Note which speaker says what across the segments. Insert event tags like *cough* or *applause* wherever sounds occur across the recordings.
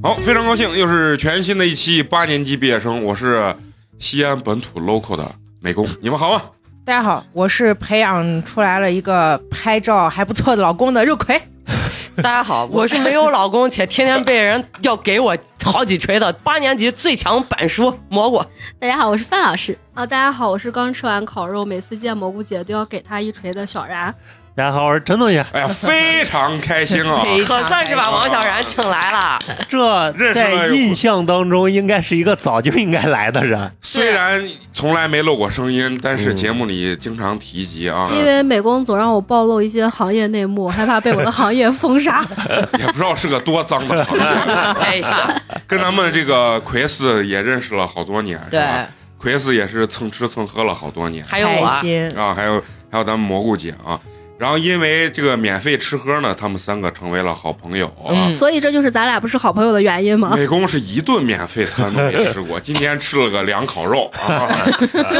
Speaker 1: 高兴，又是全新的一期八年级毕业生，我是西安本土 local 的美工，你们好啊吗？
Speaker 2: 大家好，我是培养出来了一个拍照还不错的老公的肉葵。
Speaker 3: *laughs* 大家好，我是没有老公且天天被人要给我好几锤的八年级最强板书蘑菇。
Speaker 4: 大家好，我是范老师。
Speaker 5: 啊，大家好，我是刚吃完烤肉，每次见蘑菇姐都要给她一锤的小然。
Speaker 6: 大家好，我是陈同学。
Speaker 1: 哎呀，非常开心啊！
Speaker 2: 非常
Speaker 3: *laughs* 可算是把王小然请来了，
Speaker 6: 这
Speaker 1: 认识了
Speaker 6: 在印象当中应该是一个早就应该来的人，
Speaker 1: 虽然从来没露过声音，但是节目里经常提及啊，
Speaker 5: 因为美工总让我暴露一些行业内幕，害怕被我的行业封杀。
Speaker 1: *laughs* 也不知道是个多脏的行业。
Speaker 3: *laughs* 哎呀，
Speaker 1: 跟咱们这个奎斯也认识了好多年，是
Speaker 3: 对，
Speaker 1: 吧？奎斯也是蹭吃蹭喝了好多年
Speaker 3: 还有我
Speaker 2: 开，心，
Speaker 1: 啊，还有还有咱们蘑菇姐啊。然后因为这个免费吃喝呢，他们三个成为了好朋友啊。
Speaker 3: 嗯
Speaker 5: 所以这就是咱俩不是好朋友的原因吗？
Speaker 1: 美工是一顿免费餐都没
Speaker 2: *laughs*
Speaker 1: 吃过，今天吃了个凉烤肉啊，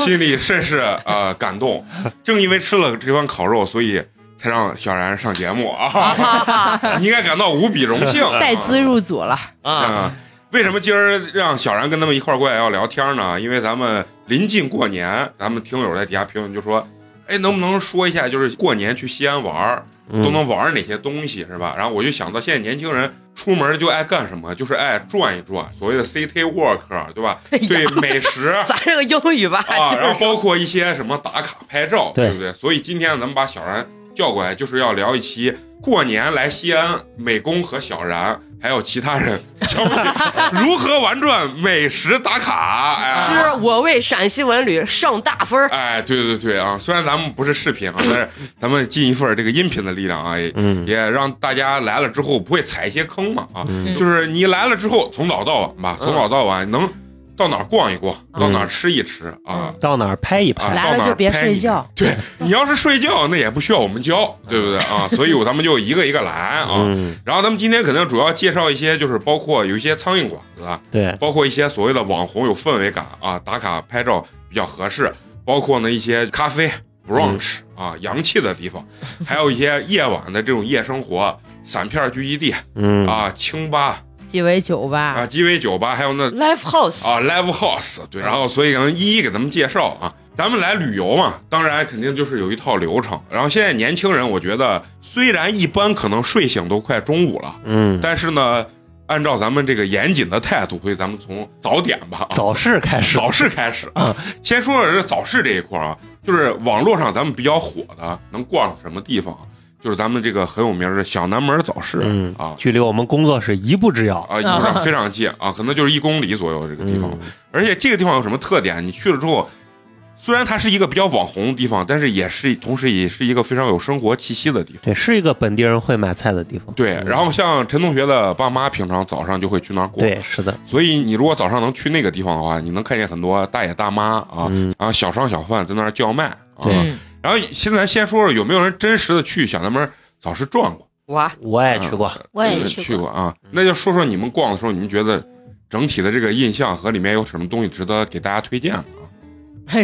Speaker 1: 心里甚是呃感动。正因为吃了这碗烤肉，所以才让小然上节目啊，
Speaker 2: *laughs*
Speaker 1: 你应该感到无比荣幸。
Speaker 2: 带资入组了，
Speaker 3: 啊，
Speaker 1: 啊，为什么今儿让小然跟他们一块儿过来要聊天呢？因为咱们临近过年，咱们听友在底下评论就说，哎，能不能说一下，就是过年去西安玩儿都能玩儿哪些东西，是吧？然后我就想到现在年轻人出门就爱干什么，就是爱转一转，所谓的 city walk，对吧？对美食。
Speaker 3: 咱这个英语吧，
Speaker 1: 啊，
Speaker 3: 就
Speaker 1: 然后
Speaker 3: 是
Speaker 1: 包
Speaker 3: 说
Speaker 1: 括一些什么打卡拍照，
Speaker 6: 对
Speaker 1: 不对？所以今天咱们把小然叫过来，就是要聊一期过年来西安，美工和小然还有其他人教你 *laughs* 如何玩转美食打卡。
Speaker 3: 之
Speaker 1: 哎，
Speaker 3: 我为陕西文旅上大分儿
Speaker 1: 哎，对对对啊！虽然咱们不是视频
Speaker 6: *clears throat*
Speaker 1: 啊，但是咱们尽一份儿这个音频的力量啊，也、
Speaker 6: 嗯
Speaker 1: 也让大家来了之后不会踩一些坑嘛啊。
Speaker 3: 嗯
Speaker 1: 就是你来了之后，从早到晚吧，
Speaker 6: 嗯
Speaker 1: 从早到晚能到哪儿逛一逛，到哪儿吃一吃啊。
Speaker 3: 嗯
Speaker 6: 到哪儿拍一
Speaker 1: 啊
Speaker 6: 拍，
Speaker 2: 来了就别睡。
Speaker 1: 到哪儿
Speaker 2: 觉。
Speaker 1: 拍你对你要是睡觉，那也不需要我们教，对不对啊？所以我咱们就一个一个来啊。
Speaker 6: 嗯，
Speaker 1: 然后咱们今天肯定主要介绍一些，就是包括有一些苍蝇馆子，啊
Speaker 6: 对，
Speaker 1: 包括一些所谓的网红有氛围感啊，打卡拍照比较合适，包括呢一些咖啡 brunch
Speaker 6: 嗯
Speaker 1: 啊洋气的地方，还有一些夜晚的这种夜生活。散片聚集地
Speaker 6: 嗯，
Speaker 1: 啊，清吧
Speaker 2: 鸡尾酒吧，
Speaker 1: 啊，鸡尾酒吧，还有那
Speaker 3: ，Live House，
Speaker 1: 啊，Live House，对，然后所以咱们一一给咱们介绍啊。咱们来旅游嘛，当然肯定就是有一套流程。然后现在年轻人，我觉得虽然一般可能睡醒都快中午了，
Speaker 6: 嗯，
Speaker 1: 但是呢，按照咱们这个严谨的态度，所以咱们从早点吧，啊
Speaker 6: 早嗯市开始，
Speaker 1: 早市开始啊。先说说这早市这一块儿啊，就是网络上咱们比较火的，能逛什么地方啊？就是咱们这个很有名的小南门早市、
Speaker 6: 嗯
Speaker 1: 啊，
Speaker 6: 距离我们工作室一步之遥，
Speaker 1: 啊，一路上非常近啊，可能就是一公里左右这个地
Speaker 6: 嗯
Speaker 1: 方。而且这个地方有什么特点？你去了之后，虽然它是一个比较网红的地方，但是也是同时也是一个非常有生活气息的地方。
Speaker 6: 对，是一个本地人会买菜的地方，
Speaker 1: 对，
Speaker 6: 嗯
Speaker 1: 然后像陈同学的爸妈平常早上就会去那儿过，
Speaker 6: 对，是的，
Speaker 1: 所以你如果早上能去那个地方的话，你能看见很多大爷大妈啊，
Speaker 6: 嗯
Speaker 1: 然后小商小贩在那儿叫卖啊。
Speaker 6: 对
Speaker 2: 嗯，
Speaker 1: 然后现在先说说有没有人真实的去小南门早市转过？
Speaker 3: 我
Speaker 6: 我也去过，
Speaker 4: 我也
Speaker 1: 嗯
Speaker 4: 去过
Speaker 1: 过啊。那就说说你们逛的时候，你们觉得整体的这个印象和里面有什么东西值得给大家推荐的啊？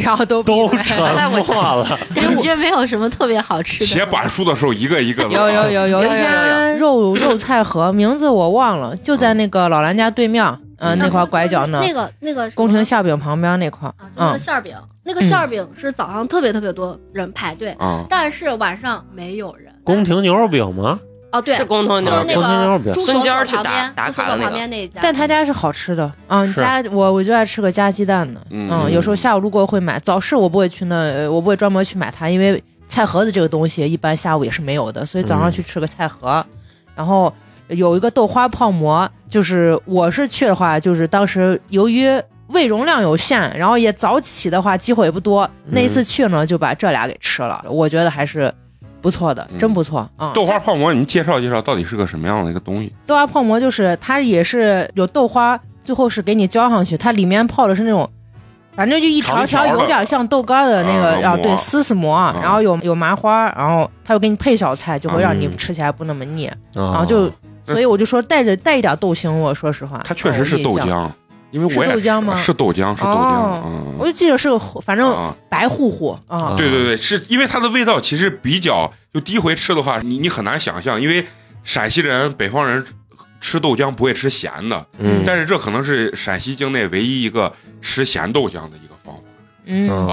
Speaker 2: 然后都
Speaker 6: 都
Speaker 2: 闭麦
Speaker 6: 沉默
Speaker 1: *laughs*
Speaker 6: 了，
Speaker 4: 感觉没有什么特别好吃的。
Speaker 1: 写板书的时候一个一个的
Speaker 2: 有
Speaker 1: 啊，
Speaker 2: 有有有
Speaker 3: 有有
Speaker 2: 一家肉肉菜盒，名字我忘了，就在那个老兰家对面，嗯，
Speaker 1: 嗯
Speaker 2: 那块拐角那
Speaker 5: 那个那个什么
Speaker 2: 宫廷馅饼旁边那块
Speaker 5: 啊，就，那个
Speaker 2: 嗯，
Speaker 5: 馅儿饼，那个馅儿饼是早上特别特别多人排队，
Speaker 1: 啊，
Speaker 5: 但是晚上没有人。
Speaker 6: 宫廷牛肉饼吗？
Speaker 5: 哦，对
Speaker 3: 是，工头
Speaker 5: 就
Speaker 3: 牛肉
Speaker 5: 是
Speaker 3: 饼，
Speaker 5: 那
Speaker 6: 宫廷牛肉
Speaker 5: 个
Speaker 6: 饼
Speaker 5: 朱
Speaker 3: 孙
Speaker 5: 锁
Speaker 3: 坚儿
Speaker 5: 口
Speaker 3: 去
Speaker 5: 旁
Speaker 3: 打
Speaker 5: 边，
Speaker 3: 打
Speaker 5: 朱锁
Speaker 3: 卡的
Speaker 5: 口
Speaker 3: 那个
Speaker 5: 旁边那一家，
Speaker 2: 但他家是好吃的，嗯，
Speaker 6: 是
Speaker 2: 加我我就爱吃个加鸡蛋的，
Speaker 1: 嗯
Speaker 2: 嗯，有时候下午路过会买，早市我不会去那，呃我不会专门去买它，因为菜盒子这个东西一般下午也是没有的，所以早上去吃个菜盒，然后有一个豆花泡馍，就是我是去的话，就是当时由于胃容量有限，然后也早起的话机会也不多，那一次去呢就把这俩给吃了，我觉得还是不错的，真不错啊。
Speaker 1: 豆花泡馍，你们介绍介绍到底是个什么样的一个东西？
Speaker 2: 豆花泡馍就是它也是有豆花，最后是给你浇上去，它里面泡的是那种，反正就一条
Speaker 1: 长条
Speaker 2: 条
Speaker 1: 的
Speaker 2: 有点像豆干的那个
Speaker 1: 啊
Speaker 2: 啊，
Speaker 1: 馍
Speaker 2: 对，丝丝馍，然后有有麻花，然后它又给你配小菜，就会让你
Speaker 6: 嗯
Speaker 2: 吃起来不那么腻，
Speaker 1: 嗯
Speaker 2: 然
Speaker 6: 啊
Speaker 2: 后就。
Speaker 1: 那
Speaker 2: 所以我就说带着带一点豆腥味，说实话，
Speaker 1: 它确实是
Speaker 2: 让我
Speaker 1: 豆
Speaker 2: 啊印象。
Speaker 1: 浆，因为我也
Speaker 2: 是豆浆吗
Speaker 1: 是豆浆，是豆浆，
Speaker 2: 哦
Speaker 1: 嗯
Speaker 2: 我。就记得是个红，反正
Speaker 1: 啊，
Speaker 2: 白乎乎啊
Speaker 6: 啊，
Speaker 1: 对对对，是因为它的味道其实比较，就第一回吃的话，你你很难想象，因为陕西人、北方人吃豆浆不会吃咸的，
Speaker 6: 嗯
Speaker 1: 但是这可能是陕西境内唯一一个吃咸豆浆的一个方法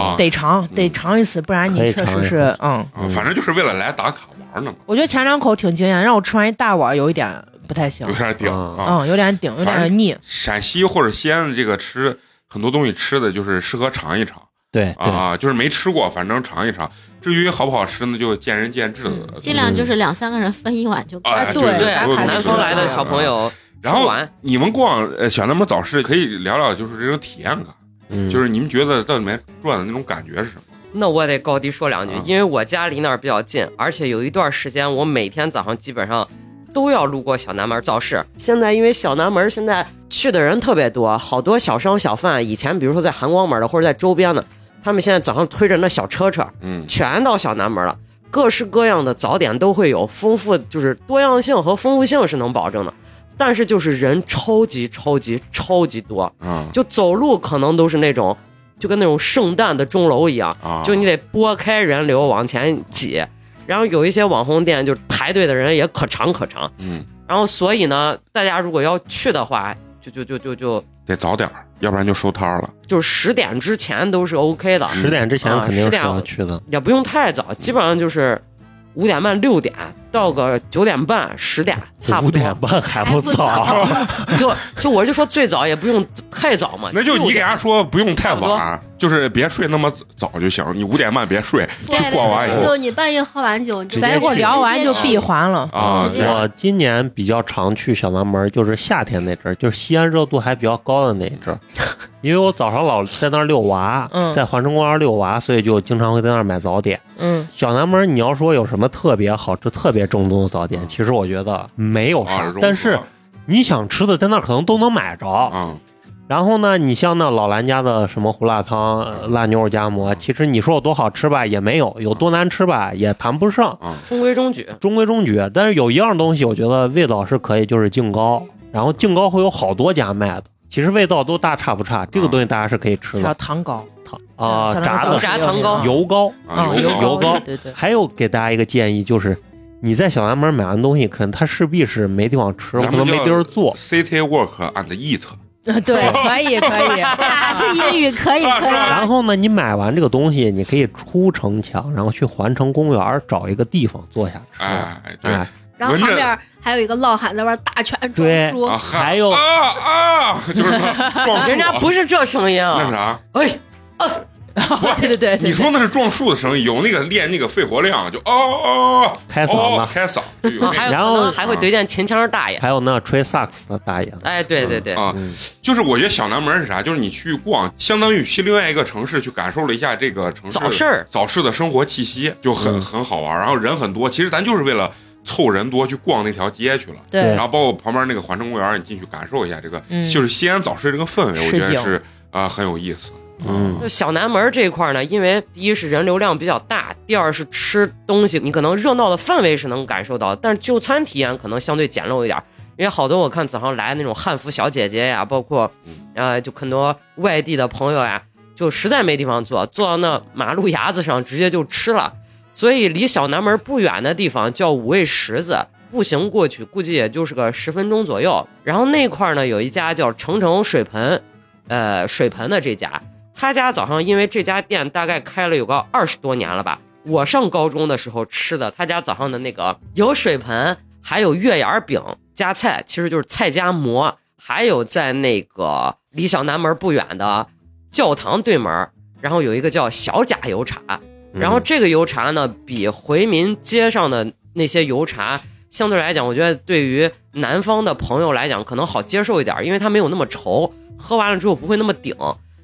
Speaker 1: 啊
Speaker 2: 嗯，得尝得尝一次，不然你
Speaker 6: 可以
Speaker 2: 确
Speaker 6: 尝
Speaker 2: 实
Speaker 6: 一
Speaker 2: 是嗯。
Speaker 1: 啊，
Speaker 6: 嗯
Speaker 1: 反正就是为了来打卡玩呢嘛，
Speaker 2: 我觉得前两口挺惊艳，让我吃完一大碗，有一点不太行
Speaker 1: 有，点顶
Speaker 6: 啊
Speaker 1: 啊。
Speaker 2: 嗯，有点顶，有
Speaker 1: 反
Speaker 2: 点腻。
Speaker 1: 陕西或者西安的这个吃很多东西吃的就是适合尝一尝
Speaker 6: 对对，
Speaker 1: 啊，就是没吃过，反正尝一尝。至于好不好吃呢，就见仁见智了。
Speaker 3: 嗯
Speaker 4: 尽量就是两三个人分一碗就够。
Speaker 1: 哎，
Speaker 2: 对
Speaker 1: 对
Speaker 2: 打
Speaker 1: 所有
Speaker 2: 卡
Speaker 1: 东西
Speaker 3: 南
Speaker 1: 都
Speaker 3: 方
Speaker 1: 是
Speaker 3: 来
Speaker 1: 这
Speaker 3: 的
Speaker 1: 样
Speaker 3: 小朋友，
Speaker 1: 然后
Speaker 3: 吃完
Speaker 1: 你们逛呃小南门早市，可以聊聊就是这种体验感，
Speaker 6: 嗯
Speaker 1: 就是你们觉得到里面转的那种感觉是什么？
Speaker 3: 那我得高低说两句
Speaker 1: 啊，
Speaker 3: 因为我家离那儿比较近，而且有一段时间我每天早上基本上都要路过小南门早市。现在因为小南门现在去的人特别多，好多小商小贩，以前比如说在韩光门的或者在周边的，他们现在早上推着那小车车，
Speaker 1: 嗯，
Speaker 3: 全到小南门了，各式各样的早点都会有，丰富就是多样性和丰富性是能保证的，但是就是人超级超级超级多，
Speaker 1: 啊
Speaker 3: 就走路可能都是那种，就跟那种圣诞的钟楼一样，
Speaker 1: 啊，
Speaker 3: 就你得拨开人流往前挤，然后有一些网红店就排队的人也可长可长，
Speaker 1: 嗯，
Speaker 3: 然后所以呢，大家如果要去的话，就就就就就
Speaker 1: 得早点儿，要不然就收摊儿了。
Speaker 3: 就十点之前都是 OK 的，
Speaker 6: 十点之前
Speaker 3: 啊
Speaker 6: 肯定
Speaker 3: 10
Speaker 6: 是
Speaker 3: 点
Speaker 6: 要去的，
Speaker 3: 也不用太早，基本上就是五点半六点到个九点半十点差不
Speaker 6: 五
Speaker 3: 多，
Speaker 6: 点半还不
Speaker 4: 还不
Speaker 6: 早，
Speaker 3: 就就我就说最早也不用太早嘛，
Speaker 1: 那就你给
Speaker 3: 啊6点
Speaker 1: 人家说不用太
Speaker 3: 差不多
Speaker 1: 晚，就是别睡那么早就行。你五点半别睡，
Speaker 5: 对
Speaker 1: 去逛完以
Speaker 5: 对对，
Speaker 1: 后
Speaker 5: 就你半夜喝完酒，你就
Speaker 2: 咱一会儿聊完就闭环了，
Speaker 1: 啊，
Speaker 4: 直接
Speaker 1: 对
Speaker 6: 我今年比较常去小南门，就是夏天那阵儿，就是西安热度还比较高的那一阵
Speaker 1: *laughs*
Speaker 6: 儿，因为我早上老在那儿遛娃，
Speaker 2: 嗯
Speaker 6: 在环城公园遛娃，所以就经常会在那儿买早点。
Speaker 2: 嗯，
Speaker 6: 小南门，你要说有什么特别好吃、特别正宗的早点，
Speaker 1: 嗯
Speaker 6: 其实我觉得没有
Speaker 1: 啊
Speaker 6: 啥，
Speaker 1: 融
Speaker 6: 但
Speaker 1: 合
Speaker 6: 是你想吃的在那儿可能都能买着。
Speaker 1: 啊，
Speaker 6: 然后呢，你像那老兰家的什么胡辣汤、呃辣牛肉夹馍，其实你说有多好吃吧，也没有；有多难吃吧，也谈不上。
Speaker 3: 中规中矩，
Speaker 6: 中规中矩，但是有一样东西，我觉得味道是可以，就是净糕。然后净糕会有好多家卖的，其实味道都大差不差。这个东西大家是可以吃
Speaker 2: 还有
Speaker 6: 的
Speaker 2: 糖糕
Speaker 6: 啊，
Speaker 2: 小
Speaker 6: 炸
Speaker 2: 南门早
Speaker 6: 的
Speaker 2: 市也有
Speaker 3: 油炸糖糕
Speaker 2: 那个
Speaker 6: 油糕。
Speaker 1: 啊
Speaker 2: 嗯
Speaker 1: 油
Speaker 6: 糕
Speaker 2: 油
Speaker 6: 油糕
Speaker 2: 对对对，
Speaker 6: 还有给大家一个建议，就是你在小南门买完东西，可能他势必是没地方吃，
Speaker 1: 啊咱
Speaker 6: 可
Speaker 1: 们
Speaker 6: 能没地儿
Speaker 1: 叫
Speaker 6: 做。
Speaker 1: City Walk and Eat
Speaker 5: *laughs*
Speaker 2: 对，可以可以，
Speaker 4: *laughs* 啊，这英语可以
Speaker 1: 啊
Speaker 4: 可
Speaker 1: 是吧
Speaker 4: 以。
Speaker 6: 然后呢，你买完这个东西，你可以出城墙，然后去环城公园找一个地方坐下吃。
Speaker 1: 哎，对，
Speaker 6: 哎，
Speaker 5: 然后
Speaker 1: 闻
Speaker 5: 旁
Speaker 1: 着
Speaker 5: 边还有一个老汉在那边大拳撞
Speaker 6: 对
Speaker 5: 书，
Speaker 1: 啊，
Speaker 6: 还有
Speaker 1: 啊啊，就是
Speaker 3: *laughs*
Speaker 1: 撞树，
Speaker 3: 人家不是这声音
Speaker 1: 那是
Speaker 3: 啊， *laughs*
Speaker 1: 啥？
Speaker 3: 哎，
Speaker 2: *laughs* 对对对，对
Speaker 1: 你说那是撞树的声音，有那个练那个肺活量，就哦哦，
Speaker 6: 开嗓子
Speaker 1: 哦开嗓，就有那
Speaker 3: 还
Speaker 1: 个。
Speaker 3: 有
Speaker 6: 然
Speaker 3: 可
Speaker 6: 后
Speaker 3: 能还会怼见秦腔大爷，
Speaker 6: 还有那吹萨克斯的大爷，
Speaker 3: 哎，对对对，
Speaker 1: 啊，就是我觉得小南门是啥？就是你去逛，相当于去另外一个城市去感受了一下这个城市
Speaker 3: 早市儿
Speaker 1: 早市的生活气息，就很、
Speaker 6: 嗯
Speaker 1: 很好玩。然后人很多，其实咱就是为了凑人多去逛那条街去了。
Speaker 2: 对
Speaker 1: 然，后包括旁边那个环城公园，你进去感受一下这个，
Speaker 2: 嗯
Speaker 1: 就是西安早市这个氛围，我觉
Speaker 2: 市
Speaker 1: 得
Speaker 2: 井
Speaker 1: 是啊、很有意思。啊
Speaker 6: 嗯
Speaker 3: 就小南门这一块呢，因为第一是人流量比较大，第二是吃东西，你可能热闹的氛围是能感受到，但是就餐体验可能相对简陋一点儿。因为好多我看早上来那种汉服小姐姐呀，包括呃，就很多外地的朋友呀，就实在没地方坐，坐到那马路牙子上直接就吃了。所以离小南门不远的地方叫五味石子，步行过去估计也就是个十分钟左右。然后那块儿呢有一家叫程程水盆，呃，水盆的这家，他家早上因为这家店大概开了有个二十多年了吧，我上高中的时候吃的他家早上的那个有水盆，还有月牙饼加菜，其实就是菜夹馍，还有在那个离小南门不远的教堂对门儿，然后有一个叫小贾油茶，
Speaker 1: 嗯
Speaker 3: 然后这个油茶呢，比回民街上的那些油茶相对来讲，我觉得对于南方的朋友来讲，可能好接受一点，因为它没有那么稠，喝完了之后不会那么顶。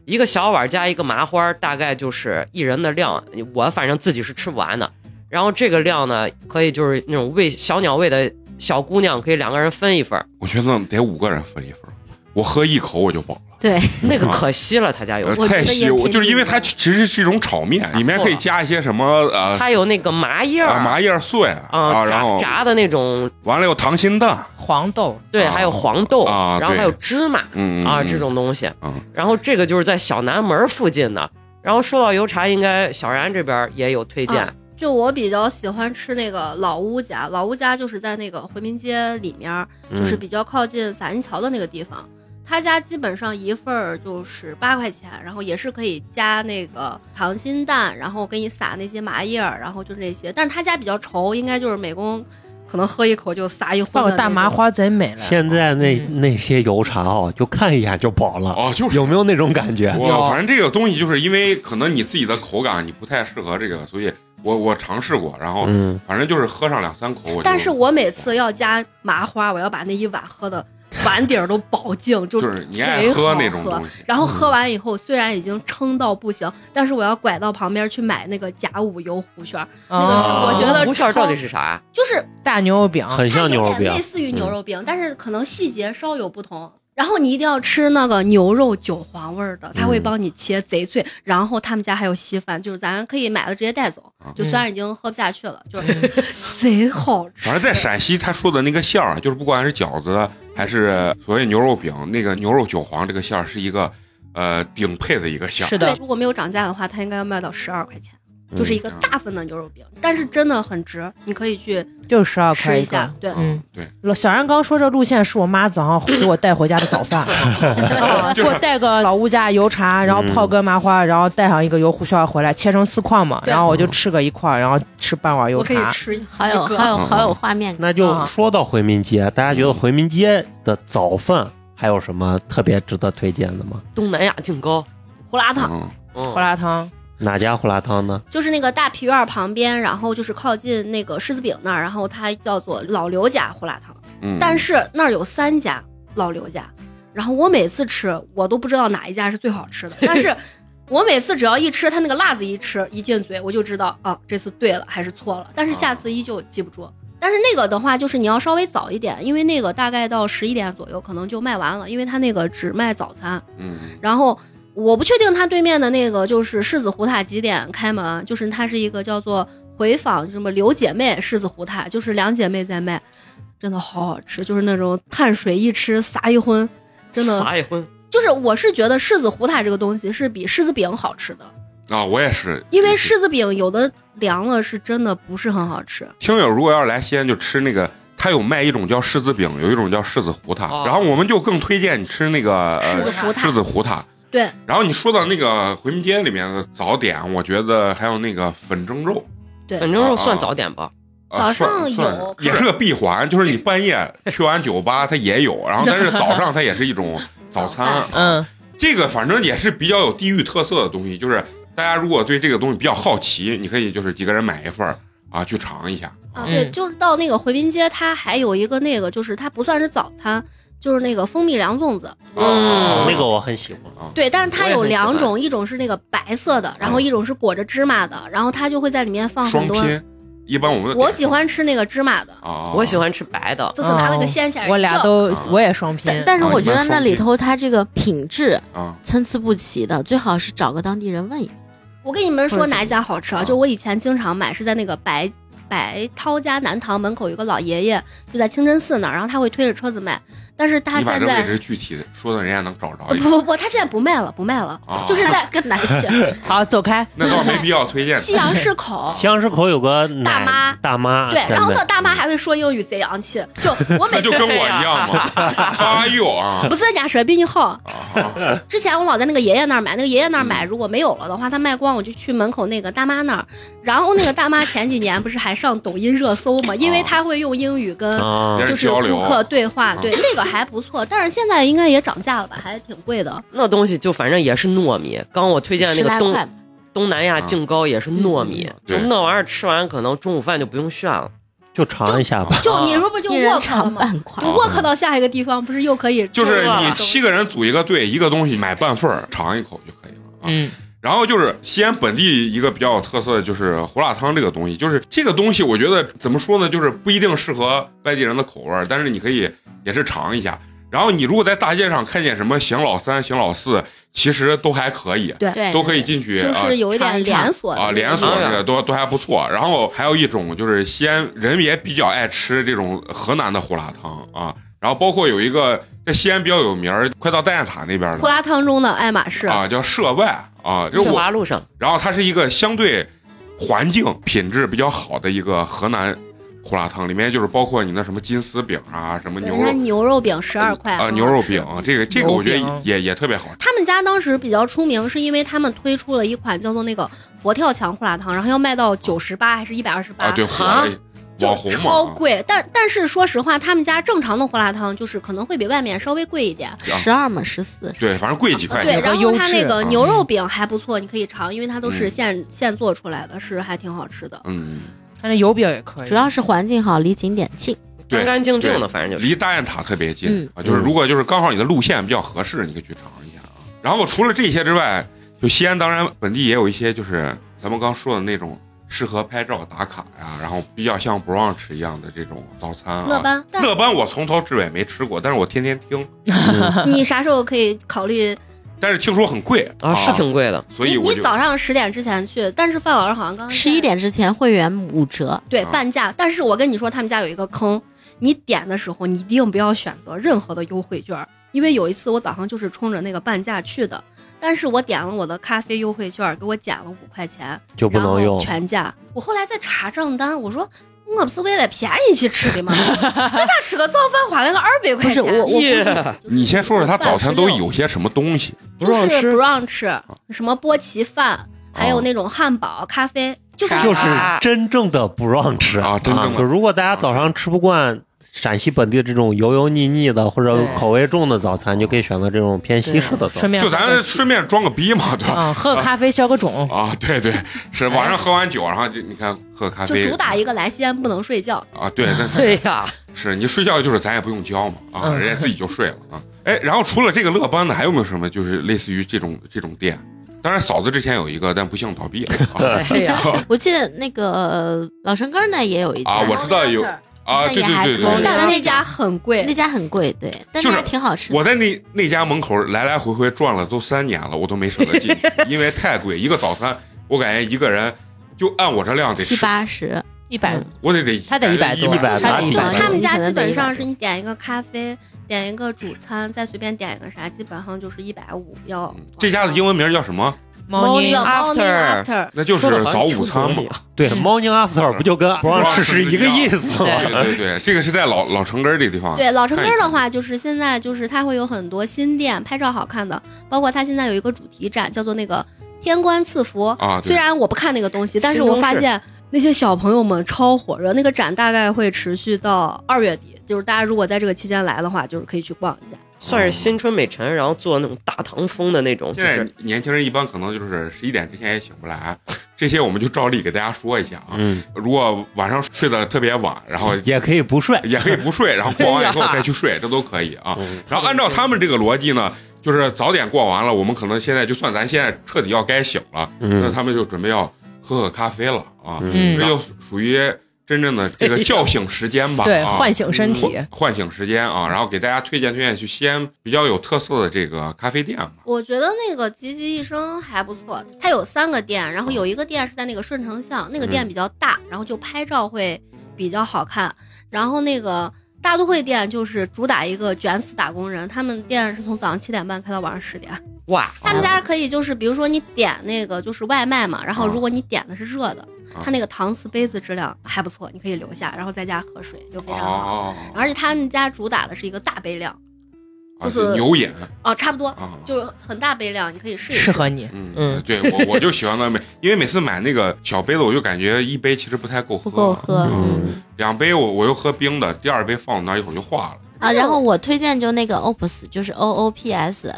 Speaker 3: 一个小碗加一个麻花，大概就是一人的量，我反正自己是吃不完的。然后这个量呢，可以就是那种喂小鸟胃的小姑娘，可以两个人分一份儿，
Speaker 1: 我觉得得五个人分一份，我喝一口我就饱了。
Speaker 4: 对，
Speaker 3: 那个可惜了他家油
Speaker 1: 呃
Speaker 3: 茶，
Speaker 4: 我觉
Speaker 1: 太
Speaker 4: 得
Speaker 1: 稀
Speaker 4: 也
Speaker 1: 有，
Speaker 4: 挺
Speaker 1: 就是因为
Speaker 4: 厉
Speaker 1: 它
Speaker 4: 害
Speaker 1: 其实是一种炒面，里面可以加一些什么呃
Speaker 3: 它有那个麻叶
Speaker 1: 啊
Speaker 3: 儿
Speaker 1: 麻叶碎
Speaker 3: 啊
Speaker 1: 然
Speaker 3: 炸
Speaker 1: 后
Speaker 3: 炸的那种，
Speaker 1: 完了有溏心蛋，
Speaker 2: 黄豆，
Speaker 3: 对，
Speaker 1: 啊
Speaker 3: 还有黄豆，
Speaker 1: 啊
Speaker 3: 然后
Speaker 1: 对
Speaker 3: 还有芝麻，
Speaker 1: 嗯
Speaker 3: 啊，
Speaker 1: 嗯
Speaker 3: 这种东西
Speaker 1: 嗯。
Speaker 3: 然后这个就是在小南门附近的。然后说到油茶，应该小然这边也有推荐
Speaker 4: 嗯，
Speaker 5: 就我比较喜欢吃那个老乌家，老乌家就是在那个回民街里面儿，
Speaker 1: 嗯
Speaker 5: 就是比较靠近洒金桥的那个地方。他家基本上一份儿就是八块钱，然后也是可以加那个溏心蛋，然后给你撒那些麻叶儿，然后就是那些。但是他家比较稠，应该就是每公可能喝一口就撒一
Speaker 2: 放
Speaker 5: 壶
Speaker 2: 个大麻。花贼美了。
Speaker 6: 现在那
Speaker 5: 嗯
Speaker 6: 那些油茶哦，就看一眼就饱了，
Speaker 1: 哦，就是
Speaker 6: 有没有那种感觉？
Speaker 1: 我
Speaker 2: 有
Speaker 1: 反正这个东西就是因为可能你自己的口感你不太适合这个，所以我我尝试过，然后
Speaker 6: 嗯，
Speaker 1: 反正就是喝上两三口我就。
Speaker 5: 但是我每次要加麻花，我要把那一碗喝的碗底儿都饱净，就
Speaker 1: 就是你爱
Speaker 5: 贼
Speaker 1: 喝
Speaker 5: 好
Speaker 1: 那种
Speaker 5: 喝
Speaker 1: 东西，
Speaker 5: 然后喝
Speaker 6: 嗯
Speaker 5: 完以后，虽然已经撑到不行，但是我要拐到旁边去买那个甲午油胡旋儿，那个
Speaker 2: 啊
Speaker 5: 是我觉得
Speaker 3: 胡馅到底是啥？啊
Speaker 5: 就是
Speaker 2: 大牛肉饼，
Speaker 6: 很
Speaker 5: 它
Speaker 6: 像
Speaker 5: 啊有
Speaker 6: 牛肉
Speaker 5: 点
Speaker 6: 饼嗯
Speaker 5: 类。似于牛肉饼，但是可能细节稍有不同。然后你一定要吃那个牛肉韭黄味儿的，他会
Speaker 6: 嗯
Speaker 5: 帮你切贼脆。然后他们家还有稀饭，就是咱可以买了直接带走
Speaker 1: 啊，
Speaker 5: 就
Speaker 2: 嗯
Speaker 5: 虽然已经喝不下去了，就是 *laughs* 贼好吃。
Speaker 1: 反正在陕西，他说的那个馅儿，啊就是不管是饺子还是所谓牛肉饼，那个牛肉韭黄这个馅儿是一个呃顶配的一个馅儿。
Speaker 2: 是
Speaker 5: 对
Speaker 2: 的，，
Speaker 5: 如果没有涨价的话，它应该要卖到十二块钱，
Speaker 6: 嗯
Speaker 5: 就是一个大份的牛肉饼，但是真的很值，你可以去
Speaker 2: 就是十二块
Speaker 5: 吃一
Speaker 2: 个
Speaker 5: 下。。对，
Speaker 2: 嗯，
Speaker 1: 对。
Speaker 2: 小然刚说这路线是我妈早上给我带回家的早饭，啊给我带个老乌家油茶，然后泡根麻花，然后带上一个油胡须儿回来，切成四块嘛，
Speaker 5: 对
Speaker 2: 然后我就吃个一块儿，然后吃半碗油
Speaker 5: 我可以
Speaker 2: 茶。
Speaker 5: 吃一
Speaker 4: 好有
Speaker 5: 一个
Speaker 4: 好有好
Speaker 1: 嗯
Speaker 4: 有画面感。
Speaker 6: 那
Speaker 5: 啊
Speaker 6: 就说到回民街，大家觉得回民街的早饭还有什么特别值得推荐的吗？
Speaker 3: 东南亚净糕，
Speaker 5: 胡辣汤，
Speaker 1: 嗯，
Speaker 3: 嗯
Speaker 2: 胡，辣汤，
Speaker 6: 哪家胡辣汤呢？
Speaker 5: 就是那个大皮院儿旁边，然后就是靠近那个狮子饼那儿，然后它叫做老刘家胡辣汤，
Speaker 1: 嗯
Speaker 5: 但是那儿有三家老刘家，然后我每次吃我都不知道哪一家是最好吃的，但是我每次只要一吃它那个辣子一吃一进嘴，我就知道啊这次对了还是错了，但是下次依旧记不住。但是那个的话，就是你要稍微早一点，因为那个大概到十一点左右可能就卖完了，因为它那个只卖早餐。
Speaker 1: 嗯，
Speaker 5: 然后我不确定他对面的那个就是世子胡塔几点开门，就是它是一个叫做回访什么刘姐妹世子胡塔，就是两姐妹在卖，真的好好吃，就是那种碳水一吃撒一荤，真的
Speaker 3: 撒一荤，
Speaker 5: 就是我是觉得世子胡塔这个东西是比狮子饼好吃的，
Speaker 1: 啊，我也是，
Speaker 5: 因为狮子饼有的凉了是真的不是很好吃，
Speaker 1: 听友如果要是来西安就吃那个，他有卖一种叫柿子饼，有一种叫柿子糊塔，
Speaker 3: 哦
Speaker 1: 然后我们就更推荐你吃那个
Speaker 5: 狮
Speaker 1: 呃
Speaker 5: 子胡塔
Speaker 1: 柿子糊塔。
Speaker 5: 对，
Speaker 1: 然后你说到那个回民街里面的早点，我觉得还有那个粉蒸肉，
Speaker 5: 对
Speaker 3: 粉
Speaker 1: 哦
Speaker 3: 蒸肉算早点吧？
Speaker 1: 啊
Speaker 5: 早
Speaker 1: 算
Speaker 5: 上
Speaker 1: 算
Speaker 5: 有
Speaker 1: 也是个闭环，就是你半
Speaker 5: *laughs*
Speaker 1: 夜去完酒吧，它也有，然后但是早上它也是一种
Speaker 5: *laughs*
Speaker 1: 早餐。
Speaker 2: 嗯，
Speaker 1: 这个反正也是比较有地域特色的东西，就是大家如果对这个东西比较好奇，你可以就是几个人买一份儿啊去尝一下。
Speaker 5: 啊，
Speaker 2: 嗯
Speaker 5: 对，就是到那个回民街，它还有一个那个，就是它不算是早餐，就是那个蜂蜜凉粽子，
Speaker 1: 啊
Speaker 3: 嗯
Speaker 6: 那个我很喜欢。，
Speaker 5: 对，但是它
Speaker 3: 我也
Speaker 5: 有
Speaker 3: 很喜
Speaker 5: 两
Speaker 3: 欢
Speaker 5: 种，一种是那个白色的，然后一种是裹着芝麻的，然后它就会在里面放
Speaker 1: 嗯双
Speaker 5: 很多。
Speaker 1: 拼，一般我们都
Speaker 5: 我喜欢吃那个芝麻的，
Speaker 1: 啊，
Speaker 3: 我喜欢吃白的，
Speaker 5: 就是拿那个鲜馅儿一
Speaker 2: 哦我俩
Speaker 5: 蘸
Speaker 2: 都
Speaker 1: 啊，
Speaker 2: 我也双拼
Speaker 4: 但。但是
Speaker 1: 啊
Speaker 4: 我
Speaker 1: 你
Speaker 4: 觉
Speaker 1: 们
Speaker 4: 得那
Speaker 1: 双
Speaker 4: 里
Speaker 1: 拼
Speaker 4: 头它这个品质
Speaker 1: 啊，
Speaker 4: 参差不齐的，最好是找个当地人问一问。
Speaker 5: 我跟你们说哪一家好吃啊？
Speaker 1: 啊
Speaker 5: 就我以前经常买，是在那个白白涛家南堂门口有个老爷爷，就在清真寺那儿，然后他会推着车子卖，但是他
Speaker 1: 你把
Speaker 5: 现
Speaker 1: 这位
Speaker 5: 在。
Speaker 1: 置具体说的人家能找着
Speaker 5: 不
Speaker 1: 一个，
Speaker 5: 不不，他现在不卖了，不卖了，
Speaker 1: 啊
Speaker 5: 就是在
Speaker 4: 更难
Speaker 1: *laughs*
Speaker 4: 选。
Speaker 2: 好，走开。
Speaker 1: 那倒没必要推荐。
Speaker 5: 西洋市口
Speaker 6: 西洋市口有个奶
Speaker 5: 大妈
Speaker 6: 大妈
Speaker 5: 对，然后那大妈
Speaker 6: 还
Speaker 5: 还会说英语，贼洋气。
Speaker 1: *laughs*
Speaker 5: 就我
Speaker 1: *laughs* 那
Speaker 5: 每次
Speaker 1: 就跟我一样嘛，
Speaker 5: 啊
Speaker 1: 哈哟啊
Speaker 5: 不是人家说比你好，
Speaker 1: 啊！
Speaker 5: 之前我老在那个爷爷那儿买，那个爷爷那儿
Speaker 1: 嗯
Speaker 5: 买，如果没有了的话，他卖光，我就去门口那个大妈那儿。然后那个大妈前几年不是还上抖音热搜嘛，因为她会用英语跟
Speaker 6: 啊
Speaker 1: 啊别人
Speaker 5: 就是
Speaker 1: 交流
Speaker 5: 顾客对话
Speaker 1: 啊，
Speaker 5: 对那个还不错，但是现在应该也涨价了吧，还挺贵
Speaker 1: 啊
Speaker 5: 的。
Speaker 3: 那东西就反正也是糯米。刚我推荐那
Speaker 4: 十
Speaker 3: 个
Speaker 4: 来块
Speaker 3: 东
Speaker 4: 吧，
Speaker 3: 东南亚净糕也是
Speaker 5: 嗯
Speaker 3: 糯米，就
Speaker 1: 嗯对
Speaker 3: 那玩意儿吃完可能中午饭就不用炫了。
Speaker 6: 就尝一下吧。
Speaker 5: *laughs* 就你如不就
Speaker 4: 一人
Speaker 5: work 了
Speaker 4: 尝
Speaker 5: 吗？
Speaker 4: 半块
Speaker 5: 你。work
Speaker 1: 哦
Speaker 5: 到下一个地方，不是又可以
Speaker 1: 就是
Speaker 5: 吃
Speaker 1: 你
Speaker 5: 了
Speaker 1: 七个人组一个队，一个东西买半份儿，尝一口就可以了。啊。
Speaker 2: 嗯，
Speaker 1: 然后就是西安本地一个比较有特色的就是胡辣汤这个东西，就是这个东西我觉得怎么说呢，就是不一定适合外地人的口味儿，但是你可以也是尝一下。然后你如果在大街上看见什么邢老三、邢老四，其实都还可以，
Speaker 4: 对，
Speaker 1: 都可以进去
Speaker 5: 就
Speaker 1: 啊
Speaker 5: 是有一点连锁的
Speaker 1: 啊，连锁
Speaker 3: 啊
Speaker 1: 是都都还不错。然后还有一种就是西安人也比较爱吃这种河南的胡辣汤啊，然后包括有一个在西安比较有名儿，快到大雁塔那边
Speaker 5: 胡
Speaker 1: 的
Speaker 5: 辣汤中的爱马仕，
Speaker 1: 啊，叫涉外啊，就我
Speaker 3: 顺华路上
Speaker 1: 然后它是一个相对环境品质比较好的一个河南胡辣汤，里面就是包括你那什么金丝饼啊，什么牛
Speaker 5: 人家
Speaker 1: 肉
Speaker 5: 牛肉饼十二块
Speaker 1: 啊、
Speaker 5: 很
Speaker 1: 牛
Speaker 5: 好
Speaker 1: 肉
Speaker 5: 吃
Speaker 1: 饼，这个这个我觉
Speaker 2: 牛
Speaker 1: 得
Speaker 2: 饼
Speaker 1: 也也特别好吃。
Speaker 5: 他们家当时比较出名，是因为他们推出了一款叫做那个佛跳墙胡辣汤，然后要卖到九十八还是一百二十八？
Speaker 1: 啊，对，火了
Speaker 5: 就
Speaker 1: 网红
Speaker 5: 超
Speaker 1: 嘛，啊
Speaker 5: 贵。但但是说实话，他们家正常的胡辣汤就是可能会比外面稍微贵一点。
Speaker 1: 行
Speaker 4: 十二嘛，十四，
Speaker 1: 对，反正贵几块
Speaker 5: 对，
Speaker 1: 钱。
Speaker 5: 然后它那个
Speaker 1: 嗯
Speaker 5: 牛肉饼还不错，你可以尝，因为它都
Speaker 1: 嗯
Speaker 5: 是现现做出来的，是还挺好吃的。
Speaker 1: 嗯，
Speaker 2: 它那油饼也可以。
Speaker 4: 主要是环境好，离景点近。
Speaker 1: 对
Speaker 3: 干干净净的，反正就是
Speaker 1: 离大雁塔特别近、
Speaker 4: 嗯
Speaker 1: 啊，就是如果就是刚好你的路线比较合适，你可以去尝一下啊。然后除了这些之外，就西安当然本地也有一些就是咱们刚说的那种适合拍照打卡呀、然后比较像 brunch 一样的这种早餐啊。
Speaker 5: 乐班，但
Speaker 1: 乐班我从头至尾没吃过，但是我天天听，
Speaker 6: 嗯
Speaker 5: 你啥时候可以考虑？
Speaker 1: 但是
Speaker 5: 哦
Speaker 1: 听说很贵
Speaker 3: 啊，是，挺贵的。
Speaker 1: *laughs* 所
Speaker 5: 你
Speaker 1: 以我
Speaker 5: 哎你
Speaker 1: 就
Speaker 5: 早上十点之前去，但是范老师好像刚刚
Speaker 4: 十一点之前会员五折，
Speaker 5: 对
Speaker 1: 啊
Speaker 5: 半价。但是我跟你说，他们家有一个坑，你点的时候你一定不要选择任何的优惠券儿，因为有一次我早上就是冲着那个半价去的，但是我点了我的咖啡优惠券儿，给我减了五块钱，
Speaker 6: 就不
Speaker 5: 然后
Speaker 6: 能用。
Speaker 5: 全价。我后来再查账单，我说。我不是为了便宜去吃的嘛，那咋吃个早饭花了个二百块钱？
Speaker 4: 不是我我
Speaker 3: 耶，
Speaker 1: 你先说说他早餐都有些什么东西
Speaker 3: 不
Speaker 5: 就
Speaker 3: 让
Speaker 5: 是
Speaker 3: 吃
Speaker 5: 不，让吃，什么波奇饭，还有那种汉堡、咖啡，就是
Speaker 6: 就是真正的不让吃
Speaker 1: 啊真正的
Speaker 6: 就如果大家早上吃不惯陕西本地的这种油油腻腻的或者
Speaker 2: 对
Speaker 6: 口味重的早餐，你就可以选择这种偏西式的早餐
Speaker 2: 顺。便
Speaker 1: 就咱顺便装个逼嘛，对吧？
Speaker 2: 啊，喝个咖啡消个肿。
Speaker 5: 嗯
Speaker 1: 啊，对对，是晚上喝完酒，然后就你看喝咖
Speaker 5: 就
Speaker 1: 啡，
Speaker 5: 主打一个来西安不能睡觉。
Speaker 1: 啊，对，
Speaker 5: *laughs*
Speaker 1: 那
Speaker 3: 对呀，
Speaker 1: 是你睡觉就是咱也不用教嘛，啊，
Speaker 2: 嗯
Speaker 1: 人家自己就睡了啊。哎，然后除了这个乐班呢，还有没有什么就是类似于这种这种店？当然，嫂子之前有一个，但不幸倒闭了啊
Speaker 3: 哎呀，
Speaker 4: 我记得那个呃老城根儿那也有一家，
Speaker 1: 啊我知道有啊！
Speaker 4: 那
Speaker 1: 对
Speaker 4: 也
Speaker 1: 对
Speaker 4: 还
Speaker 1: 对对
Speaker 4: 可以
Speaker 1: 对，
Speaker 5: 但那家很贵，
Speaker 4: 那家很贵，对，但
Speaker 1: 就
Speaker 4: 那
Speaker 1: 是
Speaker 4: 家挺好吃的。
Speaker 1: 我在那那家门口来来回回转了都三年了，我都没舍得进去，因为太贵，一个早餐我感觉一个人就按我这量得
Speaker 4: 七
Speaker 1: 吃，
Speaker 4: 八十，
Speaker 2: 一百
Speaker 1: 我得得
Speaker 2: 他得
Speaker 1: 一
Speaker 2: 100多
Speaker 1: 百
Speaker 6: 他得
Speaker 5: 就
Speaker 6: 100
Speaker 5: 他们
Speaker 4: 可
Speaker 5: 家
Speaker 4: 能
Speaker 5: 基
Speaker 4: 得
Speaker 5: 本
Speaker 4: 一百
Speaker 5: 上
Speaker 4: 多
Speaker 5: 是你点一个咖啡，点一个主餐，再随便点一个啥，基本上就是一百五要。
Speaker 1: 嗯这家的英文名叫什么？
Speaker 2: 猫
Speaker 5: 那
Speaker 2: 腻
Speaker 5: 个
Speaker 3: After
Speaker 5: Morning After，
Speaker 1: 那就是
Speaker 3: 说得好像
Speaker 1: 早午餐嘛
Speaker 3: 中国。
Speaker 6: 对，morning after 不就跟不让吃是一个意思吗？
Speaker 1: 对对对，这个是在老老城根儿这个地方。
Speaker 5: 对老城根儿的话，就是现在就是它会有很多新店，拍照好看的，包括它现在有一个主题展，叫做那个天官赐福。
Speaker 1: 啊，对
Speaker 5: 虽然我不看那个东西，但是
Speaker 3: 神农
Speaker 5: 我发
Speaker 3: 氏
Speaker 5: 现那些小朋友们超火热。那个展大概会持续到二月底，就是大家如果在这个期间来的话，就是可以去逛一下。
Speaker 3: 算是新春美陈，然后做那种大唐风的那种，就
Speaker 1: 现在
Speaker 3: 是
Speaker 1: 年轻人一般可能就是十一点之前也醒不来，这些我们就照例给大家说一下啊。
Speaker 6: 嗯，
Speaker 1: 如果晚上睡得特别晚，然后
Speaker 6: 也可以不睡。
Speaker 1: 也可以不睡，然后过完以后再去睡，这都可以啊。
Speaker 6: 哎嗯
Speaker 1: 然后按照他们这个逻辑呢，就是早点过完了，我们可能现在就算咱现在彻底要该醒了，那
Speaker 6: 嗯
Speaker 1: 他们就准备要喝喝咖啡了啊。
Speaker 6: 嗯，
Speaker 1: 这就属于真正的这个叫醒时间吧，
Speaker 2: 对
Speaker 1: 啊
Speaker 2: 唤醒身体
Speaker 1: 唤。唤醒时间啊，然后给大家推荐推荐去西安比较有特色的这个咖啡店嘛。
Speaker 5: 我觉得那个吉吉一生还不错，它有三个店，然后有一个店是在那个顺城
Speaker 1: 嗯
Speaker 5: 巷，那个店比较大，然后就拍照会比较好看。然后那个大都会店就是主打一个卷死打工人，他们店是从早上七点半开到晚上十点。
Speaker 3: 哇，
Speaker 5: 他们家可以就是比如说你点那个就是外卖嘛，然后
Speaker 1: 啊
Speaker 5: 如果你点的是热的，
Speaker 1: 啊
Speaker 5: 它那个搪瓷杯子质量还不错，你可以留下，然后在家喝水就非常好。
Speaker 1: 哦，
Speaker 5: 而且他们家主打的是一个大杯量，
Speaker 1: 啊
Speaker 5: 就是
Speaker 1: 牛饮
Speaker 5: 哦，差不多
Speaker 1: 啊，
Speaker 5: 就是很大杯量，你可以试一试。
Speaker 2: 适合你，
Speaker 1: 嗯，对我我就喜欢那每，因为每次买那个小杯子，我就感觉一杯其实不太够喝，
Speaker 4: 不够喝，
Speaker 1: 嗯
Speaker 4: 嗯
Speaker 1: 两杯我我又喝冰的，第二杯放那儿一会儿就化了。
Speaker 4: 啊。然后我推荐就那个 OPS，就是 O O P S，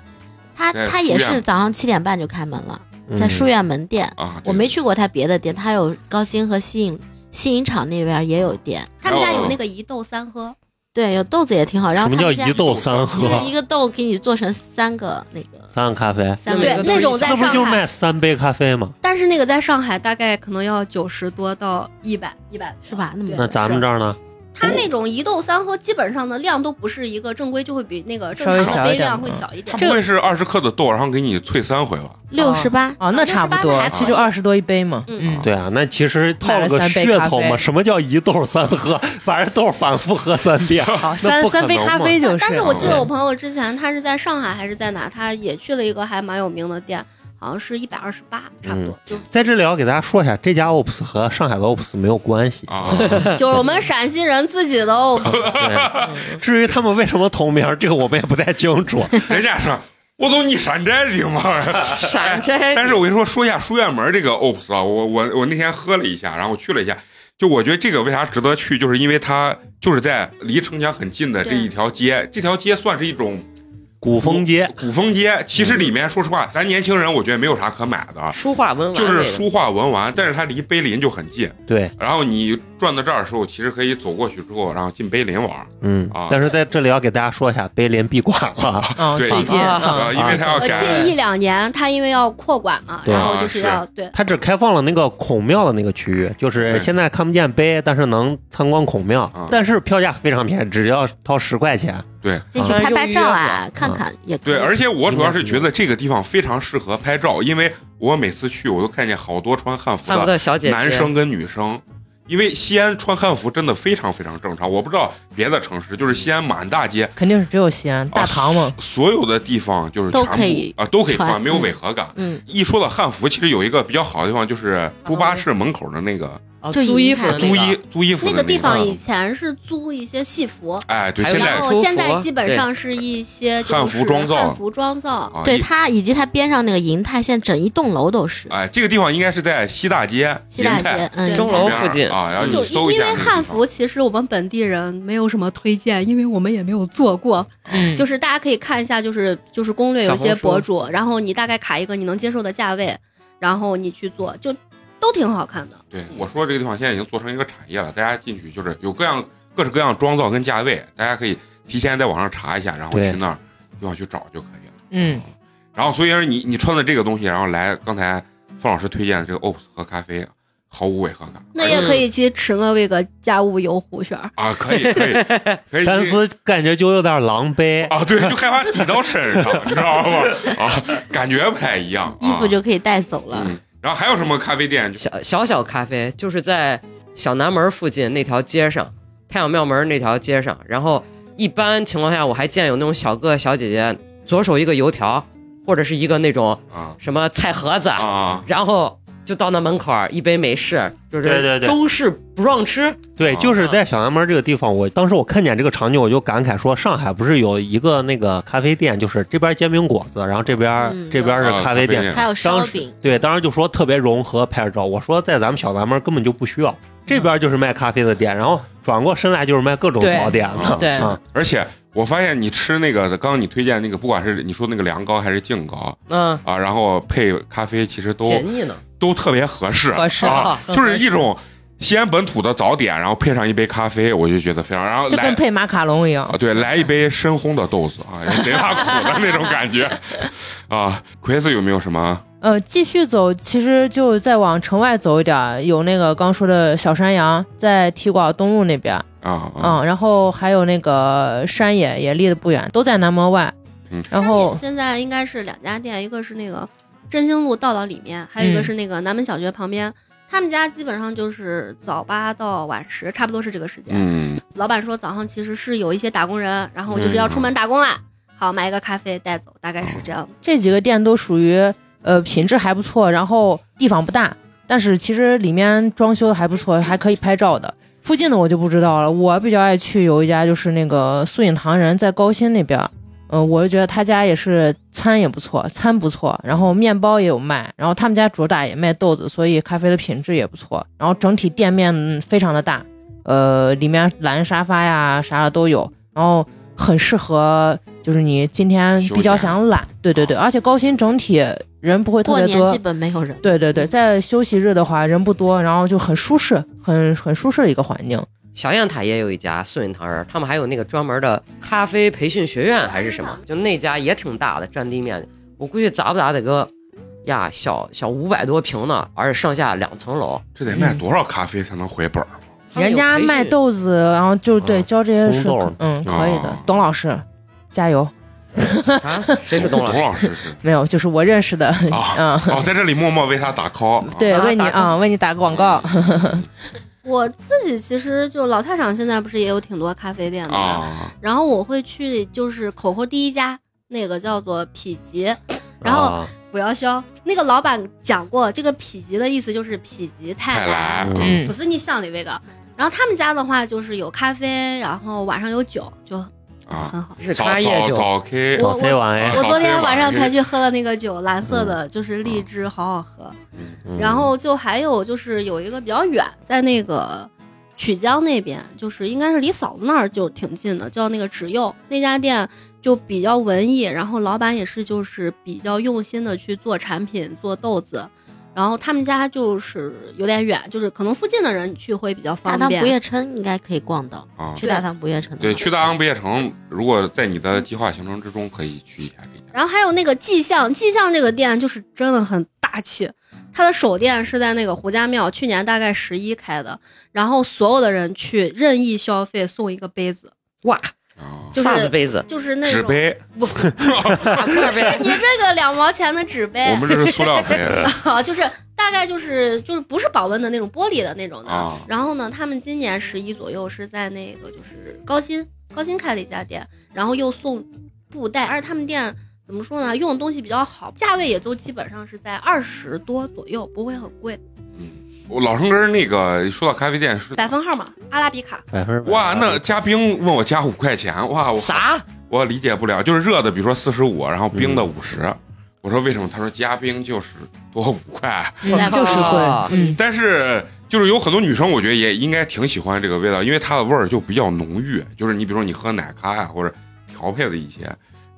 Speaker 4: 它
Speaker 1: 在
Speaker 4: 它也
Speaker 1: 书院
Speaker 4: 是早上七点半就开门了，在书院门店。
Speaker 1: 啊，对
Speaker 4: 我没去过它别的店，它有高新和西影西影厂那边也有店，
Speaker 5: 他们家有那个一豆三喝，
Speaker 4: 对，有豆子也挺好。然
Speaker 6: 什
Speaker 4: 后
Speaker 6: 么
Speaker 4: 他
Speaker 6: 叫
Speaker 4: 们家
Speaker 6: 一豆啊三喝
Speaker 4: 就是？一个豆给你做成三个那个
Speaker 6: 三个咖啡，
Speaker 4: 三
Speaker 5: 对
Speaker 4: 个
Speaker 5: 那种在
Speaker 6: 那不
Speaker 5: 上
Speaker 6: 就
Speaker 5: 海，
Speaker 6: 卖三杯咖啡吗？
Speaker 5: 但是那个在上海大概可能要九十多到一百，一百
Speaker 4: 是吧那么
Speaker 6: 那咱们这儿呢？
Speaker 5: 他那种一豆三喝，基本上的量都不是一个正规，就会比那个正
Speaker 2: 稍微
Speaker 5: 常
Speaker 2: 小
Speaker 5: 的
Speaker 2: 一
Speaker 5: 杯
Speaker 2: 点
Speaker 5: 量
Speaker 2: 嘛
Speaker 5: 会小一点
Speaker 1: 它。不会是二十克的豆，然后给你萃三回吧？
Speaker 4: 六十八，
Speaker 2: 啊，那差不多，其实就二十多一杯嘛。
Speaker 5: 嗯
Speaker 2: 嗯，
Speaker 6: 对啊，那其实套了个
Speaker 2: 买了三杯
Speaker 6: 噱头
Speaker 2: 咖
Speaker 6: 嘛。
Speaker 2: 啡
Speaker 6: 什么叫一豆三喝？把这豆反复喝三遍，
Speaker 2: 好，
Speaker 6: 哦那
Speaker 2: 三
Speaker 6: 不可
Speaker 2: 三杯
Speaker 6: 能
Speaker 2: 咖
Speaker 6: 嘛
Speaker 2: 啡就是。啊嗯
Speaker 5: 但是我记
Speaker 1: 对
Speaker 5: 得我朋友之前他是在上海还是在哪，他也去了一个还蛮有名的店，好像是一百二十八，差不多。就
Speaker 6: 在这里要给大家说一下，这家 OPS 和上海的 OPS 没有关 *laughs* 系。
Speaker 1: 啊，
Speaker 5: *laughs* 就是我们陕西人自己的哦，
Speaker 6: 对，至于他们为什么同名，这个我们也不太清楚。
Speaker 1: 人家说。我走你山寨的地
Speaker 5: *laughs*
Speaker 1: 方，
Speaker 3: 山寨
Speaker 1: 但是我跟你说，说一下书院门这个 OPS 啊，我我我那天喝了一下，然后我去了一下，就我觉得这个为啥值得去，就是因为它就是在离城墙很近的这
Speaker 5: 对
Speaker 1: 一条街，这条街算是一种
Speaker 6: *laughs* 古风街，
Speaker 1: *laughs* 古风街。其实里面说实
Speaker 3: 嗯
Speaker 1: 话，咱年轻人我觉得没有啥可买的，啊
Speaker 3: 书画文玩
Speaker 1: 就
Speaker 3: 类
Speaker 1: 是
Speaker 3: 的
Speaker 1: 书画文玩，但是它离碑林就很近。
Speaker 6: 对，
Speaker 1: 然后你转到这儿的时候，其实可以走过去之后，然后进碑林玩儿
Speaker 6: 嗯
Speaker 1: 啊，
Speaker 6: 但是在这里要给大家说一下，碑林闭馆 *laughs* 了，
Speaker 2: 啊，
Speaker 1: 对
Speaker 2: 最近
Speaker 3: 啊
Speaker 1: 啊，
Speaker 2: 啊
Speaker 1: 因为它要
Speaker 5: 呃，近一
Speaker 1: 改
Speaker 5: 两年他因为要扩馆嘛，
Speaker 6: 对
Speaker 5: 然后
Speaker 1: 啊
Speaker 5: 就是
Speaker 1: 是
Speaker 5: 要对
Speaker 6: 它只开放了那个孔庙的那个区域，就是
Speaker 1: 对
Speaker 6: 现在看不见碑，但是能参观孔庙
Speaker 1: 嗯，
Speaker 6: 但是票价非常便宜，只要掏十块钱。
Speaker 4: 进去拍拍照啊，看看也可以。
Speaker 1: 对，而且我主要
Speaker 3: 嗯
Speaker 1: 是觉得这个地方非常适合拍照，因为我每次去我都看见好多穿汉服
Speaker 3: 汉服
Speaker 1: 的
Speaker 3: 的小姐姐，
Speaker 1: 男生跟女生，因为西安穿汉服真的非常非常正常。我不知道别的城市，就是西安满大街
Speaker 2: 肯定是只有西安大唐嘛
Speaker 6: 哦
Speaker 1: 啊，所有的地方就是
Speaker 4: 都
Speaker 1: 全
Speaker 4: 可
Speaker 1: 部
Speaker 4: 以
Speaker 1: 啊都可以
Speaker 4: 穿
Speaker 1: 穿，没有
Speaker 4: 嗯
Speaker 1: 违和感。
Speaker 4: 嗯，
Speaker 1: 一说到汉服，其实有一个比较好的地方，就是猪八市门口的那个
Speaker 3: 啊
Speaker 4: 对
Speaker 3: 租衣服的那
Speaker 1: 租
Speaker 3: 个
Speaker 1: 衣租衣服的
Speaker 5: 那个地方
Speaker 1: 个
Speaker 5: 以前是租一些戏服，
Speaker 1: 哎，对，
Speaker 3: 还有
Speaker 1: 现在
Speaker 5: 然
Speaker 3: 那
Speaker 5: 后
Speaker 3: 出
Speaker 5: 现在
Speaker 3: 服
Speaker 5: 基本
Speaker 3: 对
Speaker 5: 上是一些就是
Speaker 1: 汉服装造
Speaker 5: 汉服装造，
Speaker 1: 啊，
Speaker 4: 对
Speaker 1: 一
Speaker 4: 它以及它边上那个银泰，现在整一栋楼都是
Speaker 1: 哎，这个地方应该是在西大街、
Speaker 4: 西大
Speaker 1: 银泰
Speaker 4: 街，嗯，
Speaker 3: 钟楼
Speaker 1: 旁边
Speaker 3: 附近
Speaker 1: 啊，然后
Speaker 5: 就
Speaker 1: 你搜一
Speaker 5: 因
Speaker 1: 下那
Speaker 5: 为
Speaker 1: 个地方
Speaker 5: 汉服，其实我们本地人没有什么推荐，因为我们也没有做过。
Speaker 2: 嗯
Speaker 5: 就是大家可以看一下，就是就是攻略有一些
Speaker 3: 小红书
Speaker 5: 博主，然后你大概卡一个你能接受的价位，然后你去做，就都挺好看的。
Speaker 1: 对，我说这个地方现在已经做成一个产业了，大家进去就是有各样各式各样妆造跟价位，大家可以提前在网上查一下，然后
Speaker 6: 对
Speaker 1: 去那儿地方去找就可以了。
Speaker 2: 嗯， *laughs*
Speaker 1: 然后所以说你你穿的这个东西，然后来刚才方老师推荐的这个 OPS 和咖啡，毫无违和感。
Speaker 5: 那也
Speaker 1: 而且
Speaker 5: 可以去吃我为个家务油胡旋儿，
Speaker 1: 啊，可以可以可以。
Speaker 6: 丹斯感觉就有点狼狈，
Speaker 1: 啊，对，就害怕抵到身上，你知道吧？啊，感觉不太一样。啊
Speaker 4: 衣服就可以带走了。
Speaker 1: 嗯。然后还有什么咖啡店？就
Speaker 3: 小小小咖啡，就是在小南门附近那条街上，太阳庙门那条街上。然后一般情况下，我还见有那种小哥小姐姐，左手一个油条，或者是一个那种
Speaker 1: 啊
Speaker 3: 什么菜盒子，
Speaker 1: 啊，
Speaker 3: 然后就到那门口儿一杯美式，就
Speaker 6: 对对
Speaker 3: 是
Speaker 6: 对
Speaker 3: 中式不让吃，
Speaker 6: 对，
Speaker 1: 啊
Speaker 6: 就是在小南门这个地方，我当时我看见这个场景，我就感慨说，上海不是有一个那个咖啡店，就是这边煎饼果子，然后这边、
Speaker 4: 嗯
Speaker 6: 这边是
Speaker 1: 啊
Speaker 6: 咖啡店，
Speaker 4: 还有烧
Speaker 6: 当时
Speaker 4: 饼，
Speaker 6: 对，当时就说特别融合拍照。我说在咱们小南门根本就不需要，这边就是卖咖啡的店，然后转过身来就是卖各种
Speaker 3: 对
Speaker 6: 早点的，
Speaker 3: 对
Speaker 6: 啊，
Speaker 1: 而且我发现你吃那个，刚刚你推荐那个，不管是你说那个凉糕还是净糕
Speaker 3: 嗯，
Speaker 1: 啊，然后配咖啡，其实都
Speaker 3: 解腻呢。
Speaker 1: 都特别合适，
Speaker 2: 合适
Speaker 1: 啊，
Speaker 2: 嗯
Speaker 1: 就是一种西安本土的早点，然后配上一杯咖啡，我就觉得非常，然后
Speaker 2: 就
Speaker 1: 来
Speaker 2: 跟配马卡龙一样
Speaker 1: 啊，，对，来一杯深烘的豆子啊，也贼怕苦的那种感觉啊。奎子有没有什么
Speaker 2: 呃，继续走，其实就再往城外走一点儿，有那个刚说的小山羊，在提瓜东路那边，
Speaker 1: 啊？啊
Speaker 2: 嗯，然后还有那个山野也离得不远，都在南门外
Speaker 1: 嗯。
Speaker 2: 然后
Speaker 5: 现在应该是两家店，一个是那个振兴路道道里面，还有一个
Speaker 2: 嗯
Speaker 5: 是那个南门小学旁边。他们家基本上就是早八到晚十，差不多是这个时间。
Speaker 1: 嗯，
Speaker 5: 老板说早上其实是有一些打工人，然后就是
Speaker 1: 嗯
Speaker 5: 要出门打工啊。好，买一个咖啡带走，大概是这样子。
Speaker 2: 这几个店都属于呃品质还不错，然后地方不大，但是其实里面装修的还不错，还可以拍照的。附近的我就不知道了，我比较爱去有一家就是那个素影堂人，在高新那边儿。嗯，我就觉得他家也是餐也不错，餐不错，然后面包也有卖，然后他们家主打也卖豆子，所以咖啡的品质也不错。然后整体店面嗯非常的大，呃，里面蓝沙发呀啥的都有，然后很适合就是你今天比较想懒，对对对，而且高新整体人不会特
Speaker 4: 过
Speaker 2: 别
Speaker 4: 年
Speaker 2: 多
Speaker 4: 基，本没有人。
Speaker 2: 对对
Speaker 3: 嗯
Speaker 2: 对，在休息日的话人不多，然后就很舒适，很很舒适的一个环境。
Speaker 3: 小雁塔也有一家素云堂人，他们还有那个专门的咖啡培训学院还是什么，就那家也挺大的，占地面积，我估计咋不咋得个呀小小五百多平呢，而且上下两层楼。
Speaker 1: 这得
Speaker 2: 嗯
Speaker 1: 卖多少咖啡才能回本儿？
Speaker 3: 他们
Speaker 2: 人
Speaker 3: 有
Speaker 2: 家
Speaker 3: 培训
Speaker 2: 卖豆子，然后就
Speaker 6: 啊
Speaker 2: 对教这些
Speaker 6: 烘
Speaker 2: 是
Speaker 6: 豆儿，
Speaker 2: 嗯，可以的
Speaker 1: 啊。
Speaker 2: 董老师，加油！
Speaker 3: 啊，谁是董老
Speaker 1: 董
Speaker 3: 师？
Speaker 1: 老师是
Speaker 2: 没有，就是我认识的，
Speaker 1: 啊
Speaker 2: *laughs* 嗯，
Speaker 1: 哦，在这里默默为他打 call 啊。
Speaker 2: *laughs* 对，
Speaker 3: 啊 *laughs*
Speaker 2: 为你
Speaker 3: 打广
Speaker 2: 啊，为你打个广告。
Speaker 5: 我自己其实就老菜场现在不是也有挺多咖啡店的吗，
Speaker 1: 啊，
Speaker 5: 然后我会去就是口口第一家那个叫做否极，然后
Speaker 6: 啊
Speaker 5: 不要削。那个老板讲过，这个否极的意思就是否极泰
Speaker 1: 泰来
Speaker 5: 来，
Speaker 1: 嗯
Speaker 2: 嗯
Speaker 5: 不是你想的那个。然后他们家的话就是有咖啡，然后晚上有酒，就
Speaker 1: 啊，
Speaker 5: 很好。
Speaker 3: 日
Speaker 1: 早
Speaker 3: 茶叶
Speaker 1: 早
Speaker 3: 酒，
Speaker 1: 早 K，
Speaker 5: 我
Speaker 6: 早 C 晚 A，
Speaker 1: 好
Speaker 5: 我昨
Speaker 1: 所以
Speaker 5: 天
Speaker 1: 晚
Speaker 5: 晚
Speaker 1: 上
Speaker 5: 上
Speaker 1: 就
Speaker 5: 才去喝了那个酒，蓝色的，就是荔枝，好好喝。
Speaker 6: 嗯
Speaker 5: 然后就还有就是有一个比较远，在那个曲江那边，就是应该是离嫂子那儿就挺近的，叫那个直右那家店就比较文艺，然后老板也是就是比较用心的去做产品做豆子，然后他们家就是有点远，就是可能附近的人去会比较
Speaker 4: 大
Speaker 5: 方
Speaker 4: 唐不
Speaker 5: 便。
Speaker 4: 夜城应该可以逛到，
Speaker 1: 啊，
Speaker 4: 去大唐不夜城的话
Speaker 1: 对，去大唐不夜城，如果在你的计划行程之中，可以去一下这家。
Speaker 5: 然后还有那个迹象，迹象这个店就是真的很大气。它的首店是在那个胡家庙，去年大概十一开的，然后所有的人去任意消费送一个杯子，
Speaker 3: 哇，
Speaker 1: 啊，
Speaker 5: 就是
Speaker 3: 啥子杯子？
Speaker 5: 就是那种
Speaker 1: 纸杯，
Speaker 5: 不，
Speaker 1: *laughs*
Speaker 5: 你这个两毛钱的纸杯
Speaker 1: 我们这是塑料
Speaker 5: *laughs*
Speaker 1: 杯
Speaker 5: 啊，就是大概就是就是不是保温的那种玻璃的那种的。
Speaker 1: 啊
Speaker 5: 然后呢，他们今年十一左右是在那个就是高新高新开了一家店，然后又送布袋，而且他们店怎么说呢，用的东西比较好，价位也都基本上是在二十多左右，不会很贵。
Speaker 1: 我老生根儿那个说到咖啡店是，
Speaker 5: 百分号嘛，阿拉比卡，
Speaker 6: 百分之百
Speaker 1: 哇，那加冰问我加五块钱，哇，我
Speaker 3: 啥？
Speaker 1: 我理解不了，就是热的，比如说四十五，然后冰的五十、我说为什么？他说加冰就是多五块，
Speaker 4: 时代
Speaker 2: 就是贵
Speaker 3: 啊，
Speaker 2: 嗯，
Speaker 1: 但是就是有很多女生，我觉得也应该挺喜欢这个味道，因为它的味儿就比较浓郁。就是你比如说你喝奶咖呀、或者调配的一些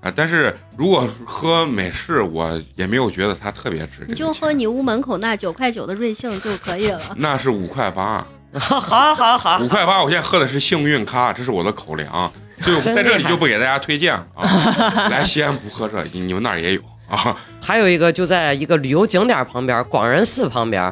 Speaker 1: 啊，但是如果喝美式，我也没有觉得它特别值这个钱。。
Speaker 5: 你就喝你屋门口那九块九的瑞幸就可以了
Speaker 1: 那是五块八，
Speaker 3: 好好好好
Speaker 1: *laughs* 五，块八，我现在喝的是幸运咖，这是我的口粮，所以我在这里就不给大家推荐了啊。来西安不喝这，你你们那儿也有啊
Speaker 3: *laughs* 还有一个就在一个旅游景点旁边，广仁寺旁边，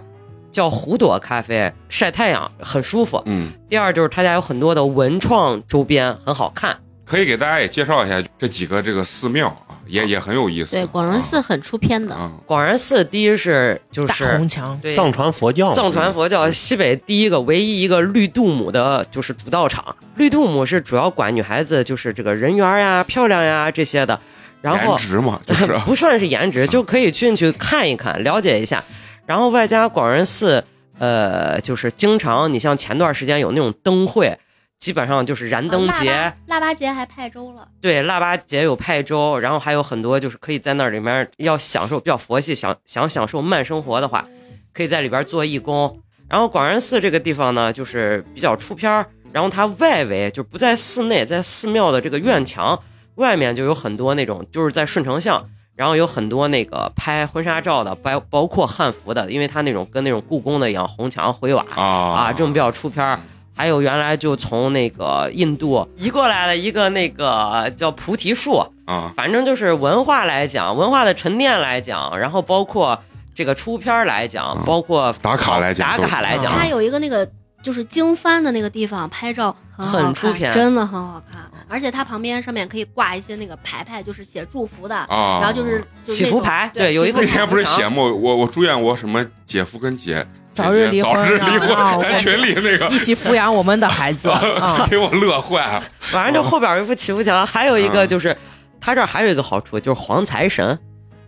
Speaker 3: 叫胡朵咖啡，晒太阳很舒服。
Speaker 1: 嗯。
Speaker 3: 第二就是他家有很多的文创周边，很好看。
Speaker 1: 可以给大家也介绍一下这几个这个寺庙啊，也也很有意思。
Speaker 4: 对广仁寺很出片的，
Speaker 1: 啊，
Speaker 3: 广仁寺第一是就
Speaker 2: 大
Speaker 3: 是
Speaker 2: 红墙，
Speaker 3: 对
Speaker 6: 藏传佛教嘛，
Speaker 3: 藏传佛教西北第一个唯一一个绿度母的就是主道场，绿度母是主要管女孩子就是这个人缘呀、漂亮呀这些的，然后
Speaker 1: 颜值嘛，就是
Speaker 6: 啊
Speaker 3: 不算是颜值，就可以进去看一看，了解一下。然后外加广仁寺，呃，就是经常你像前段时间有那种灯会，基本上就是燃
Speaker 2: 哦
Speaker 3: 灯节，
Speaker 5: 啊腊八腊八节还派粥了。
Speaker 3: 对，腊八节有派粥，然后还有很多就是可以在那里面要享受比较佛系，想想享受慢生活的话，可以在里边做义工。然后广仁寺这个地方呢，就是比较出片儿，然后它外围就不在寺内，在寺庙的这个院墙外面就有很多那种就是在顺城巷，然后有很多那个拍婚纱照的，包包括汉服的，因为它那种跟那种故宫的一样，红墙灰瓦
Speaker 1: 啊嗯
Speaker 3: 啊，这种比较出片儿。还有原来就从那个印度移过来的一个那个叫菩提树，
Speaker 1: 啊，
Speaker 3: 反正就是文化来讲，文化的沉淀来讲，然后包括这个出片儿来讲
Speaker 1: 嗯，*laughs*
Speaker 3: 包括
Speaker 1: 打卡来讲
Speaker 3: 打卡来
Speaker 2: 啊
Speaker 3: 讲
Speaker 2: 都，
Speaker 5: 它有一个那个就是经幡的那个地方拍照很好看
Speaker 3: 很出片
Speaker 5: 真的很好看。而且它旁边上面可以挂一些那个牌牌，就是写祝福的，
Speaker 1: 啊，
Speaker 5: 然后就是就是
Speaker 3: 哦祈福牌
Speaker 5: 那种
Speaker 3: 对有一个
Speaker 1: 那天不是
Speaker 3: 长
Speaker 1: 写吗？我我祝愿我什么姐夫跟姐
Speaker 2: 早
Speaker 1: 姐
Speaker 2: 日
Speaker 1: 姐
Speaker 2: 离婚
Speaker 1: 早日离
Speaker 2: 啊
Speaker 1: 婚，咱群里那个
Speaker 2: 一起抚养我们的孩子啊，
Speaker 1: 给我乐坏了
Speaker 3: 反正就后边儿有一副祈福墙，还有一
Speaker 1: 嗯
Speaker 3: 个就是，它这儿还有一个好处就是黄财神，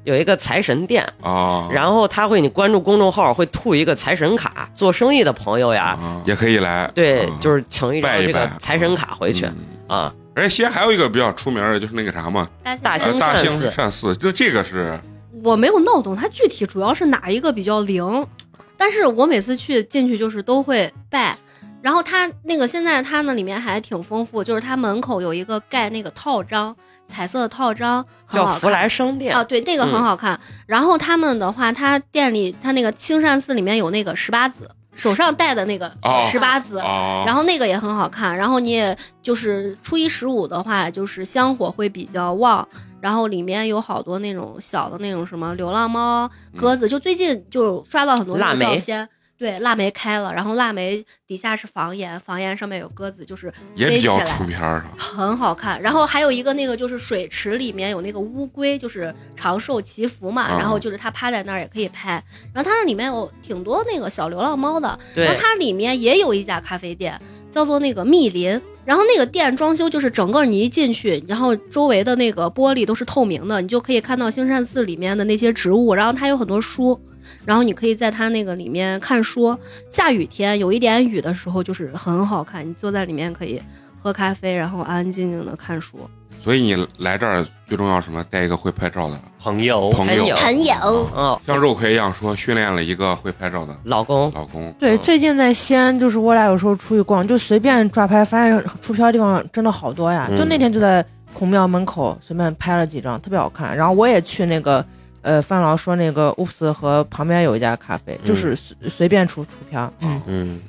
Speaker 3: 有一个财神殿，
Speaker 1: 啊，
Speaker 3: 然后他会你关注公众号会吐一个财神卡，做生意的朋友呀，
Speaker 1: 啊也可以来，
Speaker 3: 对，
Speaker 1: 啊
Speaker 3: 就是请一张
Speaker 1: 拜一
Speaker 3: 这个
Speaker 1: 拜
Speaker 3: 财神卡回去。
Speaker 1: 嗯
Speaker 3: 啊。
Speaker 1: 而且西安还有一个比较出名的，就是那个啥嘛，
Speaker 5: 大
Speaker 3: 大
Speaker 1: 呃
Speaker 3: 兴
Speaker 1: 大
Speaker 3: 善
Speaker 1: 兴
Speaker 3: 寺
Speaker 1: 善寺，就这个是
Speaker 5: 我没有闹懂它具体主要是哪一个比较灵，但是我每次去进去就是都会拜。然后它那个现在它那里面还挺丰富，就是它门口有一个盖那个套章，彩色的套章，很
Speaker 3: 叫
Speaker 5: 好看
Speaker 3: 福来嗯商店
Speaker 5: 啊，对，那个很好看。然后他们的话，他店里他那个清善寺里面有那个十八子，手上戴的那个
Speaker 1: 哦
Speaker 5: 十八子。
Speaker 1: 啊，
Speaker 5: 然后那个也很好看，然后你也就是初一十五的话，就是香火会比较旺，然后里面有好多那种小的那种什么流浪猫、
Speaker 1: 嗯
Speaker 5: 鸽子，就最近就刷到很多
Speaker 3: 腊
Speaker 5: 那个
Speaker 3: 梅
Speaker 5: 照片，对，腊梅开了，然后腊梅底下是房檐，房檐上面有鸽子，就是
Speaker 1: 也
Speaker 5: 飞
Speaker 1: 比
Speaker 5: 起
Speaker 1: 较
Speaker 5: 来
Speaker 1: 出片儿啊
Speaker 5: 很好看。然后还有一个那个就是水池里面有那个乌龟，就是长寿祈福嘛，
Speaker 1: 啊
Speaker 5: 然后就是它趴在那儿也可以拍。然后它那里面有挺多那个小流浪猫的，
Speaker 3: 对
Speaker 5: 然后，它里面也有一家咖啡店，叫做那个密林。然后那个店装修就是整个你一进去，然后周围的那个玻璃都是透明的，你就可以看到兴善寺里面的那些植物，然后它有很多书，然后你可以在它那个里面看书。下雨天有一点雨的时候，就是很好看，你坐在里面可以喝咖啡，然后安安静静的看书。
Speaker 1: 所以你来这儿最重要什么？带一个会拍照的
Speaker 6: 哦朋友，
Speaker 1: 朋友，
Speaker 4: 朋友
Speaker 1: 啊
Speaker 3: 哦，
Speaker 1: 像肉葵一样说训练了一个会拍照的
Speaker 3: 老公，
Speaker 1: 老公。
Speaker 2: 对，
Speaker 1: 嗯
Speaker 2: 最近在西安，就是我俩有时候出去逛，就随便抓拍，发现出漂的地方真的好多呀。
Speaker 6: 嗯
Speaker 2: 就那天就在孔庙门口随便拍了几张，特别好看。然后我也去那个呃范老说那个 Oops 和旁边有一家咖啡，
Speaker 6: 嗯
Speaker 2: 就是随随便出出漂。嗯，
Speaker 6: 嗯，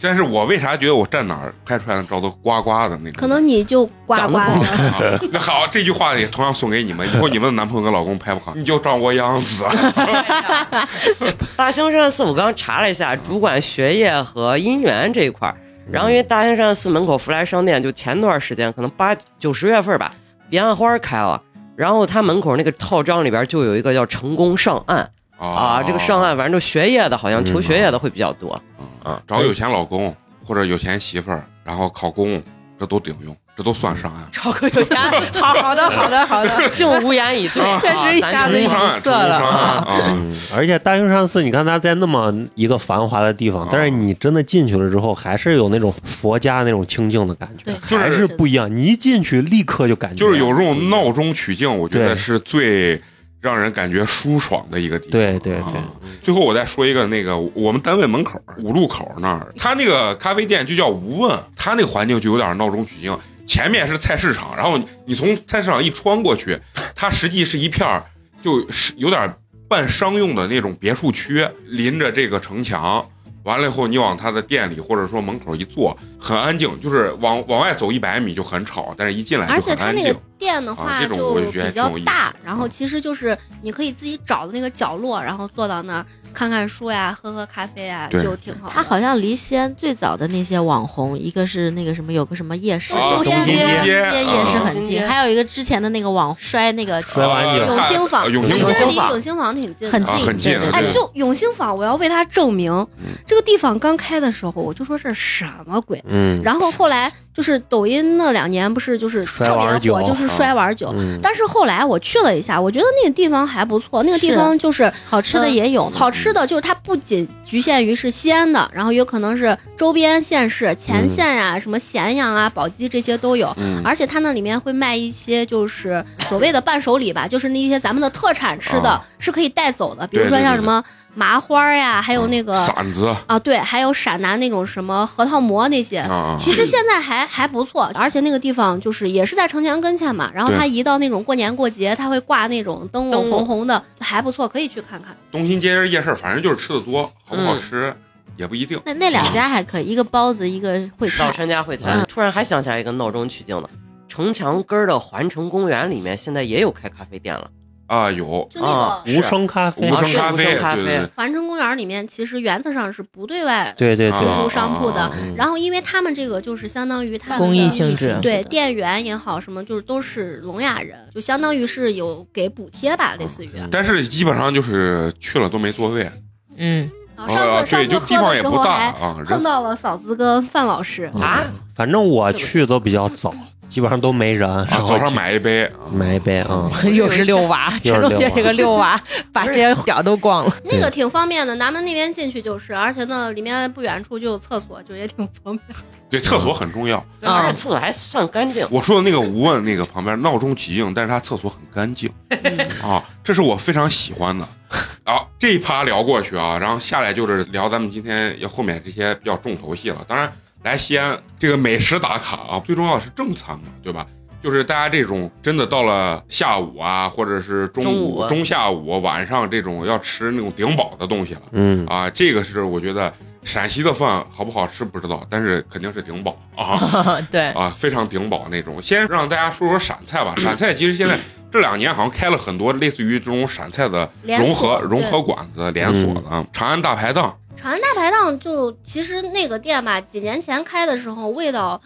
Speaker 1: 但是我为啥觉得我站哪儿拍出来的照都呱呱的那种？
Speaker 5: 可能你就呱呱的，
Speaker 1: 啊那好，这句话也同样送给你们，以后你们的男朋友跟老公拍不好，你就照我样子。啊
Speaker 3: 大兴善寺，我刚刚查了一下，主管学业和姻缘这一块儿。然后因为大兴善寺门口福来商店，就前段时间，可能八九十月份吧，彼岸花开了。然后他门口那个套章里边就有一个叫“成功上岸”啊，这个上岸反正就学业的，好像求学业的会比较多。
Speaker 1: 啊，找有钱老公或者有钱媳妇儿，然后考公，这都顶用，这都算上岸。，
Speaker 3: 超哥有点
Speaker 2: 好好的，好的，好的。
Speaker 3: 竟无言以对
Speaker 2: *laughs* 确实一
Speaker 3: 啊
Speaker 2: 下
Speaker 3: 咱
Speaker 1: 成
Speaker 2: 子
Speaker 1: 功上岸，成功
Speaker 2: 就嗯色了
Speaker 1: 上岸
Speaker 2: *laughs*
Speaker 1: 啊！
Speaker 6: 嗯，而且大兴山寺，你看它在那么一个繁华的地方
Speaker 1: 啊，
Speaker 6: 但是你真的进去了之后，还是有那种佛家那种清静的感觉
Speaker 4: 对，
Speaker 1: 是
Speaker 6: 还是不一样。你一进去，立刻就感觉
Speaker 1: 就是有这种闹中取静，我觉得
Speaker 6: 对
Speaker 1: 是最让人感觉舒爽的一个地方。
Speaker 6: 对对
Speaker 1: 啊
Speaker 6: 对，
Speaker 1: 最后我再说一个，那个我们单位门口五路口那儿，他那个咖啡店就叫无问，他那个环境就有点闹中取静。前面是菜市场，然后你你从菜市场一穿过去，它实际是一片儿，就是有点半商用的那种别墅区，临着这个城墙。完了以后，你往他的店里或者说门口一坐，很安静，就是往往外走一百米就很吵，但是一进来
Speaker 5: 而
Speaker 1: 哎就
Speaker 5: 且
Speaker 1: 很
Speaker 5: 它
Speaker 1: 安
Speaker 5: 那
Speaker 1: 静
Speaker 5: 个。店的
Speaker 1: 啊
Speaker 5: 话
Speaker 1: 这种我
Speaker 5: 就
Speaker 1: 就觉得
Speaker 5: 比较
Speaker 1: 挺有意思
Speaker 5: 大
Speaker 1: 嗯，
Speaker 5: 然后其实就是你可以自己找的那个角落，然后坐到那儿看看书呀，喝喝咖啡呀，
Speaker 1: 对
Speaker 5: 就挺好的。
Speaker 4: 他好像离西安最早的那些网红，一个是那个什么有个什么夜市，
Speaker 1: 啊
Speaker 5: 中
Speaker 4: 间
Speaker 5: 间街
Speaker 4: 街也是
Speaker 1: 啊
Speaker 3: 中
Speaker 4: 很
Speaker 3: 间
Speaker 4: 近，
Speaker 3: 街
Speaker 4: 还有一个之前的那个网摔那个
Speaker 6: 摔完你
Speaker 5: 永兴坊，
Speaker 1: 啊永兴
Speaker 5: 其实
Speaker 1: 坊
Speaker 5: 离永兴坊挺近的
Speaker 4: 很。
Speaker 1: 啊
Speaker 4: 近，
Speaker 1: 很近
Speaker 4: 对对
Speaker 1: 很
Speaker 5: 哎，
Speaker 1: 近
Speaker 4: 对
Speaker 5: 就永兴坊，我要为他证明
Speaker 1: 嗯，
Speaker 5: 这个地方刚开的时候，我就说这是什么鬼。
Speaker 6: 嗯，
Speaker 5: 然后后来就是抖音那两年不是就是
Speaker 6: 摔
Speaker 5: 特别
Speaker 6: 碗酒
Speaker 5: 火，
Speaker 1: 啊
Speaker 5: 就是摔碗酒。
Speaker 6: 嗯
Speaker 5: 但是后来我去了一下，我觉得那个地方还不错，那个地
Speaker 4: 是
Speaker 5: 方就是
Speaker 4: 好吃的也有呢。
Speaker 5: 嗯好吃的就是它不仅局限于是西安的，然后有可能是周边县市、前县呀、什么咸阳啊、宝鸡这些都有。
Speaker 1: 嗯，
Speaker 5: 而且它那里面会卖一些就是所谓的伴手礼吧， *laughs* 就是那些咱们的特产吃的
Speaker 1: 啊
Speaker 5: 是可以带走的，比
Speaker 1: 对对
Speaker 5: 如说
Speaker 1: 对
Speaker 5: 像
Speaker 1: 对嗯
Speaker 5: 什么麻花呀，还有那个
Speaker 1: 馓子
Speaker 5: 啊对，还有陕南那种什么核桃馍那些。
Speaker 1: 啊，
Speaker 5: 其实现在还还不错，而且那个地方就是也是在城墙跟前嘛，然后
Speaker 1: 对
Speaker 5: 它一到那种过年过节，它会挂那种灯笼
Speaker 3: 灯笼
Speaker 5: 红红的，还不错，可以去看看。
Speaker 1: 东新街夜市，反正就是吃的多，好不好吃、也不一定。
Speaker 4: 那那两家还可以，一个包子，一个烩
Speaker 3: 到
Speaker 4: 菜。
Speaker 3: 参加会
Speaker 2: 嗯
Speaker 3: 餐，突然还想起来一个闹中取静的，城墙根儿的环城公园里面现在也有开咖啡店了，
Speaker 1: 啊，有
Speaker 5: 就那个、
Speaker 3: 啊
Speaker 6: 无声咖啡
Speaker 1: 无
Speaker 3: 啊
Speaker 1: 声
Speaker 3: 是
Speaker 1: 咖
Speaker 3: 无
Speaker 1: 啡，
Speaker 3: 声咖
Speaker 1: 对
Speaker 3: 啡
Speaker 1: 对对，
Speaker 5: 环城公园里面其实原则上是不对外
Speaker 6: 对对对，
Speaker 5: 出租商铺的，
Speaker 1: 啊
Speaker 6: 嗯
Speaker 5: 然后因为他们这个就是相当于他们的
Speaker 2: 公益性质
Speaker 5: 对，店员也好，什么就是都是聋哑人，就相当于是有给补贴吧，类似于。
Speaker 1: 但是基本上就是去了都没座位。
Speaker 2: 嗯，
Speaker 5: 然后上
Speaker 1: 啊、
Speaker 5: 次上
Speaker 1: 对，
Speaker 5: 次
Speaker 1: 就地
Speaker 5: 喝
Speaker 1: 方
Speaker 5: 的
Speaker 1: 也
Speaker 5: 时
Speaker 1: 不
Speaker 5: 候
Speaker 1: 大
Speaker 5: 还
Speaker 1: 啊，嗯
Speaker 5: 碰
Speaker 1: 人
Speaker 5: 到了嫂子跟范老师，
Speaker 3: 啊，
Speaker 6: 反正我去都比较早，基本上都没人。然
Speaker 1: 啊
Speaker 6: 后
Speaker 1: 早上买一杯，
Speaker 6: 买一杯啊，
Speaker 2: *laughs* 又是遛娃， *laughs*
Speaker 6: 又
Speaker 2: 陈
Speaker 6: 是
Speaker 2: 同
Speaker 6: 遛
Speaker 2: 学
Speaker 6: 娃
Speaker 2: 这个遛娃，把这些点儿都逛了。
Speaker 5: 那个挺方便的，咱们那边进去就是，而且呢里面不远处就有厕所，就也挺方便。
Speaker 1: 对，厕所很重要。
Speaker 3: 对而且厕所还算干净。
Speaker 1: 我说的那个无问那个旁边闹中取静，但是他厕所很干
Speaker 5: *laughs*
Speaker 1: 净啊，这是我非常喜欢的。啊，这一趴聊过去啊，然后下来就是聊咱们今天要后面这些比较重头戏了。当然，来西安这个美食打卡啊，最重要的是正餐嘛，对吧？就是大家这种真的到了下午啊，或者是中午、
Speaker 3: 中
Speaker 5: 啊
Speaker 3: 午
Speaker 1: 中下午、晚上这种要吃那种顶饱的东西了。
Speaker 6: 嗯，
Speaker 1: 啊，这个是我觉得陕西的饭好不好吃不知道，但是肯定是顶饱啊
Speaker 2: *laughs* 对，
Speaker 1: 啊，非常顶饱那种。先让大家说说陕菜吧，陕菜其实现在这两年好像开了很多类似于这种陕菜的
Speaker 5: 连
Speaker 1: 融
Speaker 5: 锁
Speaker 1: 合融
Speaker 5: 对
Speaker 1: 合馆子的连锁的，啊，长安大排档
Speaker 5: 长安大排档就其实那个店吧，几年前开的时候味道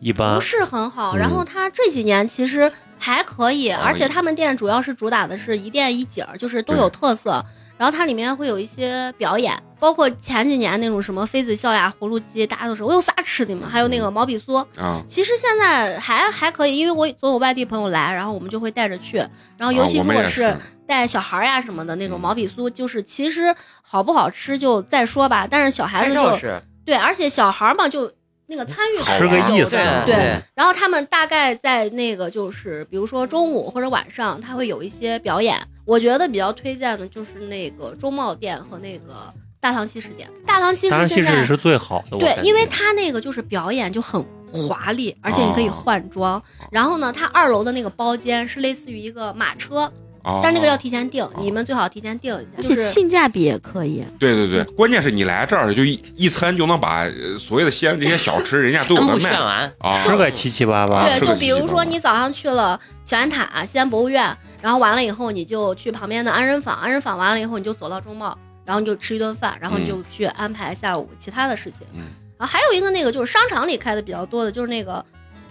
Speaker 6: 一般
Speaker 5: 不。是很好。
Speaker 6: 嗯
Speaker 5: 然后它这几年其实还可以，
Speaker 1: 啊
Speaker 5: 而且他们店主要是主打的是一店一景儿，就是都
Speaker 1: 对
Speaker 5: 有特色。然后它里面会有一些表演，包括前几年那种什么妃子笑呀、葫芦鸡，大家都是我有仨吃的嘛，还有那个毛笔酥，
Speaker 1: 啊，
Speaker 5: 其实现在还还可以，因为我总有外地朋友来，然后我们就会带着去。然后尤其
Speaker 1: 啊我
Speaker 5: 如
Speaker 1: 们
Speaker 5: 果
Speaker 1: 也
Speaker 5: 是带小孩儿呀什么的那种毛笔酥，就是其实好不好吃就再说吧。但是小孩
Speaker 3: 看
Speaker 5: 子
Speaker 3: 上，
Speaker 5: 就是对，而且小孩儿嘛就那个参与感
Speaker 1: 吃个
Speaker 5: 是有
Speaker 6: 意
Speaker 5: 的
Speaker 6: 思啊
Speaker 5: 对。
Speaker 3: 对
Speaker 5: 然后他们大概在那个就是比如说中午或者晚上，他会有一些表演。我觉得比较推荐的就是那个中贸店和那个大唐西食店。大唐西
Speaker 6: 当
Speaker 5: 食现
Speaker 6: 然，其实
Speaker 5: 在
Speaker 6: 是最好的。我
Speaker 5: 对
Speaker 6: 感，觉
Speaker 5: 因为他那个就是表演就很华丽，而且你可以换装。然后呢，他二楼的那个包间是类似于一个马车，
Speaker 1: 哦
Speaker 5: 但那个要提前定，你们最好提前定一
Speaker 4: 而
Speaker 5: 下。就
Speaker 4: 且
Speaker 5: 是
Speaker 4: 性价比也可以。
Speaker 1: 对对对，关键是你来这儿就一一餐就能把呃所谓的西安这些小吃，人家都有
Speaker 3: 全
Speaker 1: 的
Speaker 3: 部炫
Speaker 1: 卖 *laughs*
Speaker 3: 完，
Speaker 1: 啊，
Speaker 6: 吃个七七八八，
Speaker 1: 是啊
Speaker 5: 对，
Speaker 1: 个
Speaker 5: 就
Speaker 1: 集
Speaker 5: 比
Speaker 1: 体
Speaker 5: 如
Speaker 1: 活
Speaker 5: 说
Speaker 1: 动
Speaker 5: 你早上去了小安塔、西安博物院，然后完了以后你就去旁边的安仁坊，安仁坊完了以后你就走到中贸，然后你就吃一顿饭，然后你就去安排下午其他的事情。
Speaker 1: 嗯
Speaker 5: 然后还有一个那个就是商场里开的比较多的，就是那个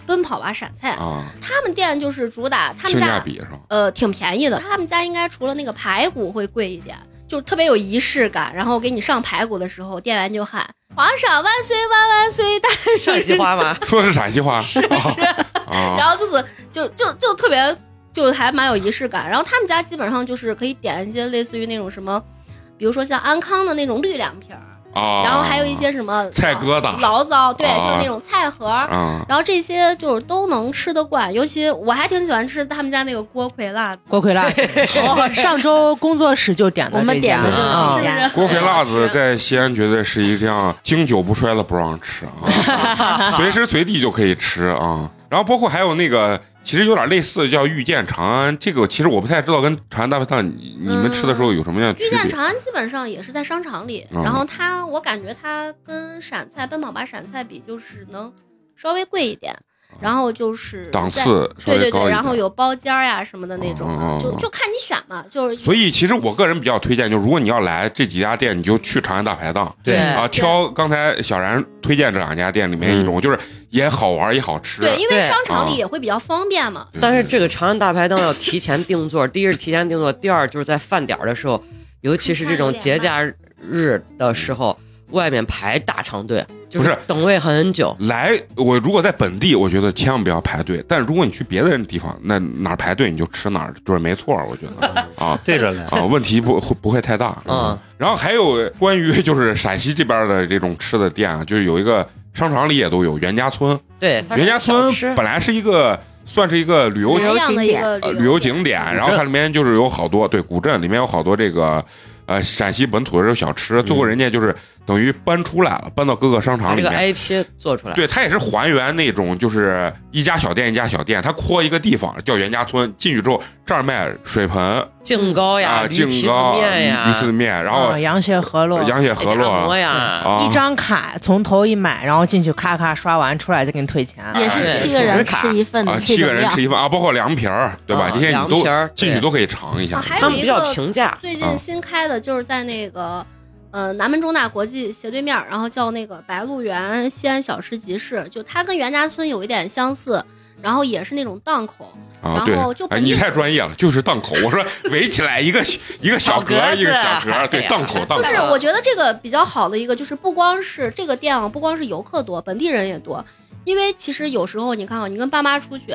Speaker 5: 奔跑吧陕菜，
Speaker 1: 啊，
Speaker 5: 他们店就是主打他
Speaker 1: 性
Speaker 5: 们
Speaker 1: 价
Speaker 5: 家
Speaker 1: 比是吧？
Speaker 5: 呃，挺便宜的。他们家应该除了那个排骨会贵一点，就是特别有仪式感。然后给你上排骨的时候，店员就喊“皇上万岁万万岁”，大
Speaker 3: 陕西话吗？
Speaker 1: 说是陕西话，是啊
Speaker 5: 然后就是就就就特别就还蛮有仪式感。然后他们家基本上就是可以点一些类似于那种什么，比如说像安康的那种绿凉皮儿，
Speaker 1: 啊，
Speaker 5: 然后还有一些什么
Speaker 1: 菜疙瘩
Speaker 5: 醪糟，对，
Speaker 1: 啊
Speaker 5: 就是那种菜盒儿。
Speaker 1: 啊，
Speaker 5: 然后这些就是都能吃得惯，尤其我还挺喜欢吃他们家那个锅盔辣子，
Speaker 2: 锅盔辣 *laughs* 子，哦上周工作室就点的
Speaker 4: 我们
Speaker 2: 这
Speaker 4: 点
Speaker 2: 家
Speaker 4: 的
Speaker 5: 就是
Speaker 2: 啊
Speaker 5: 是不哎是？
Speaker 1: 锅盔
Speaker 5: *laughs*
Speaker 1: 辣子在西安绝对是一项经久不衰的不让吃啊， *laughs* 随时随地就可以吃啊。然后包括还有那个，其实有点类似，叫遇见长安。这个其实我不太知道跟长安大排档，你你们吃的时候有什么样的区
Speaker 5: 遇见
Speaker 1: 别
Speaker 5: 长安基本上也是在商场里，
Speaker 1: 嗯
Speaker 5: 然后它我感觉它跟陕菜奔跑吧陕菜比，就是能稍微贵一点，然后就是
Speaker 1: 档
Speaker 5: 在。
Speaker 1: 次稍
Speaker 5: 对
Speaker 1: 微
Speaker 5: 对
Speaker 1: 高一
Speaker 5: 对，
Speaker 1: 点。
Speaker 5: 然后有包间儿呀什么的那种的，
Speaker 1: 嗯嗯嗯
Speaker 5: 就
Speaker 1: 嗯
Speaker 5: 就看你选嘛，就是
Speaker 1: 所以其实我个人比较推荐，就如果你要来这几家店，你就去长安大排档
Speaker 3: 对
Speaker 1: 啊，挑刚才小然推荐这两家店里面一种，就是也好玩也好吃。
Speaker 5: 嗯对，因为
Speaker 3: 对
Speaker 5: 商场
Speaker 1: 啊
Speaker 5: 里也会比较方便嘛。
Speaker 1: 对
Speaker 3: *laughs* 但是这个长安大排档要提前定座，第一是提前定座，第二就是在饭点儿的时候，尤其是这种节假日的时候，外面排大长队，就
Speaker 1: 不
Speaker 3: 是
Speaker 1: 是
Speaker 3: 等位很久。
Speaker 1: 来，我如果在本地，我觉得千万不要排队。但如果你去别的地方，那哪儿排队你就吃哪儿，准没错。我觉
Speaker 3: *laughs*
Speaker 1: 得啊
Speaker 6: 对着来。
Speaker 1: 啊，问题不会不会太大啊
Speaker 3: 嗯。
Speaker 1: 然后还有关于就是陕西这边的这种吃的店啊，就是有一个商场里也都有袁家村，
Speaker 3: 对，它是
Speaker 1: 袁家
Speaker 3: 小
Speaker 1: 村
Speaker 3: 吃
Speaker 1: 本来是一个算是一个旅游
Speaker 4: 旅
Speaker 5: 什
Speaker 4: 游
Speaker 5: 么样的一个嗯
Speaker 1: 呃旅游景点，然后
Speaker 6: 古镇
Speaker 1: 它里面就是有好多对古镇里面有好多这个呃陕西本土的这种小
Speaker 3: 嗯
Speaker 1: 吃，最后人家就是等于搬出来了，搬到各个商
Speaker 3: 把
Speaker 1: 场里
Speaker 3: 这个
Speaker 1: 面。
Speaker 3: IP 做出来。
Speaker 1: 对，它也是还原那种，就是一家小店一家小店，它扩一个地方叫袁家村，进去之后这儿卖水盆
Speaker 3: 净糕呀，
Speaker 1: 啊，
Speaker 3: 驴蹄
Speaker 1: 净
Speaker 3: 子
Speaker 1: 糕、
Speaker 3: 面
Speaker 1: 鱼
Speaker 3: 呀
Speaker 1: 蹄，子面，然后
Speaker 2: 啊羊血河洛。
Speaker 1: 羊血河
Speaker 3: 菜夹馍
Speaker 1: 洛
Speaker 3: 呀，
Speaker 1: 啊
Speaker 2: 一，张卡从头一买，然后进去咔咔刷完，出来再给你退钱。
Speaker 4: 也是
Speaker 3: 对
Speaker 4: 七
Speaker 3: 储
Speaker 4: 个
Speaker 3: 值
Speaker 4: 人
Speaker 3: 卡
Speaker 4: 吃一份
Speaker 1: 啊
Speaker 4: 的，
Speaker 1: 七个人吃
Speaker 4: 一
Speaker 1: 一份啊，包括凉皮儿，对吧？
Speaker 3: 啊
Speaker 1: 这些你
Speaker 3: 凉
Speaker 1: 都
Speaker 3: 皮儿
Speaker 1: 进去
Speaker 3: 对
Speaker 1: 都可以尝一下
Speaker 5: 啊，。还
Speaker 3: 他
Speaker 5: 有
Speaker 3: 们
Speaker 5: 一
Speaker 3: 比较
Speaker 5: 个
Speaker 3: 平价。
Speaker 5: 最
Speaker 1: 啊
Speaker 5: 近新开的就是在那个。呃，南门中大国际斜对面，然后叫那个白鹿原西安小吃集市，就它跟袁家村有一点相似，然后也是那种档口，
Speaker 1: 啊，
Speaker 5: 然
Speaker 1: 对
Speaker 5: 后就，
Speaker 1: 哎，
Speaker 5: 本地
Speaker 1: 你太专业了，就是档口。我说围起来一个一个小格
Speaker 3: 小格
Speaker 1: 儿，
Speaker 3: 子
Speaker 1: 一个小格儿，
Speaker 3: 哎
Speaker 1: 对，
Speaker 3: 呀
Speaker 1: 档口档口
Speaker 5: 就是我觉得这个比较好的一个，就是不光是这个店啊，不光是游客多，本地人也多。因为其实有时候你看啊，你跟爸妈出去，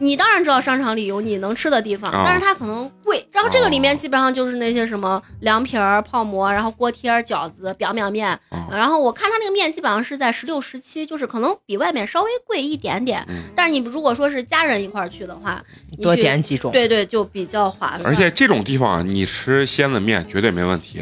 Speaker 5: 你当然知道商场里有你能吃的地方，
Speaker 1: 啊
Speaker 5: 但是它可能贵。然后这个里
Speaker 1: 哦
Speaker 5: 面基本上就是那些什么凉皮儿、泡馍，然后锅贴儿、饺子、表表面。
Speaker 1: 啊
Speaker 5: 然后我看它那个面基本上是在十六、十七，就是可能比外面稍微贵一点点。
Speaker 1: 嗯
Speaker 5: 但是你如果说是家人一块儿去的话，你去
Speaker 2: 多点几种。
Speaker 5: 对对就比较划算。
Speaker 1: 而且这种地方啊你吃西安的面绝对没问题，